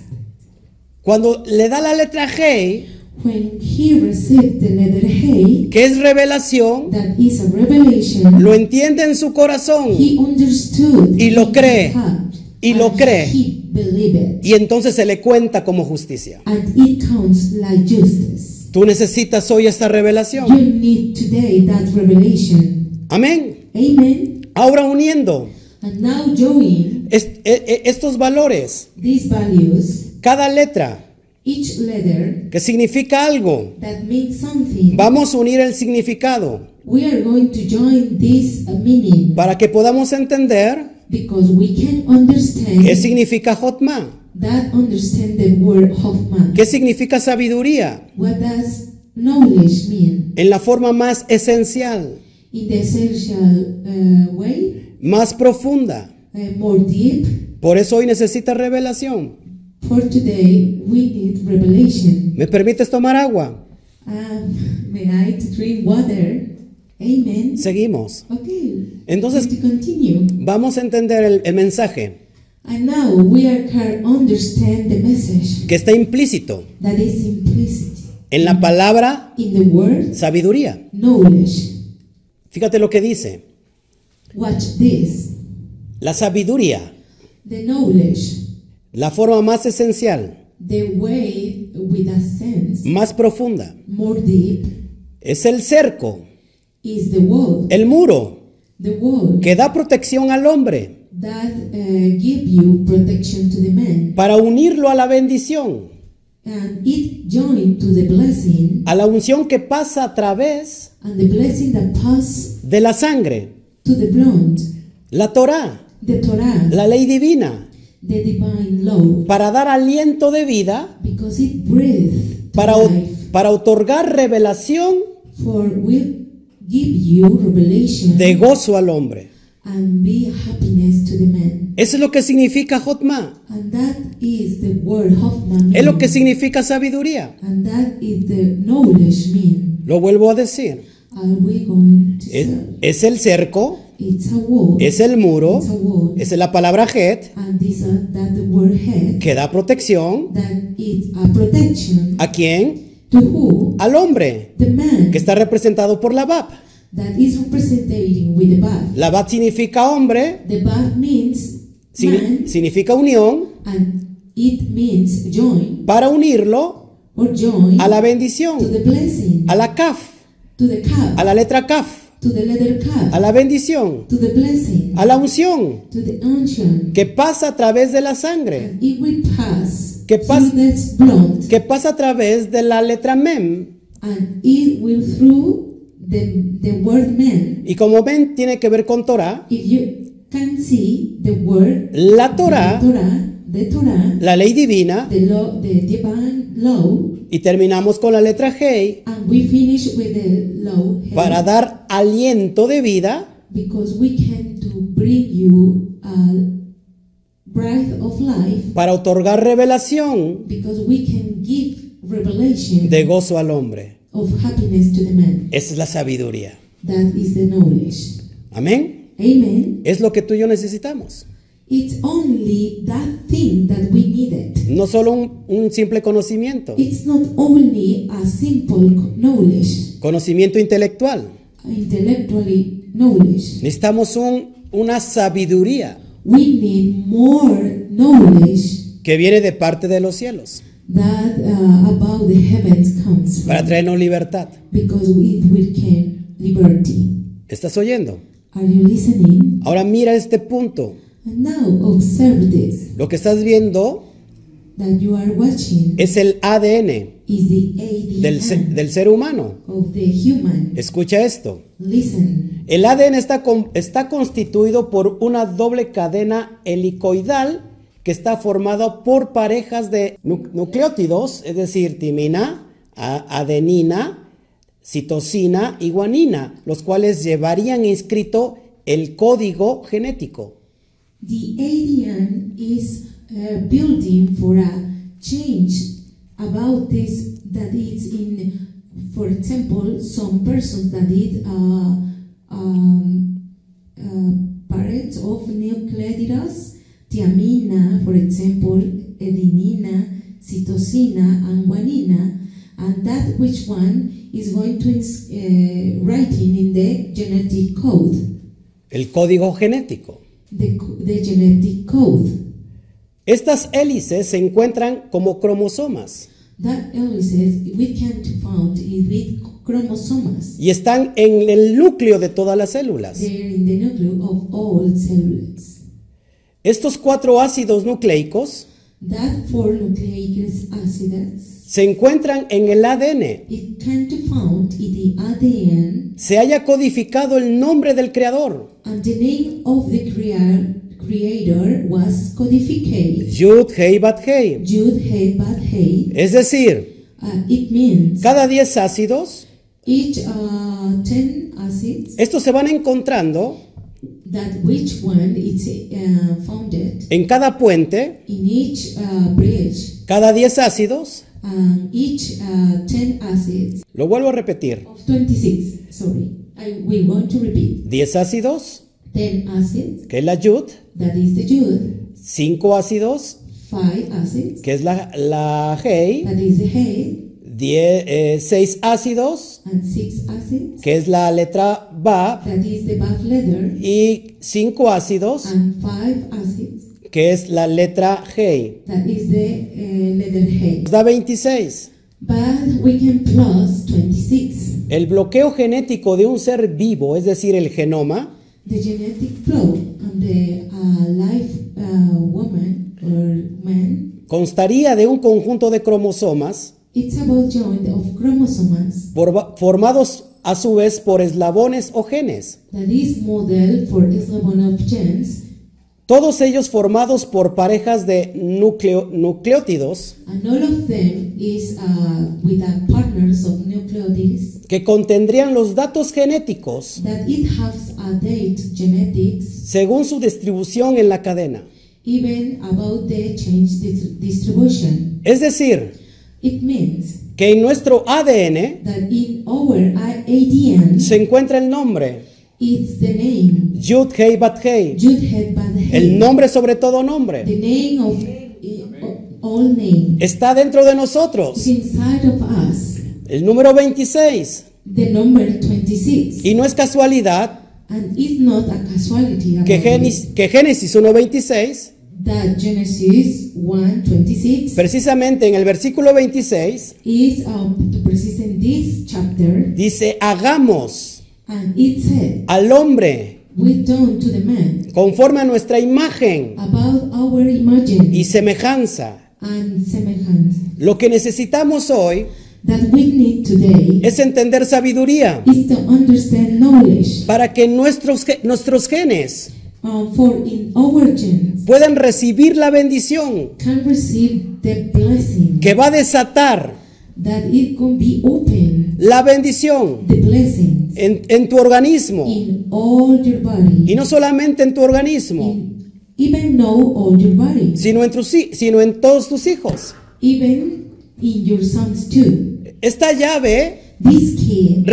Speaker 1: Cuando le da la letra G,
Speaker 2: When he received the letter Hey,
Speaker 1: que es revelación,
Speaker 2: that is a revelation,
Speaker 1: lo entiende en su corazón
Speaker 2: he understood
Speaker 1: Y lo
Speaker 2: in
Speaker 1: cree.
Speaker 2: his heart,
Speaker 1: Y lo
Speaker 2: and
Speaker 1: cree.
Speaker 2: He believed it,
Speaker 1: y entonces se le cuenta como justicia.
Speaker 2: and it counts like justice.
Speaker 1: Tú necesitas hoy esta
Speaker 2: You
Speaker 1: revelación.
Speaker 2: need today that revelation.
Speaker 1: Amén.
Speaker 2: Amen.
Speaker 1: Ahora uniendo
Speaker 2: And now join
Speaker 1: est- e- e- estos valores,
Speaker 2: these values,
Speaker 1: cada letra
Speaker 2: each letter
Speaker 1: que significa algo,
Speaker 2: that means something.
Speaker 1: vamos a unir el significado
Speaker 2: We are going to join this uh, meaning.
Speaker 1: para que podamos entender
Speaker 2: Because we can understand
Speaker 1: qué significa Jotma,
Speaker 2: that understand the word Hoffman.
Speaker 1: qué significa sabiduría,
Speaker 2: What does knowledge mean?
Speaker 1: en la forma más esencial,
Speaker 2: In the essential uh, way,
Speaker 1: más profunda.
Speaker 2: uh, more deep.
Speaker 1: Por eso hoy necesitas revelación.
Speaker 2: For today, we need revelation.
Speaker 1: ¿Me permites tomar agua?
Speaker 2: Um, may I to drink water? Amen.
Speaker 1: Seguimos.
Speaker 2: Okay.
Speaker 1: Entonces-
Speaker 2: to continue.
Speaker 1: Vamos a entender el, el mensaje
Speaker 2: And now we are can understand the message
Speaker 1: que está implícito
Speaker 2: that is implicit
Speaker 1: en la palabra
Speaker 2: in the word
Speaker 1: sabiduría.
Speaker 2: knowledge.
Speaker 1: Fíjate lo que dice.
Speaker 2: Watch this.
Speaker 1: La sabiduría,
Speaker 2: The knowledge,
Speaker 1: la forma más esencial,
Speaker 2: the way with a sense,
Speaker 1: más profunda,
Speaker 2: more deep,
Speaker 1: es el cerco,
Speaker 2: is the wall.
Speaker 1: el muro
Speaker 2: The wall
Speaker 1: que da protección al hombre
Speaker 2: that uh, give you protection to the man,
Speaker 1: para unirlo a la bendición,
Speaker 2: and it joined to the blessing,
Speaker 1: a la unción que pasa a través
Speaker 2: and the blessing that pass
Speaker 1: de la sangre,
Speaker 2: to the blood,
Speaker 1: la Torá,
Speaker 2: the Torah,
Speaker 1: la ley divina,
Speaker 2: the divine law,
Speaker 1: para dar aliento de vida,
Speaker 2: because it breathed to
Speaker 1: para,
Speaker 2: life.
Speaker 1: para otorgar revelación
Speaker 2: For will give you revelation
Speaker 1: de gozo al hombre.
Speaker 2: and be happiness to the man.
Speaker 1: Eso es lo que significa Jotma,
Speaker 2: And that is the word Hoffman.
Speaker 1: es lo que
Speaker 2: mean.
Speaker 1: significa sabiduría.
Speaker 2: And that is the knowledge mean.
Speaker 1: Lo vuelvo a decir,
Speaker 2: Are we going to
Speaker 1: es,
Speaker 2: serve?
Speaker 1: es el cerco,
Speaker 2: It's a word.
Speaker 1: es el muro,
Speaker 2: It's a word.
Speaker 1: es la palabra Het,
Speaker 2: and this uh, that the word head.
Speaker 1: que da protección
Speaker 2: That is a protection
Speaker 1: a quién?
Speaker 2: to who?
Speaker 1: Al hombre,
Speaker 2: The man
Speaker 1: que está representado por la Bab.
Speaker 2: that is representing with the bath.
Speaker 1: La Bab significa hombre,
Speaker 2: The bath means
Speaker 1: signi-
Speaker 2: man
Speaker 1: significa unión,
Speaker 2: and it means join
Speaker 1: para unirlo
Speaker 2: or join
Speaker 1: a la
Speaker 2: to
Speaker 1: bendición,
Speaker 2: the blessing,
Speaker 1: a la Kaf,
Speaker 2: to the cup,
Speaker 1: a la letra Kaf,
Speaker 2: to the leather cup,
Speaker 1: a la bendición,
Speaker 2: to the blessing,
Speaker 1: a la unción
Speaker 2: to the unction.
Speaker 1: que pasa a través de la sangre,
Speaker 2: It will pass
Speaker 1: Que pas-
Speaker 2: through this blood
Speaker 1: que pasa a través de la letra Mem.
Speaker 2: and it will through the, the word man.
Speaker 1: Y como ven, tiene que ver con Torah.
Speaker 2: If you can see the word
Speaker 1: La Torah,
Speaker 2: the Torah, the Torah,
Speaker 1: la ley divina,
Speaker 2: the law, the divine law,
Speaker 1: y terminamos con la letra Hei
Speaker 2: and we finish with the law
Speaker 1: para dar aliento de vida
Speaker 2: because we can to bring you a breath of life
Speaker 1: para otorgar revelación
Speaker 2: because we can give revelation
Speaker 1: de gozo al hombre.
Speaker 2: of happiness to the man.
Speaker 1: Esa es la sabiduría.
Speaker 2: That is the knowledge.
Speaker 1: Amén.
Speaker 2: Amen.
Speaker 1: Es lo que tú y yo necesitamos.
Speaker 2: It's only that thing that we needed.
Speaker 1: No solo un, un simple conocimiento,
Speaker 2: It's not only a simple knowledge,
Speaker 1: conocimiento intelectual.
Speaker 2: intellectually knowledge.
Speaker 1: Necesitamos un, una sabiduría
Speaker 2: We need more knowledge
Speaker 1: que viene de parte de los cielos
Speaker 2: that uh, about the heavens comes
Speaker 1: para
Speaker 2: from,
Speaker 1: traernos libertad.
Speaker 2: because it will came liberty.
Speaker 1: ¿Estás oyendo?
Speaker 2: Are you listening?
Speaker 1: Ahora mira este punto.
Speaker 2: And now observe this
Speaker 1: Lo que estás viendo
Speaker 2: that you are watching
Speaker 1: es el ADN
Speaker 2: is the
Speaker 1: del, se-
Speaker 2: ADN
Speaker 1: del ser humano.
Speaker 2: of the human.
Speaker 1: Escucha esto.
Speaker 2: Listen,
Speaker 1: El ADN está, con- está constituido por una doble cadena helicoidal que está formada por parejas de nu- nucleótidos, es decir, timina, a- adenina, citosina y guanina, los cuales llevarían inscrito el código genético.
Speaker 2: the ADN is uh, building for a change about this that it's in, for example, some persons that it uh, um, uh, parents of nucleotides, thiamina, for example, adenina, cytosina, and guanina, and that which one is going to ins- uh, writing in the genetic code.
Speaker 1: El código genético.
Speaker 2: the, co- the genetic code.
Speaker 1: Estas hélices se encuentran como cromosomas
Speaker 2: That illnesses we can found it with chromosomes.
Speaker 1: y están en el núcleo de todas las células.
Speaker 2: They're in the nucleus of all cells.
Speaker 1: Estos cuatro ácidos nucleicos
Speaker 2: That four nucleic acids
Speaker 1: se encuentran en el ADN
Speaker 2: it can be found in the ADN
Speaker 1: se haya codificado el nombre del Creador.
Speaker 2: and the name of the creator, creator was codified
Speaker 1: Yud Hei Bat Hei.
Speaker 2: Jude Hey Bad Hey.
Speaker 1: Es decir,
Speaker 2: Uh, it means
Speaker 1: Cada 10 ácidos,
Speaker 2: each uh, 10 acids
Speaker 1: estos se van encontrando
Speaker 2: that which one is uh, founded
Speaker 1: en cada puente.
Speaker 2: in each uh, bridge,
Speaker 1: Cada 10 ácidos,
Speaker 2: um, each uh, 10 acids
Speaker 1: lo vuelvo a repetir,
Speaker 2: of 26. Sorry, I, we want to repeat
Speaker 1: 10 ácidos,
Speaker 2: 10 acids,
Speaker 1: que es la yud,
Speaker 2: that is the Jude,
Speaker 1: 5 ácidos,
Speaker 2: 5 acids,
Speaker 1: que es la, la hei,
Speaker 2: that is the hay,
Speaker 1: 6 ácidos,
Speaker 2: and 6 acids,
Speaker 1: que es la letra ba,
Speaker 2: that is the buff leather,
Speaker 1: y 5 ácidos,
Speaker 2: and 5 acids,
Speaker 1: que es la letra hei.
Speaker 2: that is the uh, leather hay.
Speaker 1: Nos da 26.
Speaker 2: But we can plus 26.
Speaker 1: El bloqueo genético de un ser vivo, es decir, el genoma,
Speaker 2: The genetic flow on the uh, life uh, woman or man,
Speaker 1: constaría de un conjunto de cromosomas
Speaker 2: it's about joint of chromosomes
Speaker 1: forma- formados a su vez por eslabones o genes,
Speaker 2: that is model for eslabon of genes,
Speaker 1: todos ellos formados por parejas de núcleo- nucleótidos
Speaker 2: and all of them is uh, with a partners of nucleotides
Speaker 1: que contendrían los datos genéticos
Speaker 2: that it has a date genetics
Speaker 1: según su distribución en la cadena.
Speaker 2: even about the change dis- distribution.
Speaker 1: Es decir,
Speaker 2: It means
Speaker 1: que en nuestro ADN
Speaker 2: that in our ADN,
Speaker 1: se encuentra el nombre
Speaker 2: it's the name
Speaker 1: Yud Hei Bat Hei,
Speaker 2: Jude had bad
Speaker 1: el
Speaker 2: hair.
Speaker 1: nombre sobre todo nombre,
Speaker 2: The name of eh, all name
Speaker 1: está dentro de nosotros.
Speaker 2: is inside of us.
Speaker 1: El número 26.
Speaker 2: The number 26.
Speaker 1: Y no es casualidad
Speaker 2: And it's not a casualty about
Speaker 1: que,
Speaker 2: it.
Speaker 1: Génesis, que Génesis 1.26,
Speaker 2: that Genesis 1 26
Speaker 1: precisamente en el versículo 26,
Speaker 2: is um, to persist in this chapter.
Speaker 1: dice, hagamos
Speaker 2: And it said,
Speaker 1: al hombre
Speaker 2: We done to the man
Speaker 1: conforme a nuestra imagen
Speaker 2: about our imagine
Speaker 1: y semejanza.
Speaker 2: and semejanza.
Speaker 1: Lo que necesitamos hoy
Speaker 2: That we need today
Speaker 1: es entender sabiduría
Speaker 2: is to understand knowledge
Speaker 1: para que nuestros, ge- nuestros genes
Speaker 2: um, for in our genes.
Speaker 1: puedan recibir la bendición
Speaker 2: can receive the blessing
Speaker 1: que va a desatar
Speaker 2: that it can be open
Speaker 1: la bendición
Speaker 2: the blessings
Speaker 1: en, en tu organismo
Speaker 2: in all
Speaker 1: y
Speaker 2: your body
Speaker 1: no solamente en tu organismo.
Speaker 2: in, even know all your body
Speaker 1: sino en, tus hi- sino en todos tus hijos.
Speaker 2: even in your sons too
Speaker 1: Esta llave
Speaker 2: this key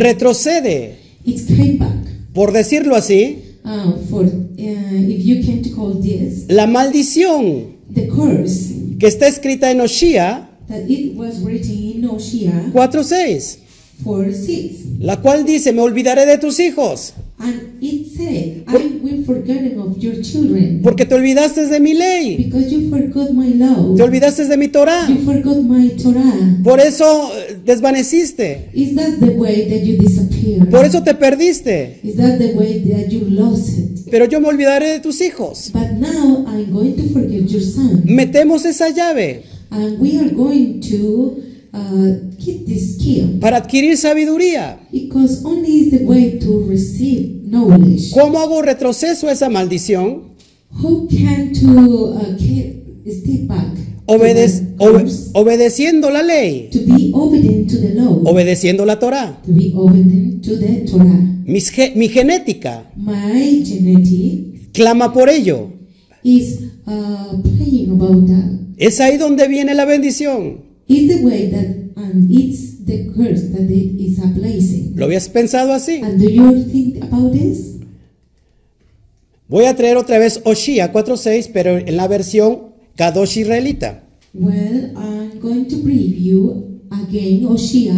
Speaker 1: retrocede,
Speaker 2: it's came back
Speaker 1: por decirlo así,
Speaker 2: uh, for uh, if you can to call this
Speaker 1: la maldición
Speaker 2: the curse
Speaker 1: que está escrita en Oshía
Speaker 2: that it was written in Oshia
Speaker 1: 4.6,
Speaker 2: 4 6
Speaker 1: la cual dice, me olvidaré de tus hijos,
Speaker 2: and it said I will forgotten of your children
Speaker 1: porque te olvidaste de mi ley,
Speaker 2: because you forgot my law
Speaker 1: te olvidaste de mi Torah,
Speaker 2: You forgot my Torah.
Speaker 1: por eso eh, desvaneciste,
Speaker 2: Is that the way that you disappeared?
Speaker 1: por eso te perdiste,
Speaker 2: Is that the way that you lost it?
Speaker 1: pero yo me olvidaré de tus hijos.
Speaker 2: But now I'm going to forget your son.
Speaker 1: Metemos esa llave
Speaker 2: And we are going to uh, keep this skill.
Speaker 1: para adquirir sabiduría.
Speaker 2: Because only is the way to receive knowledge.
Speaker 1: ¿Cómo hago retroceso a esa maldición?
Speaker 2: Who can to uh, keep, step back? to
Speaker 1: Obedec-
Speaker 2: the
Speaker 1: obe-
Speaker 2: course,
Speaker 1: obedeciendo la ley,
Speaker 2: to be obedient to the law.
Speaker 1: obedeciendo la Torah,
Speaker 2: to be obedient to the Torah.
Speaker 1: Mis ge- mi genética
Speaker 2: My genetic
Speaker 1: clama por ello.
Speaker 2: is uh, praying about that.
Speaker 1: Es ahí donde viene la bendición.
Speaker 2: It's the way that, and it's the curse that it is a blessing.
Speaker 1: ¿Lo habías pensado así?
Speaker 2: And do you think about this?
Speaker 1: Voy a traer otra vez Oshia 4.6, pero en la versión Kadosh israelita.
Speaker 2: Well, I'm going to review again Oshia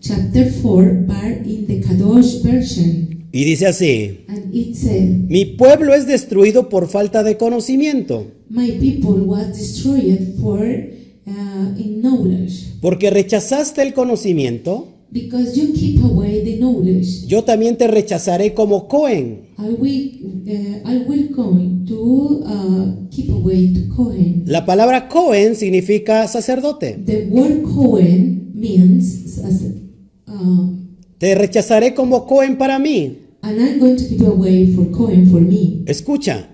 Speaker 2: chapter 4, but in the Kadosh version.
Speaker 1: Y dice así,
Speaker 2: And it said,
Speaker 1: mi pueblo es destruido por falta de conocimiento,
Speaker 2: My people was destroyed for uh, in knowledge.
Speaker 1: porque rechazaste el conocimiento,
Speaker 2: Because you keep away the knowledge.
Speaker 1: yo también te rechazaré como Cohen.
Speaker 2: I will, uh, I will going to uh, keep away to Cohen.
Speaker 1: La palabra Cohen significa sacerdote.
Speaker 2: The word Cohen means, as- um,
Speaker 1: Te rechazaré como Cohen para mí.
Speaker 2: and I'm going to give away for Cohen for me.
Speaker 1: Escucha,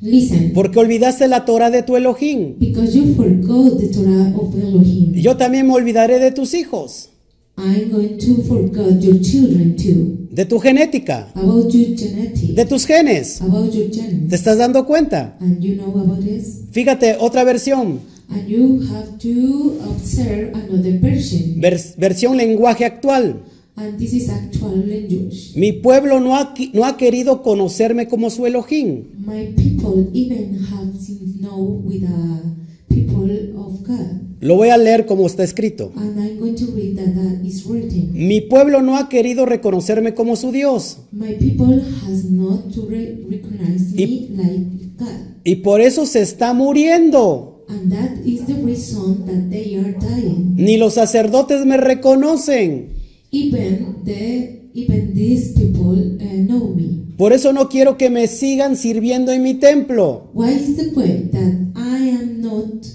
Speaker 2: Listen,
Speaker 1: Porque olvidaste la Torah de tu Elohim.
Speaker 2: because you forgot the Torah of Elohim,
Speaker 1: Yo también me olvidaré de tus hijos,
Speaker 2: I'm going to forget your children too.
Speaker 1: de tu genética,
Speaker 2: About your genetics,
Speaker 1: de tus genes.
Speaker 2: about your genes,
Speaker 1: ¿Te estás dando cuenta?
Speaker 2: and you know about this.
Speaker 1: Fíjate, otra versión,
Speaker 2: And you have to observe another version,
Speaker 1: vers- versión lenguaje actual.
Speaker 2: and this is actual language.
Speaker 1: Mi pueblo no ha, qui- no ha querido conocerme como su Elohim.
Speaker 2: My people even have seen know with the people of God,
Speaker 1: Lo voy a leer como está escrito.
Speaker 2: and I'm going to read that that is written.
Speaker 1: Mi pueblo no ha querido reconocerme como su Dios.
Speaker 2: My people has not to re- recognize me like God,
Speaker 1: Y por eso se está muriendo.
Speaker 2: and that is the reason that they are dying.
Speaker 1: Ni los sacerdotes me reconocen.
Speaker 2: Even the even these people uh, know me.
Speaker 1: Por eso no quiero que me sigan sirviendo en mi templo.
Speaker 2: Why is the point that I am not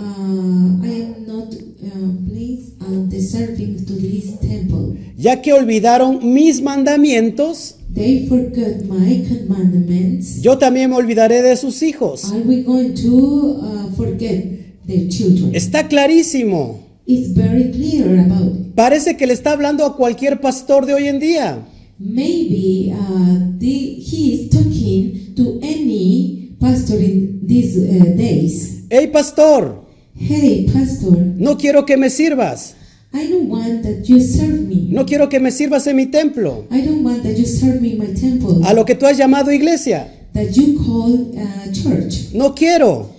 Speaker 2: uh, I am not uh, pleased and deserving to this temple?
Speaker 1: Ya que olvidaron mis mandamientos,
Speaker 2: They forgot my commandments.
Speaker 1: yo también me olvidaré de sus hijos.
Speaker 2: Are we going to uh, forget their children?
Speaker 1: Está clarísimo.
Speaker 2: It's very clear about it.
Speaker 1: Parece que le está hablando a cualquier pastor de hoy en día.
Speaker 2: Maybe uh, the, he is talking to any pastor in these uh, days.
Speaker 1: Hey pastor,
Speaker 2: Hey, pastor,
Speaker 1: no quiero que me sirvas.
Speaker 2: I don't want that you serve me.
Speaker 1: No quiero que me sirvas en mi templo.
Speaker 2: I don't want that you serve me in my temple.
Speaker 1: A lo que tú has llamado iglesia.
Speaker 2: that you call uh, church.
Speaker 1: No quiero.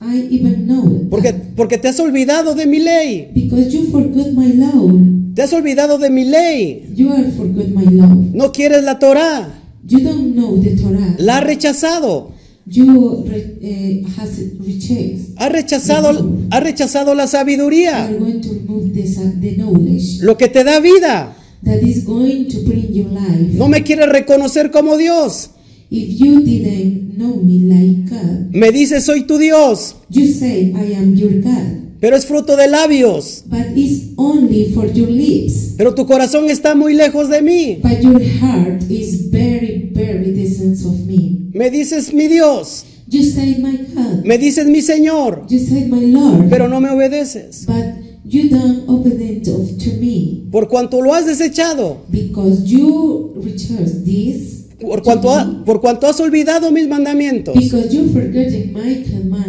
Speaker 2: I even know it.
Speaker 1: Porque, porque te has olvidado de mi ley.
Speaker 2: Because you forgot my law.
Speaker 1: Te has olvidado de mi ley.
Speaker 2: You are forgot my law.
Speaker 1: No quieres la Torah.
Speaker 2: You don't know the Torah.
Speaker 1: La has rechazado.
Speaker 2: You re- uh, has rejected.
Speaker 1: Has rechazado, has rechazado la
Speaker 2: You
Speaker 1: sabiduría.
Speaker 2: are going to remove this, uh, the knowledge
Speaker 1: Lo que te da vida.
Speaker 2: that is going to bring you life.
Speaker 1: No me quiere reconocer como Dios.
Speaker 2: If you didn't know me like God,
Speaker 1: Me dice soy tu Dios,
Speaker 2: you say I am your God,
Speaker 1: pero es fruto de labios.
Speaker 2: but it's only for your lips.
Speaker 1: Pero tu corazón está muy lejos de mí.
Speaker 2: But your heart is very, very distant of me.
Speaker 1: Me dices mi Dios,
Speaker 2: You say my God.
Speaker 1: me dices mi Señor,
Speaker 2: You said, My Lord,
Speaker 1: pero no me obedeces.
Speaker 2: but you don't obedient of to me,
Speaker 1: Por cuanto lo has desechado,
Speaker 2: because you reject this,
Speaker 1: por cuanto, ha- por cuanto has olvidado mis mandamientos.
Speaker 2: because you forgetting my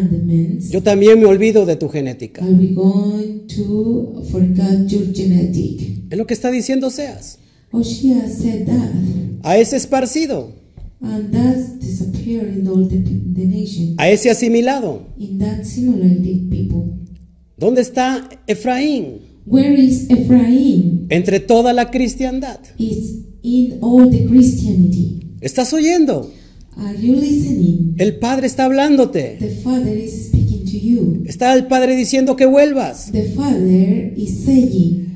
Speaker 2: commandments.
Speaker 1: Yo también me olvido de tu genética.
Speaker 2: Are we going to forget your genetic?
Speaker 1: Es lo que está diciendo Seas.
Speaker 2: Oshia said that,
Speaker 1: A ese esparcido,
Speaker 2: and that's disappeared in all the, the nation,
Speaker 1: a ese asimilado.
Speaker 2: in that simulated people.
Speaker 1: ¿Dónde está Efraín?
Speaker 2: Where is Ephraim?
Speaker 1: Entre toda la cristiandad.
Speaker 2: It's in all the Christianity.
Speaker 1: ¿Estás oyendo?
Speaker 2: Are you listening?
Speaker 1: El Padre está hablándote.
Speaker 2: The Father is speaking to you.
Speaker 1: Está el Padre diciendo que vuelvas.
Speaker 2: The father is saying,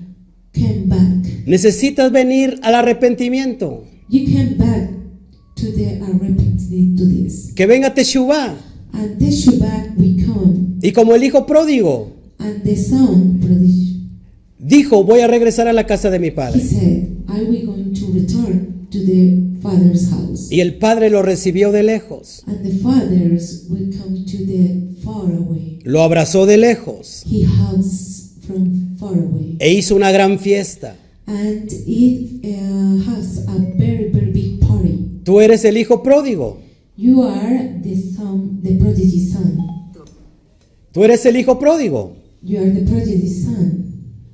Speaker 2: Come back.
Speaker 1: Necesitas venir al arrepentimiento.
Speaker 2: You came back to the arrepentance to this.
Speaker 1: Que venga Teshuvah.
Speaker 2: And the Shubak we come,
Speaker 1: Y como el hijo pródigo
Speaker 2: and the son prodiged.
Speaker 1: dijo, voy a regresar a la casa de mi
Speaker 2: He
Speaker 1: padre.
Speaker 2: said, Are we going to return to the father's house?
Speaker 1: Y el padre lo recibió de lejos.
Speaker 2: And the fathers will come to the far away.
Speaker 1: Lo abrazó de lejos.
Speaker 2: He hugs from far away.
Speaker 1: E hizo una gran fiesta.
Speaker 2: And it uh, has a very, very big party.
Speaker 1: Tú eres el hijo pródigo.
Speaker 2: You are the son, the prodigy son.
Speaker 1: Tú eres el hijo pródigo.
Speaker 2: You are the prodigious son.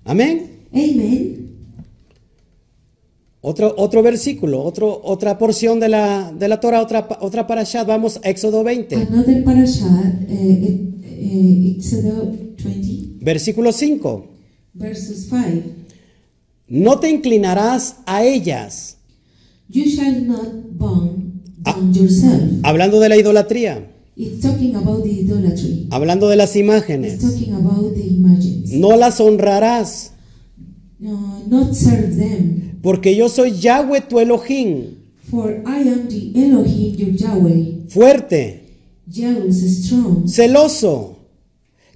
Speaker 1: Amén.
Speaker 2: Amen.
Speaker 1: Otro, otro versículo, otro, otra porción de la, de la Torah, otra, pa- otra parashat. Vamos a Éxodo 20,
Speaker 2: Another parashat, uh, uh, Exodus 20,
Speaker 1: versículo 5.
Speaker 2: verses 5.
Speaker 1: No te inclinarás a ellas.
Speaker 2: You shall not bound down yourself.
Speaker 1: Hablando de la idolatría,
Speaker 2: It's talking about the idolatry.
Speaker 1: hablando de las
Speaker 2: It's
Speaker 1: imágenes.
Speaker 2: talking about the images.
Speaker 1: No las honrarás,
Speaker 2: No, not serve them.
Speaker 1: porque yo soy Yahweh tu Elohim,
Speaker 2: For I am the Elohim, your Yahweh,
Speaker 1: fuerte,
Speaker 2: jealous, strong,
Speaker 1: celoso,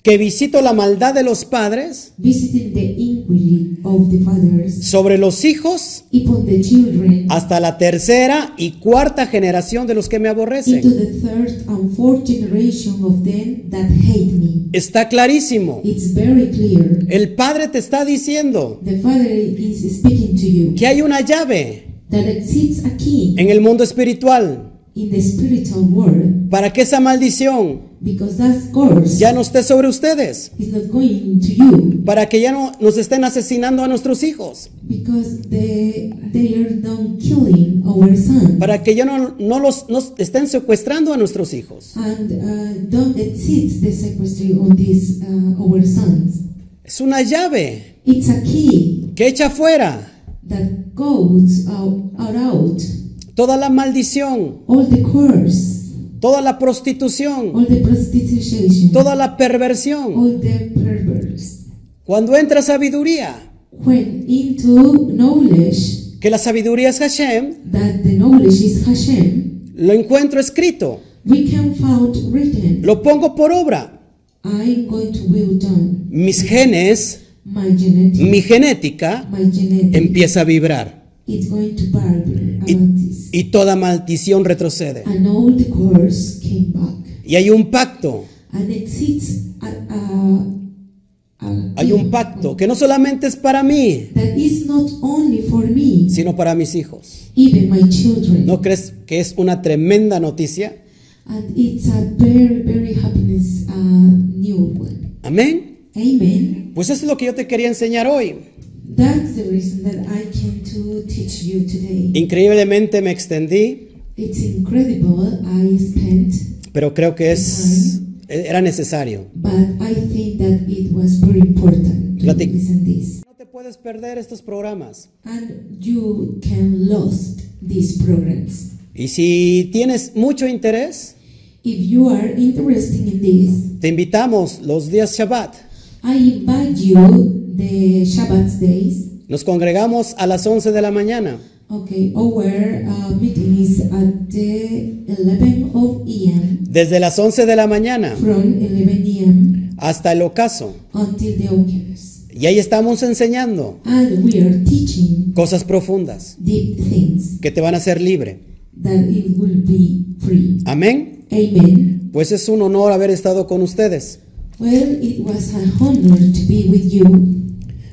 Speaker 1: que visito la maldad de los padres
Speaker 2: visiting the iniquity of the fathers
Speaker 1: sobre los hijos
Speaker 2: upon the children
Speaker 1: hasta la tercera y cuarta generación de los que me
Speaker 2: into
Speaker 1: aborrecen.
Speaker 2: the third and fourth generation of them that hate me.
Speaker 1: Está clarísimo.
Speaker 2: It's very clear.
Speaker 1: El Padre te está diciendo
Speaker 2: The Father is speaking to you
Speaker 1: que hay una llave
Speaker 2: that exists a key
Speaker 1: en el mundo espiritual
Speaker 2: in the spiritual world
Speaker 1: para que esa maldición
Speaker 2: because that curse
Speaker 1: ya no esté sobre ustedes,
Speaker 2: is not going to you
Speaker 1: para que ya no nos estén asesinando a nuestros hijos,
Speaker 2: because they, they are not killing our son
Speaker 1: para que ya no, no los nos estén secuestrando a nuestros hijos.
Speaker 2: and uh, don't exist the sequestry of these uh, our sons.
Speaker 1: Es una llave
Speaker 2: It's a key
Speaker 1: que echa fuera
Speaker 2: that goes out, out, out
Speaker 1: toda la maldición,
Speaker 2: all the curse,
Speaker 1: toda la prostitución,
Speaker 2: all the prostitution,
Speaker 1: toda la perversión.
Speaker 2: all the perverse.
Speaker 1: Cuando entra sabiduría,
Speaker 2: When into knowledge
Speaker 1: que la sabiduría es Hashem,
Speaker 2: that the knowledge is Hashem,
Speaker 1: lo encuentro escrito,
Speaker 2: we can found written,
Speaker 1: lo pongo por obra.
Speaker 2: I'm going to will done.
Speaker 1: mis genes,
Speaker 2: My genetic,
Speaker 1: mi genética,
Speaker 2: my genetic,
Speaker 1: empieza a vibrar
Speaker 2: it's going to barber about this.
Speaker 1: y toda maldición retrocede.
Speaker 2: And all the curse came back.
Speaker 1: Y hay un pacto,
Speaker 2: And it sits at a, a
Speaker 1: hay un pacto que no solamente es para mí,
Speaker 2: that is not only for me,
Speaker 1: sino para mis hijos.
Speaker 2: even my children.
Speaker 1: ¿No crees que es una tremenda noticia?
Speaker 2: And it's a very, very happiness uh, new one.
Speaker 1: Amén.
Speaker 2: Amen.
Speaker 1: Pues eso es lo que yo te quería enseñar hoy.
Speaker 2: That's the reason that I came to teach you today.
Speaker 1: Increíblemente me extendí,
Speaker 2: It's incredible. I spent,
Speaker 1: pero creo que es, eh, era necesario.
Speaker 2: but I think that it was very important to
Speaker 1: Platic-
Speaker 2: listen this.
Speaker 1: No te puedes perder estos programas.
Speaker 2: And you can lost these programs.
Speaker 1: Y si tienes mucho interés,
Speaker 2: If you are interested in this,
Speaker 1: te invitamos los días Shabbat.
Speaker 2: I invite you the Shabbat days.
Speaker 1: Nos congregamos a las 11 de la mañana.
Speaker 2: Okay, our uh, meeting is at the 11 of a.m.
Speaker 1: Desde las 11 de la mañana
Speaker 2: from 11 a.m.
Speaker 1: hasta el ocaso.
Speaker 2: until the Ocares.
Speaker 1: Y ahí estamos enseñando
Speaker 2: And we are teaching
Speaker 1: cosas profundas
Speaker 2: deep things
Speaker 1: que te van a hacer libre.
Speaker 2: that it will be free.
Speaker 1: Amén.
Speaker 2: Amen.
Speaker 1: Pues es un honor haber estado con ustedes.
Speaker 2: Well, it was an honor to be with you.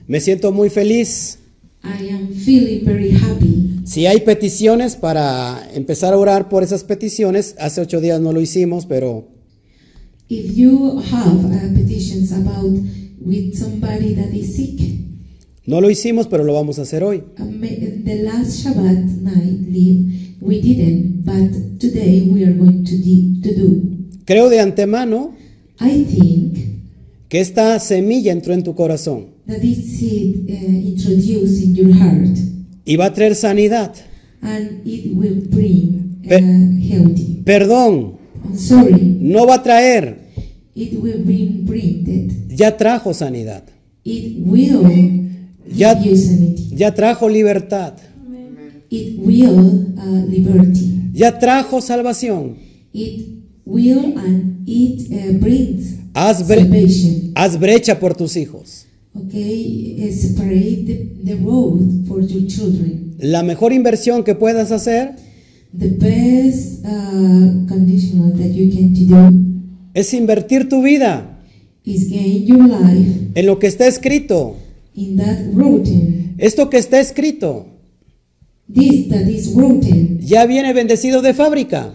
Speaker 1: Me siento muy feliz.
Speaker 2: I am feeling very happy.
Speaker 1: Si hay peticiones para empezar a orar por esas peticiones, hace ocho días no lo hicimos, pero
Speaker 2: If you have uh, petitions about with somebody that is sick,
Speaker 1: no lo hicimos, pero lo vamos a hacer hoy.
Speaker 2: Um, The last Shabbat night leave we didn't, but today we are going to, di- to do.
Speaker 1: Creo de antemano
Speaker 2: I think
Speaker 1: que esta semilla entró en tu corazón
Speaker 2: that it's it, uh, introduced in your heart
Speaker 1: y va a traer sanidad,
Speaker 2: and it will bring uh,
Speaker 1: Pe-
Speaker 2: healthy.
Speaker 1: perdón,
Speaker 2: I'm sorry,
Speaker 1: no va a traer,
Speaker 2: it will bring printed.
Speaker 1: ya trajo sanidad,
Speaker 2: It will
Speaker 1: Ya-
Speaker 2: give you sanity.
Speaker 1: ya trajo libertad,
Speaker 2: It will uh, liberty.
Speaker 1: ya trajo salvación.
Speaker 2: It will and it uh, brings
Speaker 1: Haz, bre-
Speaker 2: salvation.
Speaker 1: haz brecha por tus hijos.
Speaker 2: Okay, eh, separate the, the road for your children.
Speaker 1: La mejor inversión que puedas hacer
Speaker 2: The best uh, conditional that you can to do
Speaker 1: es invertir tu vida
Speaker 2: is gain your life
Speaker 1: en lo que está escrito.
Speaker 2: in that rotten.
Speaker 1: Esto que está escrito
Speaker 2: This that is rotten,
Speaker 1: ya viene bendecido de fábrica.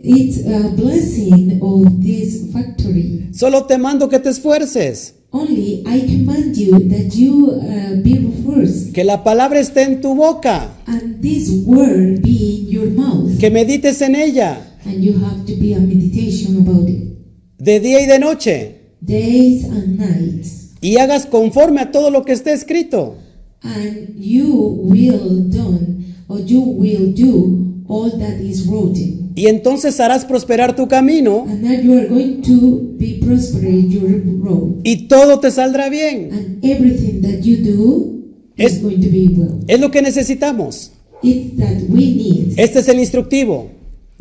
Speaker 2: it's a blessing of this factory.
Speaker 1: Solo te mando que te esfuerces,
Speaker 2: Only I command you that you uh, be first,
Speaker 1: que la palabra esté en tu boca,
Speaker 2: and this word be in your mouth,
Speaker 1: que medites en ella
Speaker 2: and you have to be a meditation about it,
Speaker 1: de día y de noche
Speaker 2: days and nights.
Speaker 1: y hagas conforme a todo lo que está escrito.
Speaker 2: and you will done or you will do all that is written
Speaker 1: Y entonces harás prosperar tu camino
Speaker 2: and that you are going to be prospering your road
Speaker 1: y todo te saldrá bien.
Speaker 2: and everything that you do is
Speaker 1: Es-
Speaker 2: going to be well
Speaker 1: Es lo que necesitamos.
Speaker 2: it's that we need
Speaker 1: Este es el instructivo.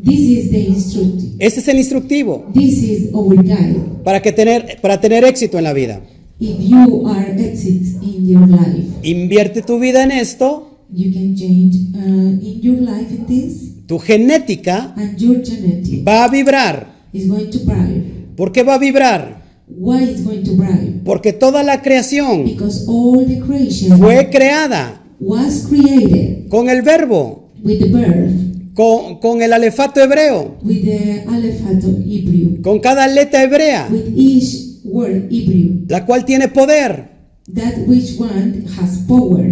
Speaker 2: this is the instructive
Speaker 1: Este es el instructivo
Speaker 2: this is our guide
Speaker 1: para, que tener, para tener éxito en la vida.
Speaker 2: If you are exits in your life,
Speaker 1: Invierte tu vida en esto,
Speaker 2: you can change uh, in your life in this,
Speaker 1: tu genética
Speaker 2: and your genetic
Speaker 1: va a vibrar.
Speaker 2: is going to bribe.
Speaker 1: ¿Por qué va a vibrar?
Speaker 2: Why it's going to bribe?
Speaker 1: Porque toda la creación
Speaker 2: Because all the creation
Speaker 1: fue creada
Speaker 2: was created
Speaker 1: con el verbo,
Speaker 2: with the birth,
Speaker 1: con, con el alefato hebreo,
Speaker 2: with the alphabet of Hebrew,
Speaker 1: con cada aleta hebrea,
Speaker 2: with each word Hebrew,
Speaker 1: la cual tiene poder.
Speaker 2: that which one has power.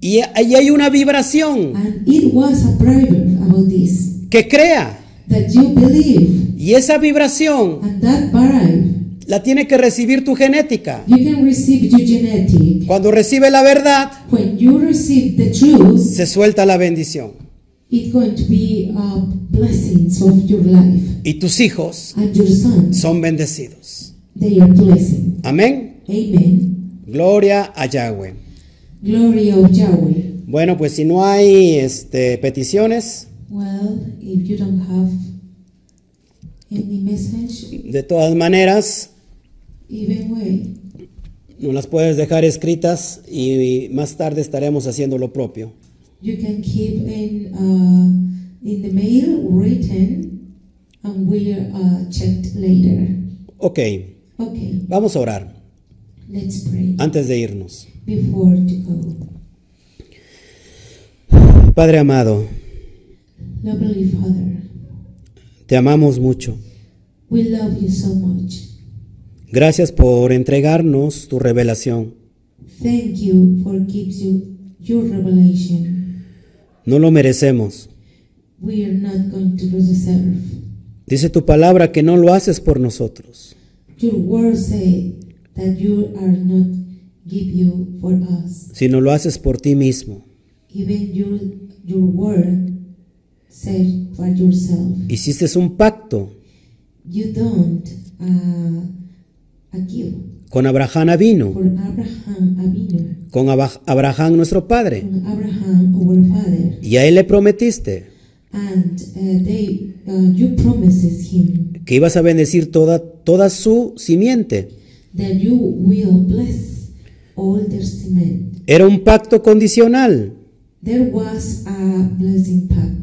Speaker 1: Y ahí hay una vibración
Speaker 2: And it was a bribe about this,
Speaker 1: que crea.
Speaker 2: that you believe,
Speaker 1: Y esa vibración
Speaker 2: and that bribe
Speaker 1: la tiene que recibir tu genética.
Speaker 2: you can receive your genetic.
Speaker 1: Cuando recibe la verdad,
Speaker 2: When you receive the truth,
Speaker 1: se suelta la bendición.
Speaker 2: it's going to be uh, blessings of your life
Speaker 1: Y tus hijos
Speaker 2: and your sons.
Speaker 1: son bendecidos.
Speaker 2: They are blessing.
Speaker 1: Amén.
Speaker 2: Amen.
Speaker 1: Gloria a Yahweh.
Speaker 2: Glory of Yahweh.
Speaker 1: Bueno, pues si no hay este, peticiones,
Speaker 2: Well, if you don't have any message,
Speaker 1: de todas maneras,
Speaker 2: even way,
Speaker 1: nos las puedes dejar escritas y más tarde estaremos haciendo lo propio.
Speaker 2: you can keep in uh, in the mail written, and we are uh, checked later.
Speaker 1: Ok,
Speaker 2: Okay,
Speaker 1: vamos a orar
Speaker 2: let's pray
Speaker 1: antes de irnos.
Speaker 2: before to go.
Speaker 1: Padre amado,
Speaker 2: Lovely Father,
Speaker 1: te amamos mucho.
Speaker 2: we love you so much.
Speaker 1: Gracias por entregarnos tu revelación.
Speaker 2: Thank you for gives you your revelation.
Speaker 1: No lo merecemos.
Speaker 2: We are not going to deserve.
Speaker 1: Dice tu palabra que no lo haces por nosotros.
Speaker 2: Your word say that you are not give you for us.
Speaker 1: sino lo haces por ti mismo.
Speaker 2: Even your your word said for yourself.
Speaker 1: Hiciste un pacto
Speaker 2: You don't uh, a give
Speaker 1: con Abraham vino,
Speaker 2: for Abraham Avinu,
Speaker 1: con Aba- Abraham nuestro padre,
Speaker 2: from Abraham our father,
Speaker 1: y a él le prometiste
Speaker 2: and uh, they uh, you promises him
Speaker 1: que ibas a bendecir toda, toda su simiente.
Speaker 2: that you will bless all their cement.
Speaker 1: Era un pacto condicional,
Speaker 2: There was a blessing pact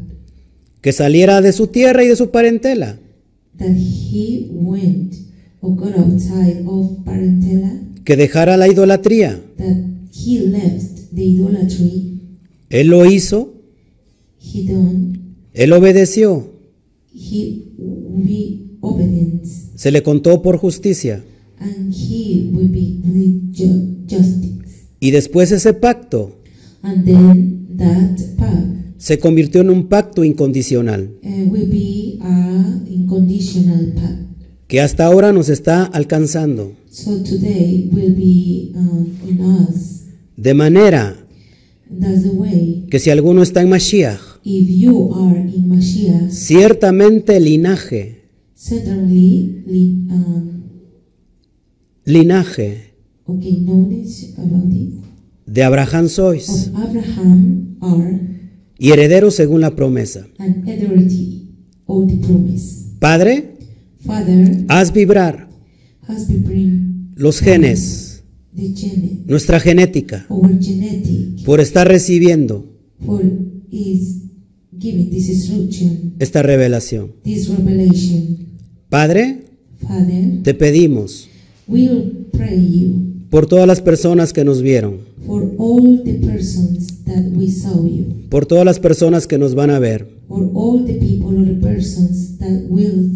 Speaker 1: que saliera de su tierra y de su parentela,
Speaker 2: that he went or got outside of parentela,
Speaker 1: que dejara la idolatría.
Speaker 2: that he left the idolatry
Speaker 1: Él lo hizo,
Speaker 2: he done,
Speaker 1: él obedeció,
Speaker 2: he will be obedient,
Speaker 1: se le contó por justicia.
Speaker 2: and he will be with ju- justice.
Speaker 1: Y después ese pacto
Speaker 2: And then that pact
Speaker 1: se convirtió en un pacto incondicional,
Speaker 2: uh, will be an unconditional pact.
Speaker 1: que hasta ahora nos está alcanzando.
Speaker 2: So today will be uh, in us.
Speaker 1: De manera
Speaker 2: That's the way.
Speaker 1: que si alguno está en Mashiach,
Speaker 2: If you are in Mashiach,
Speaker 1: ciertamente linaje,
Speaker 2: Certainly, li- um,
Speaker 1: linaje
Speaker 2: okay, knowledge about it
Speaker 1: de Abraham sois,
Speaker 2: of Abraham are
Speaker 1: y heredero según la promesa.
Speaker 2: an authority of the promise.
Speaker 1: Padre,
Speaker 2: Father
Speaker 1: haz vibrar
Speaker 2: has been bring
Speaker 1: los genes,
Speaker 2: the gene,
Speaker 1: nuestra genética,
Speaker 2: our genetic,
Speaker 1: por estar recibiendo
Speaker 2: for is giving this instruction,
Speaker 1: esta revelación.
Speaker 2: this revelation.
Speaker 1: Padre,
Speaker 2: Father,
Speaker 1: te pedimos
Speaker 2: we'll pray you
Speaker 1: por todas las personas que nos vieron,
Speaker 2: for all the persons that we saw you,
Speaker 1: por todas las personas que nos van a ver,
Speaker 2: for all the people or the persons that will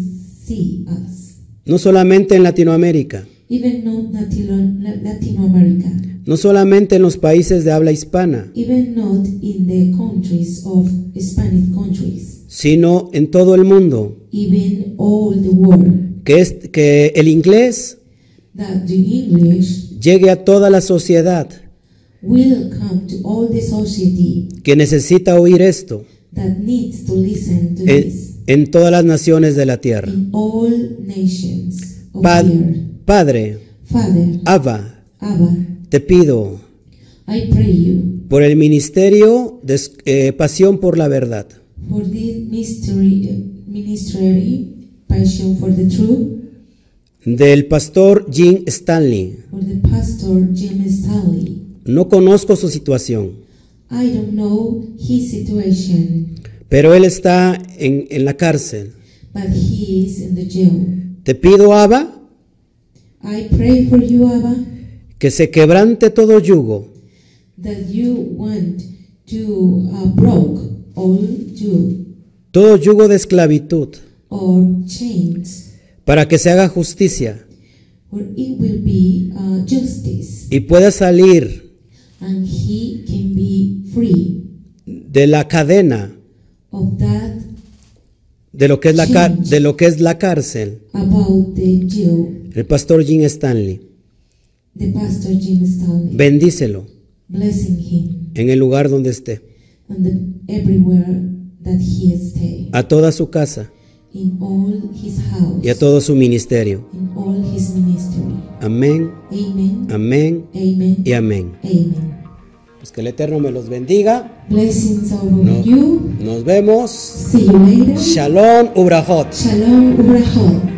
Speaker 2: see us.
Speaker 1: no solamente en Latinoamérica,
Speaker 2: even not Latino, Latino America,
Speaker 1: no solamente en los países de habla hispana,
Speaker 2: even not in the countries of Hispanic countries,
Speaker 1: sino en todo el mundo,
Speaker 2: even all the world,
Speaker 1: que, es, que el inglés
Speaker 2: that the English
Speaker 1: llegue a toda la sociedad
Speaker 2: will come to all the society
Speaker 1: que necesita oír esto
Speaker 2: that needs to listen to
Speaker 1: en,
Speaker 2: this
Speaker 1: en todas las naciones de la tierra.
Speaker 2: in all nations of
Speaker 1: Pa-
Speaker 2: the earth.
Speaker 1: Padre,
Speaker 2: Father,
Speaker 1: Abba,
Speaker 2: Abba,
Speaker 1: te pido
Speaker 2: I pray you
Speaker 1: por el ministerio de s- eh, Pasión por la Verdad,
Speaker 2: for this mystery, ministry, passion for the truth,
Speaker 1: del pastor Jim Stanley.
Speaker 2: or the pastor Jim Sally.
Speaker 1: No conozco su situación,
Speaker 2: I don't know his situation,
Speaker 1: pero él está en, en la cárcel.
Speaker 2: but he is in the jail.
Speaker 1: Te pido, Abba,
Speaker 2: I pray for you, Abba,
Speaker 1: que se quebrante todo yugo,
Speaker 2: that you want to uh, broke all you
Speaker 1: todo yugo de esclavitud,
Speaker 2: or chains,
Speaker 1: para que se haga justicia
Speaker 2: or it will be uh, justice,
Speaker 1: y pueda salir
Speaker 2: and he can be free
Speaker 1: de la cadena
Speaker 2: of that
Speaker 1: de lo que es la, car- de lo que es la cárcel.
Speaker 2: about the jail.
Speaker 1: El pastor Jim Stanley,
Speaker 2: The pastor Jim Stanley,
Speaker 1: bendícelo
Speaker 2: blessing him
Speaker 1: en el lugar donde esté,
Speaker 2: and the, everywhere that he stay,
Speaker 1: a toda su casa
Speaker 2: in all his house,
Speaker 1: y a todo su ministerio.
Speaker 2: in all his ministry.
Speaker 1: Amén,
Speaker 2: Amen.
Speaker 1: amén
Speaker 2: Amen.
Speaker 1: y amén.
Speaker 2: Amen.
Speaker 1: Pues que el Eterno me los bendiga.
Speaker 2: Blessings over
Speaker 1: No.
Speaker 2: you.
Speaker 1: Nos vemos.
Speaker 2: See you later.
Speaker 1: Shalom, Ubrahot.
Speaker 2: Shalom, Urahot.